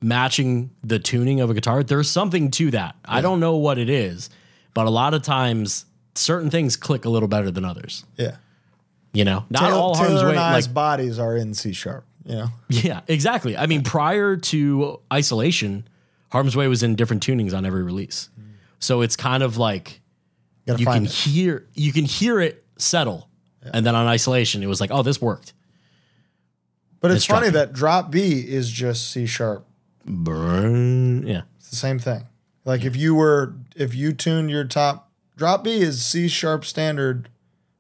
matching the tuning of a guitar. There's something to that. I don't know what it is, but a lot of times certain things click a little better than others. Yeah. You know, not Taylor- all harm's Taylor way. and I's Like, bodies are in C sharp, you know? yeah, exactly. I mean, prior to isolation, harm's way was in different tunings on every release, so it's kind of like Gotta you can find it. hear you can hear it settle and then on isolation it was like oh this worked But it's It's drop funny B. that drop B is just C sharp. yeah It's the same thing. Like if you were, if you tuned your top, drop B is C sharp standard,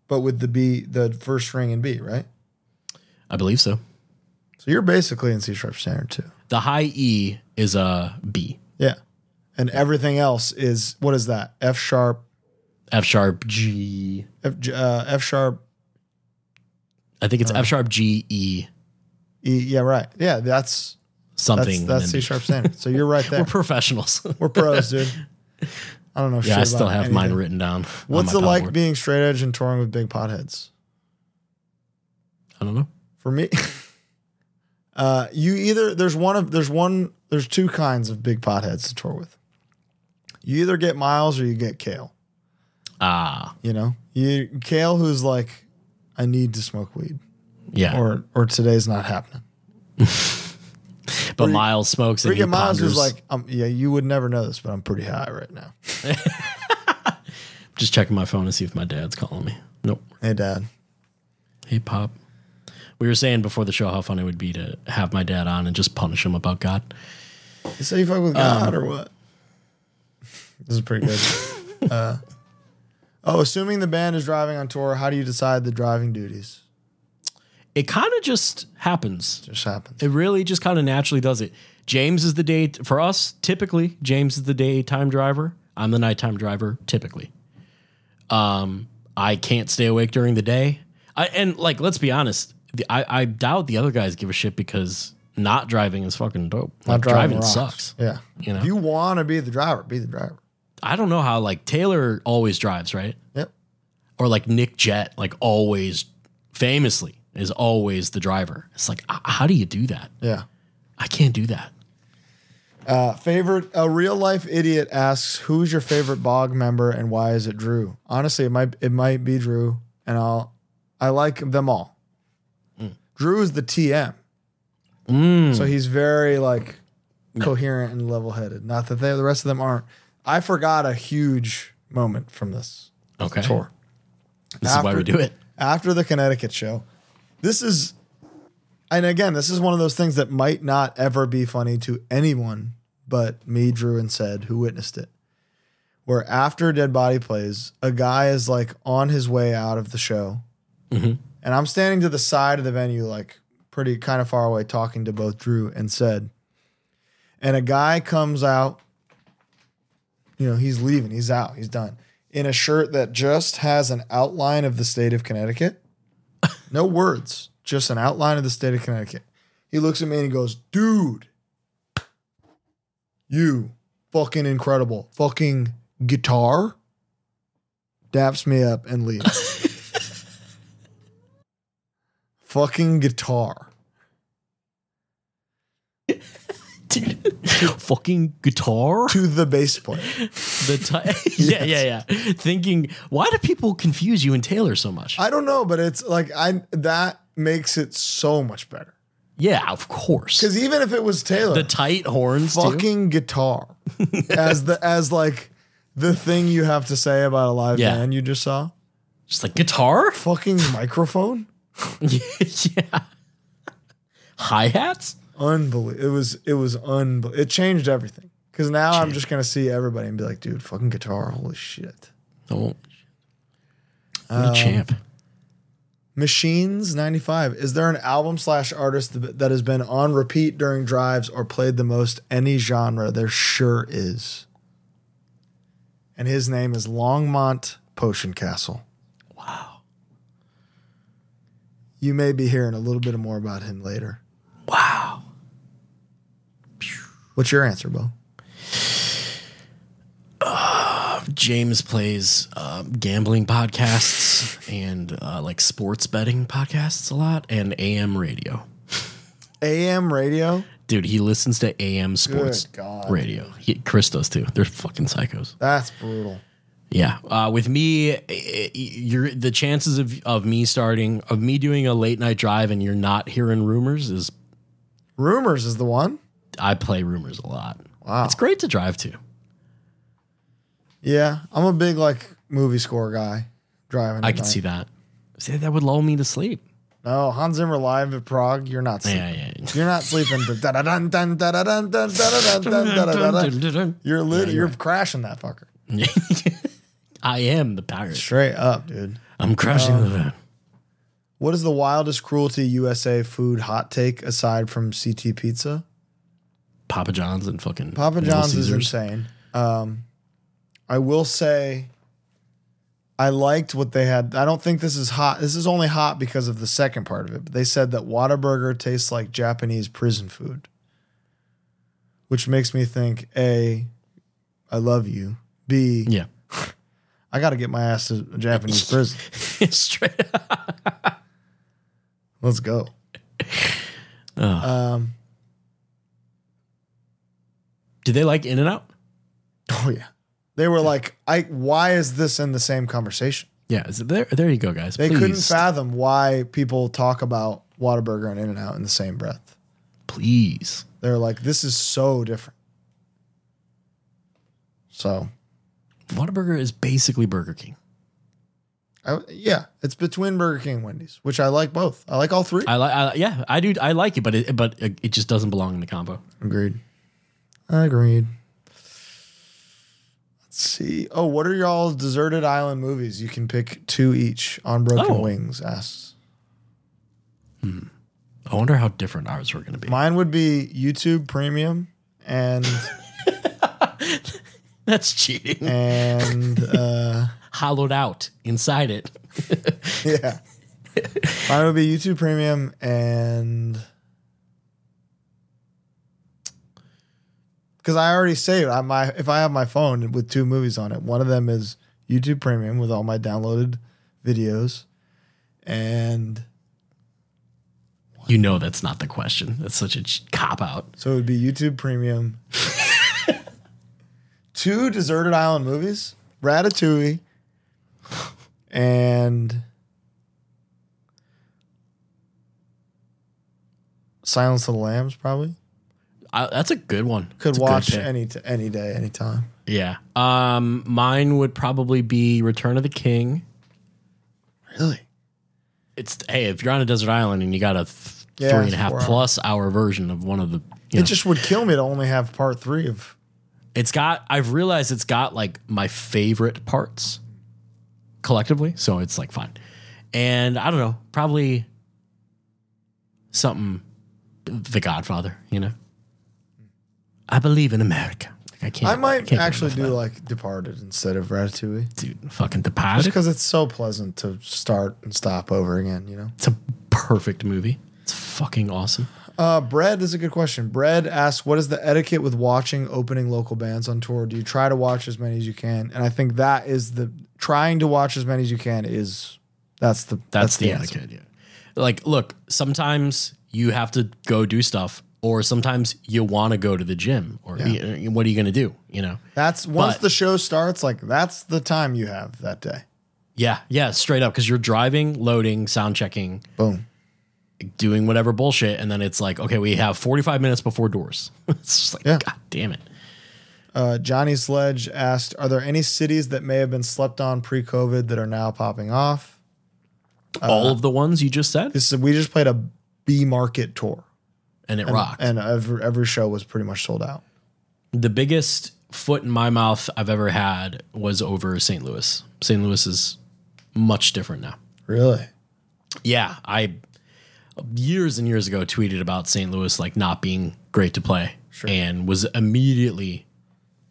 but with the B, the first string in B, right? i believe so So you're basically in C sharp standard too. the high e is a b Yeah. And everything else is what is that? F sharp, f sharp g F, uh, F sharp, i think it's f sharp g e E. Yeah, right. Yeah, that's that's something that's and C then sharp standard. So you're right there. we're professionals We're pros, dude. I don't know. shit yeah i about still have mine anything. written down on What's my it like PowerPoint. being straight edge and touring with big potheads? i don't know For me, uh, you either there's one of there's one there's two kinds of big potheads to tour with. You either get Miles or you get Kale. ah You know, you Kale who's like, I need to smoke weed, yeah or or today's not happening. but miles smokes and he Freaking Miles was ponders. like, um, yeah, you would never know this, but I'm pretty high right now. just checking my phone to see if my dad's calling me nope Hey, Dad. hey pop we were saying before the show how fun it would be to have my dad on and just punish him about god You say you Um, fuck with God or what? This is pretty good. uh, Oh, assuming the band is driving on tour, how do you decide the driving duties? It kind of just happens. Just happens. It really just kind of naturally does it. James is the day for us. Typically, James is the daytime driver. I'm the nighttime driver. Typically, um, I can't stay awake during the day. I and like, let's be honest. The, I I doubt the other guys give a shit because not driving is fucking dope. Like, rocks. sucks. Yeah. You know? If you want to be the driver, be the driver. I don't know how like Taylor always drives right. Yep. or like Nick Jett, like always famously is always the driver. It's like, h- how do you do that? Yeah. I can't do that. Uh, favorite a real life idiot asks who's your favorite bog member and why is it Drew? Honestly, it might it might be Drew and I'll I like them all. Drew is the TM. So he's very like coherent and level headed. Not that they the rest of them aren't. I forgot a huge moment from this Okay. tour. This is why After- we do it. after the Connecticut show. This is, and again, this is one of those things that might not ever be funny to anyone but me, Drew, and said who witnessed it. Where after Dead Body plays, a guy is like on his way out of the show, and I'm standing to the side of the venue, like pretty kind of far away, talking to both Drew and said. And a guy comes out, you know, he's leaving, he's out, he's done in a shirt that just has an outline of the state of Connecticut. No words, just an outline of the state of Connecticut. He looks at me and he goes, Dude, you fucking incredible. Fucking guitar. Daps me up and leaves. fucking guitar. Dude. Fucking guitar. To the bass player. The ti- yeah, yeah, yeah. Thinking, why do people confuse you and Taylor so much? I don't know, but it's like I that makes it so much better. yeah, of course. Because even if it was Taylor, The tight horns. Too. fucking guitar as the as like the thing you have to say about a live Yeah. band you just saw. Just like guitar. Fucking microphone, yeah. Hi hats. unbelievable. It was it was unbel- It changed everything because now I'm just gonna see everybody and be like, dude, fucking guitar, holy shit. Oh. Um, What a champ. Machines ninety five. Is there an album slash artist th- that has been on repeat during drives or played the most any genre? There sure is. And his name is Longmont Potion Castle. Wow. You may be hearing a little bit more about him later. Wow. What's your answer, Bo? James plays um, gambling podcasts and uh, like sports betting podcasts a lot and AM radio. AM radio. Dude, he listens to AM sports God. radio. He, Chris does too. They're fucking psychos. That's brutal. Yeah. Uh, with me, eh, eh, you're, the chances of, of me starting, of me doing a late night drive and you're not hearing rumors is Rumors is the one. I play rumors a lot. Wow. It's great to drive to. Yeah, I'm a big like movie score guy. Driving. I can see that. See, that would lull me to sleep. No, Oh, Hans Zimmer live at Prague. You're not sleeping. Yeah, yeah. yeah. You're not sleeping. Da-da-dun, dun, da-da-dun, dun, da-da-dun, dun, da-da-dun. You're lit. You're crashing that fucker. I am the pirate. Straight up, dude. I'm crashing the van. What is the wildest cruelty USA food hot take aside from CT pizza? Papa John's and fucking Papa Little John's is Caesars. insane. Um, I will say, I liked what they had. I don't think this is hot. This is only hot because of the second part of it. But they said that Whataburger tastes like Japanese prison food, which makes me think: a, I love you. B, Yeah, I got to get my ass to a Japanese prison. straight up. Let's go. Um, Do they like In and Out? oh yeah, they were like, I. Why is this in the same conversation? Yeah, is it there? There you go, guys. They please, couldn't fathom why people talk about Whataburger and In N Out in the same breath. please. They're like, this is so different. So, Whataburger is basically Burger King. I, yeah, it's between Burger King and Wendy's, which I like both. I like all three. I like. I, yeah, I do. I like it, but it, but it just doesn't belong in the combo. Agreed. Agreed. That's see. Oh, what are y'all's deserted island movies? You can pick two each. On Broken Oh. Wings asks. I wonder how different ours were going to be. Mine would be YouTube Premium and That's cheating. and uh, Hollowed out inside it. yeah. Mine would be YouTube Premium and because I already saved. I my if I have my phone with two movies on it, one of them is YouTube Premium with all my downloaded videos, and You know that's not the question. That's such a cop out. so it would be YouTube Premium. two deserted island movies, Ratatouille, and Silence of the Lambs. Probably I, that's a good one. could It's a good watch pick. any t- any day, any time. Yeah. Um, mine would probably be Return of the King. Really? It's hey, if you're on a desert island and you got a th- Yeah, three and it's a half four plus hour version of one of the, you It know, just would kill me to only have part three of. it's got. I've realized it's got like my favorite parts collectively, so it's like fine. And I don't know, probably something. The Godfather, you know. I believe in America. Like, I can't. I can't might get actually enough do of that. like Departed instead of Ratatouille, dude. Fucking the just because it's so pleasant to start and stop over again. You know. It's a perfect movie. It's fucking awesome. Uh, Bread is a good question. Bread asks, "What is the etiquette with watching opening local bands on tour? Do you try to watch as many as you can?" And I think that is the trying to watch as many as you can is that's the That's, the, answer. etiquette. Yeah. Like, look, sometimes you have to go do stuff, or sometimes you want to go to the gym, or y- what are you going to do? You know? That's once But- the show starts, like that's the time you have that day. Yeah, yeah, straight up. Because you're driving, loading, sound checking, Boom. doing whatever bullshit, and then it's like, okay, we have 45 minutes before doors. it's just like, Yeah. god damn it. Uh, Johnny Sledge asked, "Are there any cities that may have been slept on pre-COVID that are now popping off?" All of the ones you just said, This is, we just played a B market tour, and it and, rocked. and every, every show was pretty much sold out. the biggest foot in my mouth I've ever had was over St. Louis. St. Louis is much different now. Really? Yeah, I years and years ago tweeted about St. Louis like not being great to play and was immediately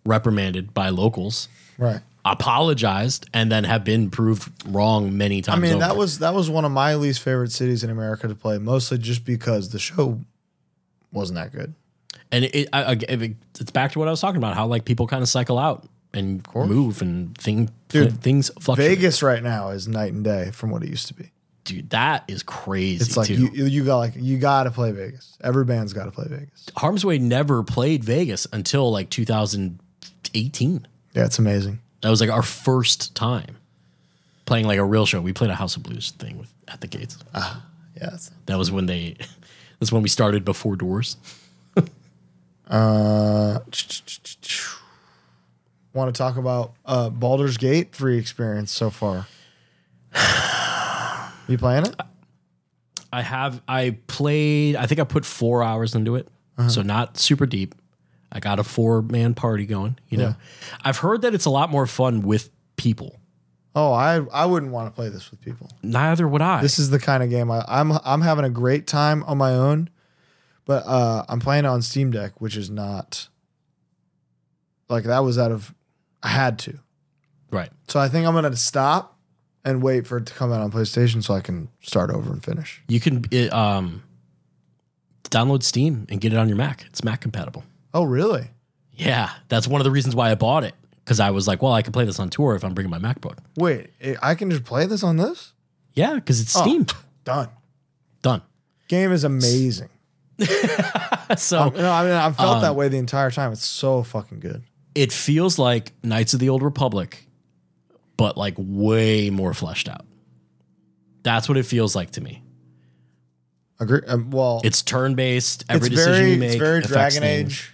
reprimanded by locals, Right. apologized, and then have been proved wrong many I times. mean, over. that was that was one of my least favorite cities in America to play, mostly just because the show wasn't that good. and it, I, I- it- it's back to what I was talking about how like people kind of cycle out and move and thing Dude, things fluctuate. Vegas right now is night and day from what it used to be. Dude, that is crazy. It's like too. you you got like you got to play Vegas. Every band's got to play Vegas. Harm's Way never played Vegas until like 2018. Yeah, it's amazing. That was like our first time playing like a real show. We played a House of Blues thing with at the gates. Yeah, it's, That was when they that's when we started before doors. uh, want to talk about uh Baldur's Gate three experience so far? You playing it? I have I played I think I put 4 hours into it. Uh-huh. So not super deep. I got a four man party going, you know. I've heard that it's a lot more fun with people. Oh, I I wouldn't want to play this with people. Neither would I. This is the kind of game I, I'm I'm having a great time on my own, but uh, I'm playing it on Steam Deck, which is not like that was out of I had to. right. So I think I'm gonna stop and wait for it to come out on PlayStation so I can start over and finish. You can it, um download Steam and get it on your Mac. It's Mac compatible. Oh, really? Yeah, that's one of the reasons why I bought it because I was like, well, I can play this on tour if I'm bringing my MacBook. Wait, I- I can just play this on this? Yeah, because it's Oh. Steam. Done. Done. Game is amazing. So No, I mean I've felt that way the entire time. It's so fucking good. it feels like Knights of the Old Republic, but like way more fleshed out. That's what it feels like to me. Agree. Um, well, It's turn based. it's Every decision very you make, it's very affects Dragon things. Age.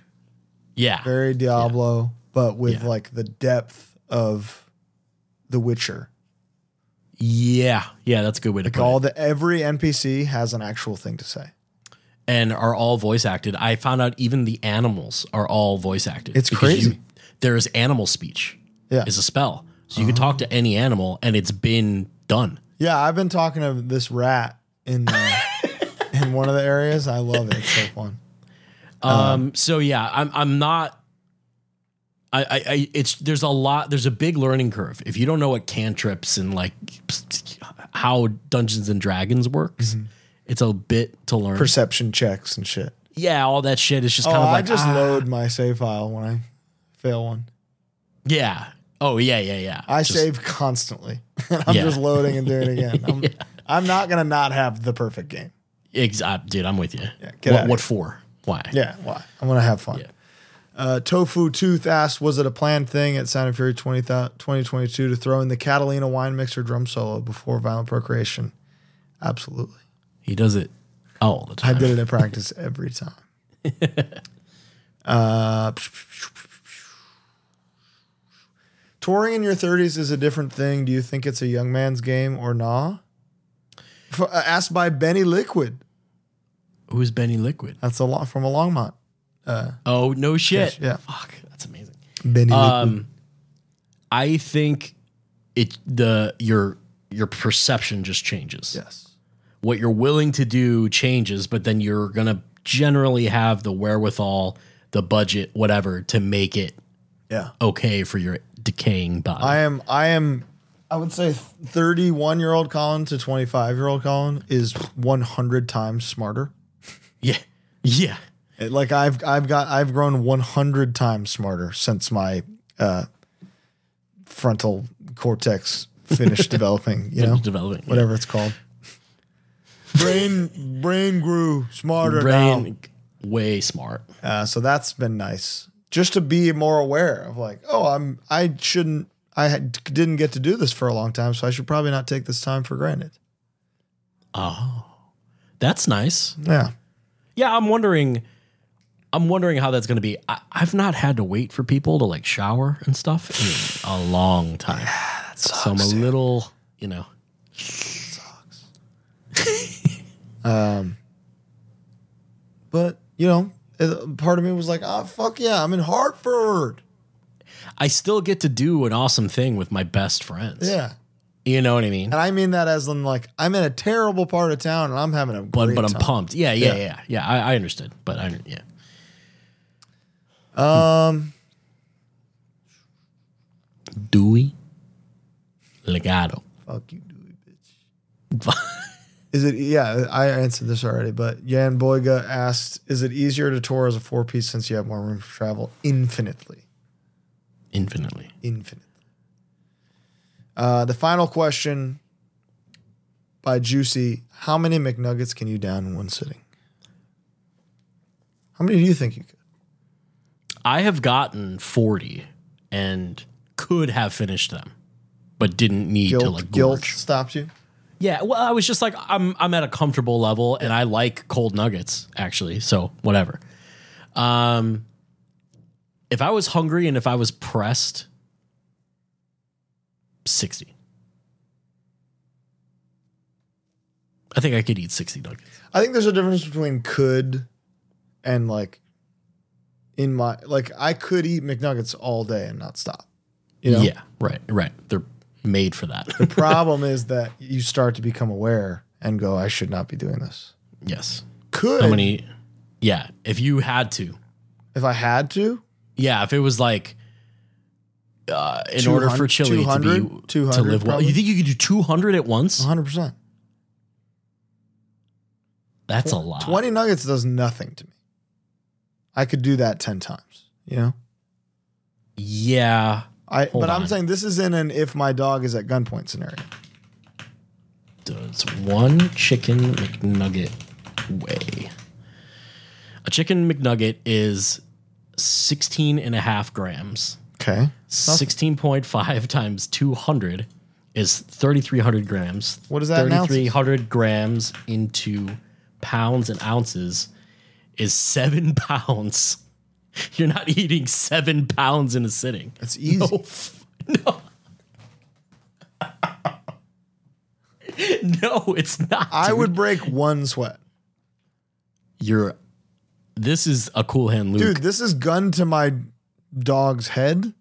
Yeah, very Diablo, but with Yeah. like the depth of The Witcher. yeah, yeah. That's a good way to Like put all it. the every NPC has an actual thing to say. And are all voice acted. I found out even the animals are all voice acted. It's because you- crazy. there is animal speech. Yeah. Uh-huh. is a spell. So you can talk to any animal and it's been done. Yeah, I've been talking to this rat in the, in one of the areas. I love it. It's so fun. Um, so yeah, I'm I'm not. I, I, I it's there's a lot there's a big learning curve if you don't know what cantrips and like how Dungeons and Dragons works, Mm-hmm. it's a bit to learn. Perception checks and shit. yeah, all that shit is just Oh, kind of like I just ah, load my save file when I fail one. yeah. Oh yeah yeah yeah. I Just- save constantly, and I'm Yeah. just loading and doing it again. I'm, I'm not gonna not have the perfect game. ex- uh, dude. I'm with you. get what outta what here. for? Why? Yeah, why? I'm gonna have fun. Yeah. Uh, Tofu Tooth asked, was it a planned thing at Sound and Fury 20, 2022 to throw in the Catalina wine mixer drum solo before Violent Procreation? Absolutely. He does it all the I time. did it in practice every time. uh, touring in your 30s is a different thing. Do you think it's a young man's game or nah? For, uh, asked by Benny Liquid. Who's Benny Liquid? That's a lot from a Longmont. Oh no shit. Yes, yeah. Fuck. That's amazing. Benny Liquid. Um, I think it the your your perception just changes. Yes. What you're willing to do changes, but then you're gonna generally have the wherewithal, the budget, whatever, to make it Yeah. okay for your decaying body. I am I am I would say 31 year old Colin to 25 year old Colin is 100 times smarter. yeah, yeah, It- like I've I've got I've grown 100 times smarter since my uh frontal cortex finished developing, you know. developing yeah. Whatever it's called. brain brain grew smarter now. brain way smart. Uh, so that's been nice just to be more aware of like, oh, I'm I shouldn't I had, didn't get to do this for a long time, so I should probably not take this time for granted. Oh, that's nice. Yeah, Yeah, I'm wondering. I'm wondering how that's going to be. I, I've not had to wait for people to like shower and stuff in a long time. so I'm a little, you know. but you know, it- part of me was like, ah, fuck yeah, I'm in Hartford. I still get to do an awesome thing with my best friends. Yeah, you know what I mean. and I mean that as in like I'm in a terrible part of town and I'm having a But great but I'm time. pumped. Yeah yeah yeah Yeah. yeah. yeah I, I understood. But I yeah. Um, Dewey Legato. fuck you, Dewey, bitch. Is it? Yeah, I answered this already, but Jan Boyga asked, "Is it easier to tour as a four piece since you have more room for travel?" Infinitely. Infinitely. infinite. Uh, the final question by Juicy: How many McNuggets can you down in one sitting? How many do you think you could? I have gotten 40 and could have finished them, but didn't need to Guilt, like guilt gorge. stopped you. Yeah, well, I was just like, I'm I'm at a comfortable level, and I like cold nuggets actually. So whatever. Um, if I was hungry and if I was pressed, sixty. I think I could eat sixty nuggets. I think there's a difference between could and like in my like I could eat McNuggets all day and not stop. You know. Yeah, right, right. They're made for that. Problem is that you start to become aware and go, I should not be doing this. yes. Could How many? Yeah, if you had to. if I had to, Yeah, if it was like. Uh, in order for 200 chili to be 200, to live well, you probably. think you could do two hundred at once? 100. percent That's a lot. 20 nuggets does nothing to me. I could do that 10 times, you know? Yeah. I Hold but on. I'm saying this is in an if my dog is at gunpoint scenario. Does one chicken McNugget weigh? A chicken McNugget is 16 and a half grams. Okay. 16.5 times 200 is 3,300 grams. What is that in ounces? 3,300 grams into pounds and ounces is seven pounds. You're not eating seven pounds in a sitting. It's easy. No. f- No. no, it's not. I dude. would break one sweat. You're. This is a cool hand, Luke. Dude, this is gun to my dog's head.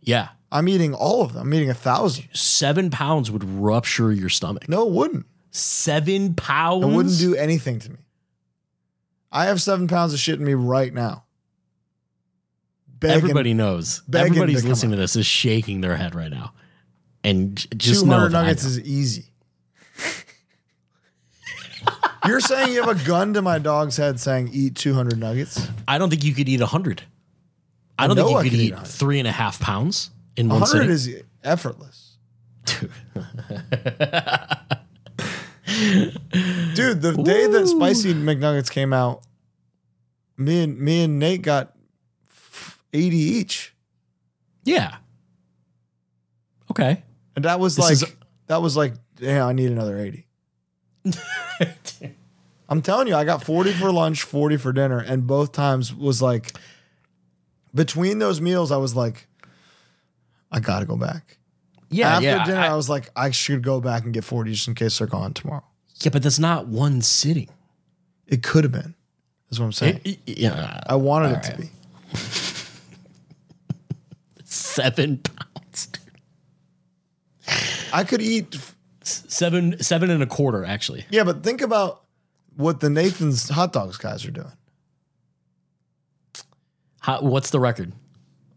yeah. I'm eating all of them. I'm eating a thousand. Seven pounds would rupture your stomach. No, it wouldn't. Seven pounds. It wouldn't do anything to me. I have seven pounds of shit in me right now. Begging Everybody knows. begging Everybody's to come listening out. to this is shaking their head right now, and j- just know 200 that I nuggets know. is easy. You're saying you have a gun to my dog's head saying, eat 200 nuggets? I don't think you could eat a hundred. I don't know think I you could could eat eat 100. three and a half pounds in one 100 sitting. is effortless. Dude, the day that spicy McNuggets came out, me and me and Nate got 80 each. yeah. Okay. And that was This like is- that was like, damn, I need another 80. I'm telling you, I got 40 for lunch, 40 for dinner, and both times was like between those meals, I was like, I gotta go back. yeah. After yeah. dinner, I- I, was like, I should go back and get 40 just in case they're gone tomorrow. yeah, but that's not one sitting. It could have been, is what I'm saying. Y- y- Yeah. I wanted it to be. Seven pounds. I could eat, Seven seven and a quarter, actually. yeah, but think about what the Nathan's hot dogs guys are doing. How, what's the record?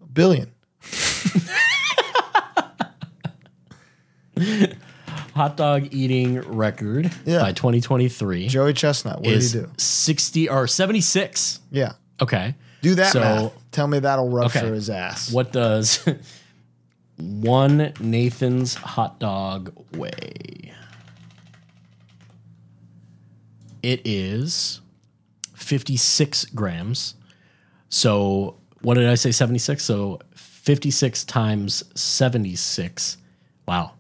A billion. Hot dog eating record Yeah. by 2023 Joey Chestnut, what is did he do? 60 or 76. Yeah. Okay. Do that So- math. Tell me that'll rupture Okay. his ass. What does one Nathan's hot dog weigh? It is 56 grams. So, what did I say? 76? So, 56 times 76. Wow.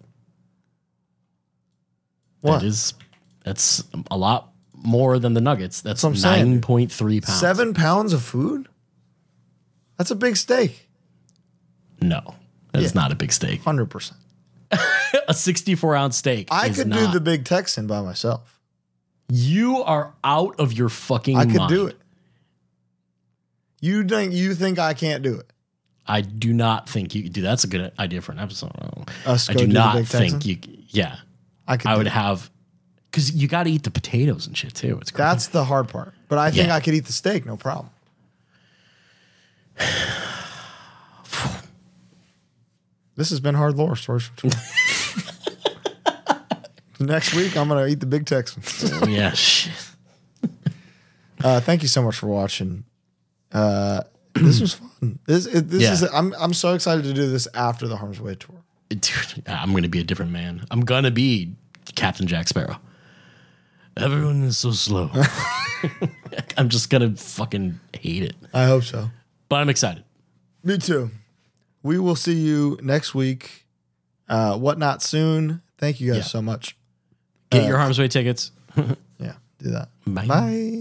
What? That is, that's a lot more than the nuggets. That's, That's what I'm saying. 9.3 pounds. Seven pounds of food? That's a big steak. No, that's Yeah. not a big steak. 100%. A 64 ounce steak. I is could not- do the Big Texan by myself. You are out of your fucking I could mind. do it. You think you think I can't do it? I do not think you could do that's a good idea for an episode. Us I go do do the not Big think Texan? you yeah. I could. I do would it. have cuz you got to eat the potatoes and shit too. It's crazy. That's the hard part. But I think Yeah. I could eat the steak, no problem. this has been hard lore stories from Twitter. Next week, I'm gonna eat the Big Texan. yeah. shit. Uh, thank you so much for watching. Uh, this was fun. This it, this Yeah. is. I'm I'm so excited to do this after the Harm's Way tour. Dude, I'm going to be a different man. I'm going to be Captain Jack Sparrow. Everyone is so slow. I'm just going to fucking hate it. I hope so. But I'm excited. Me too. We will see you next week. Uh, whatnot soon. Thank you guys Yeah. so much. Get your harm's way tickets. Yeah, do that. Bye. Bye.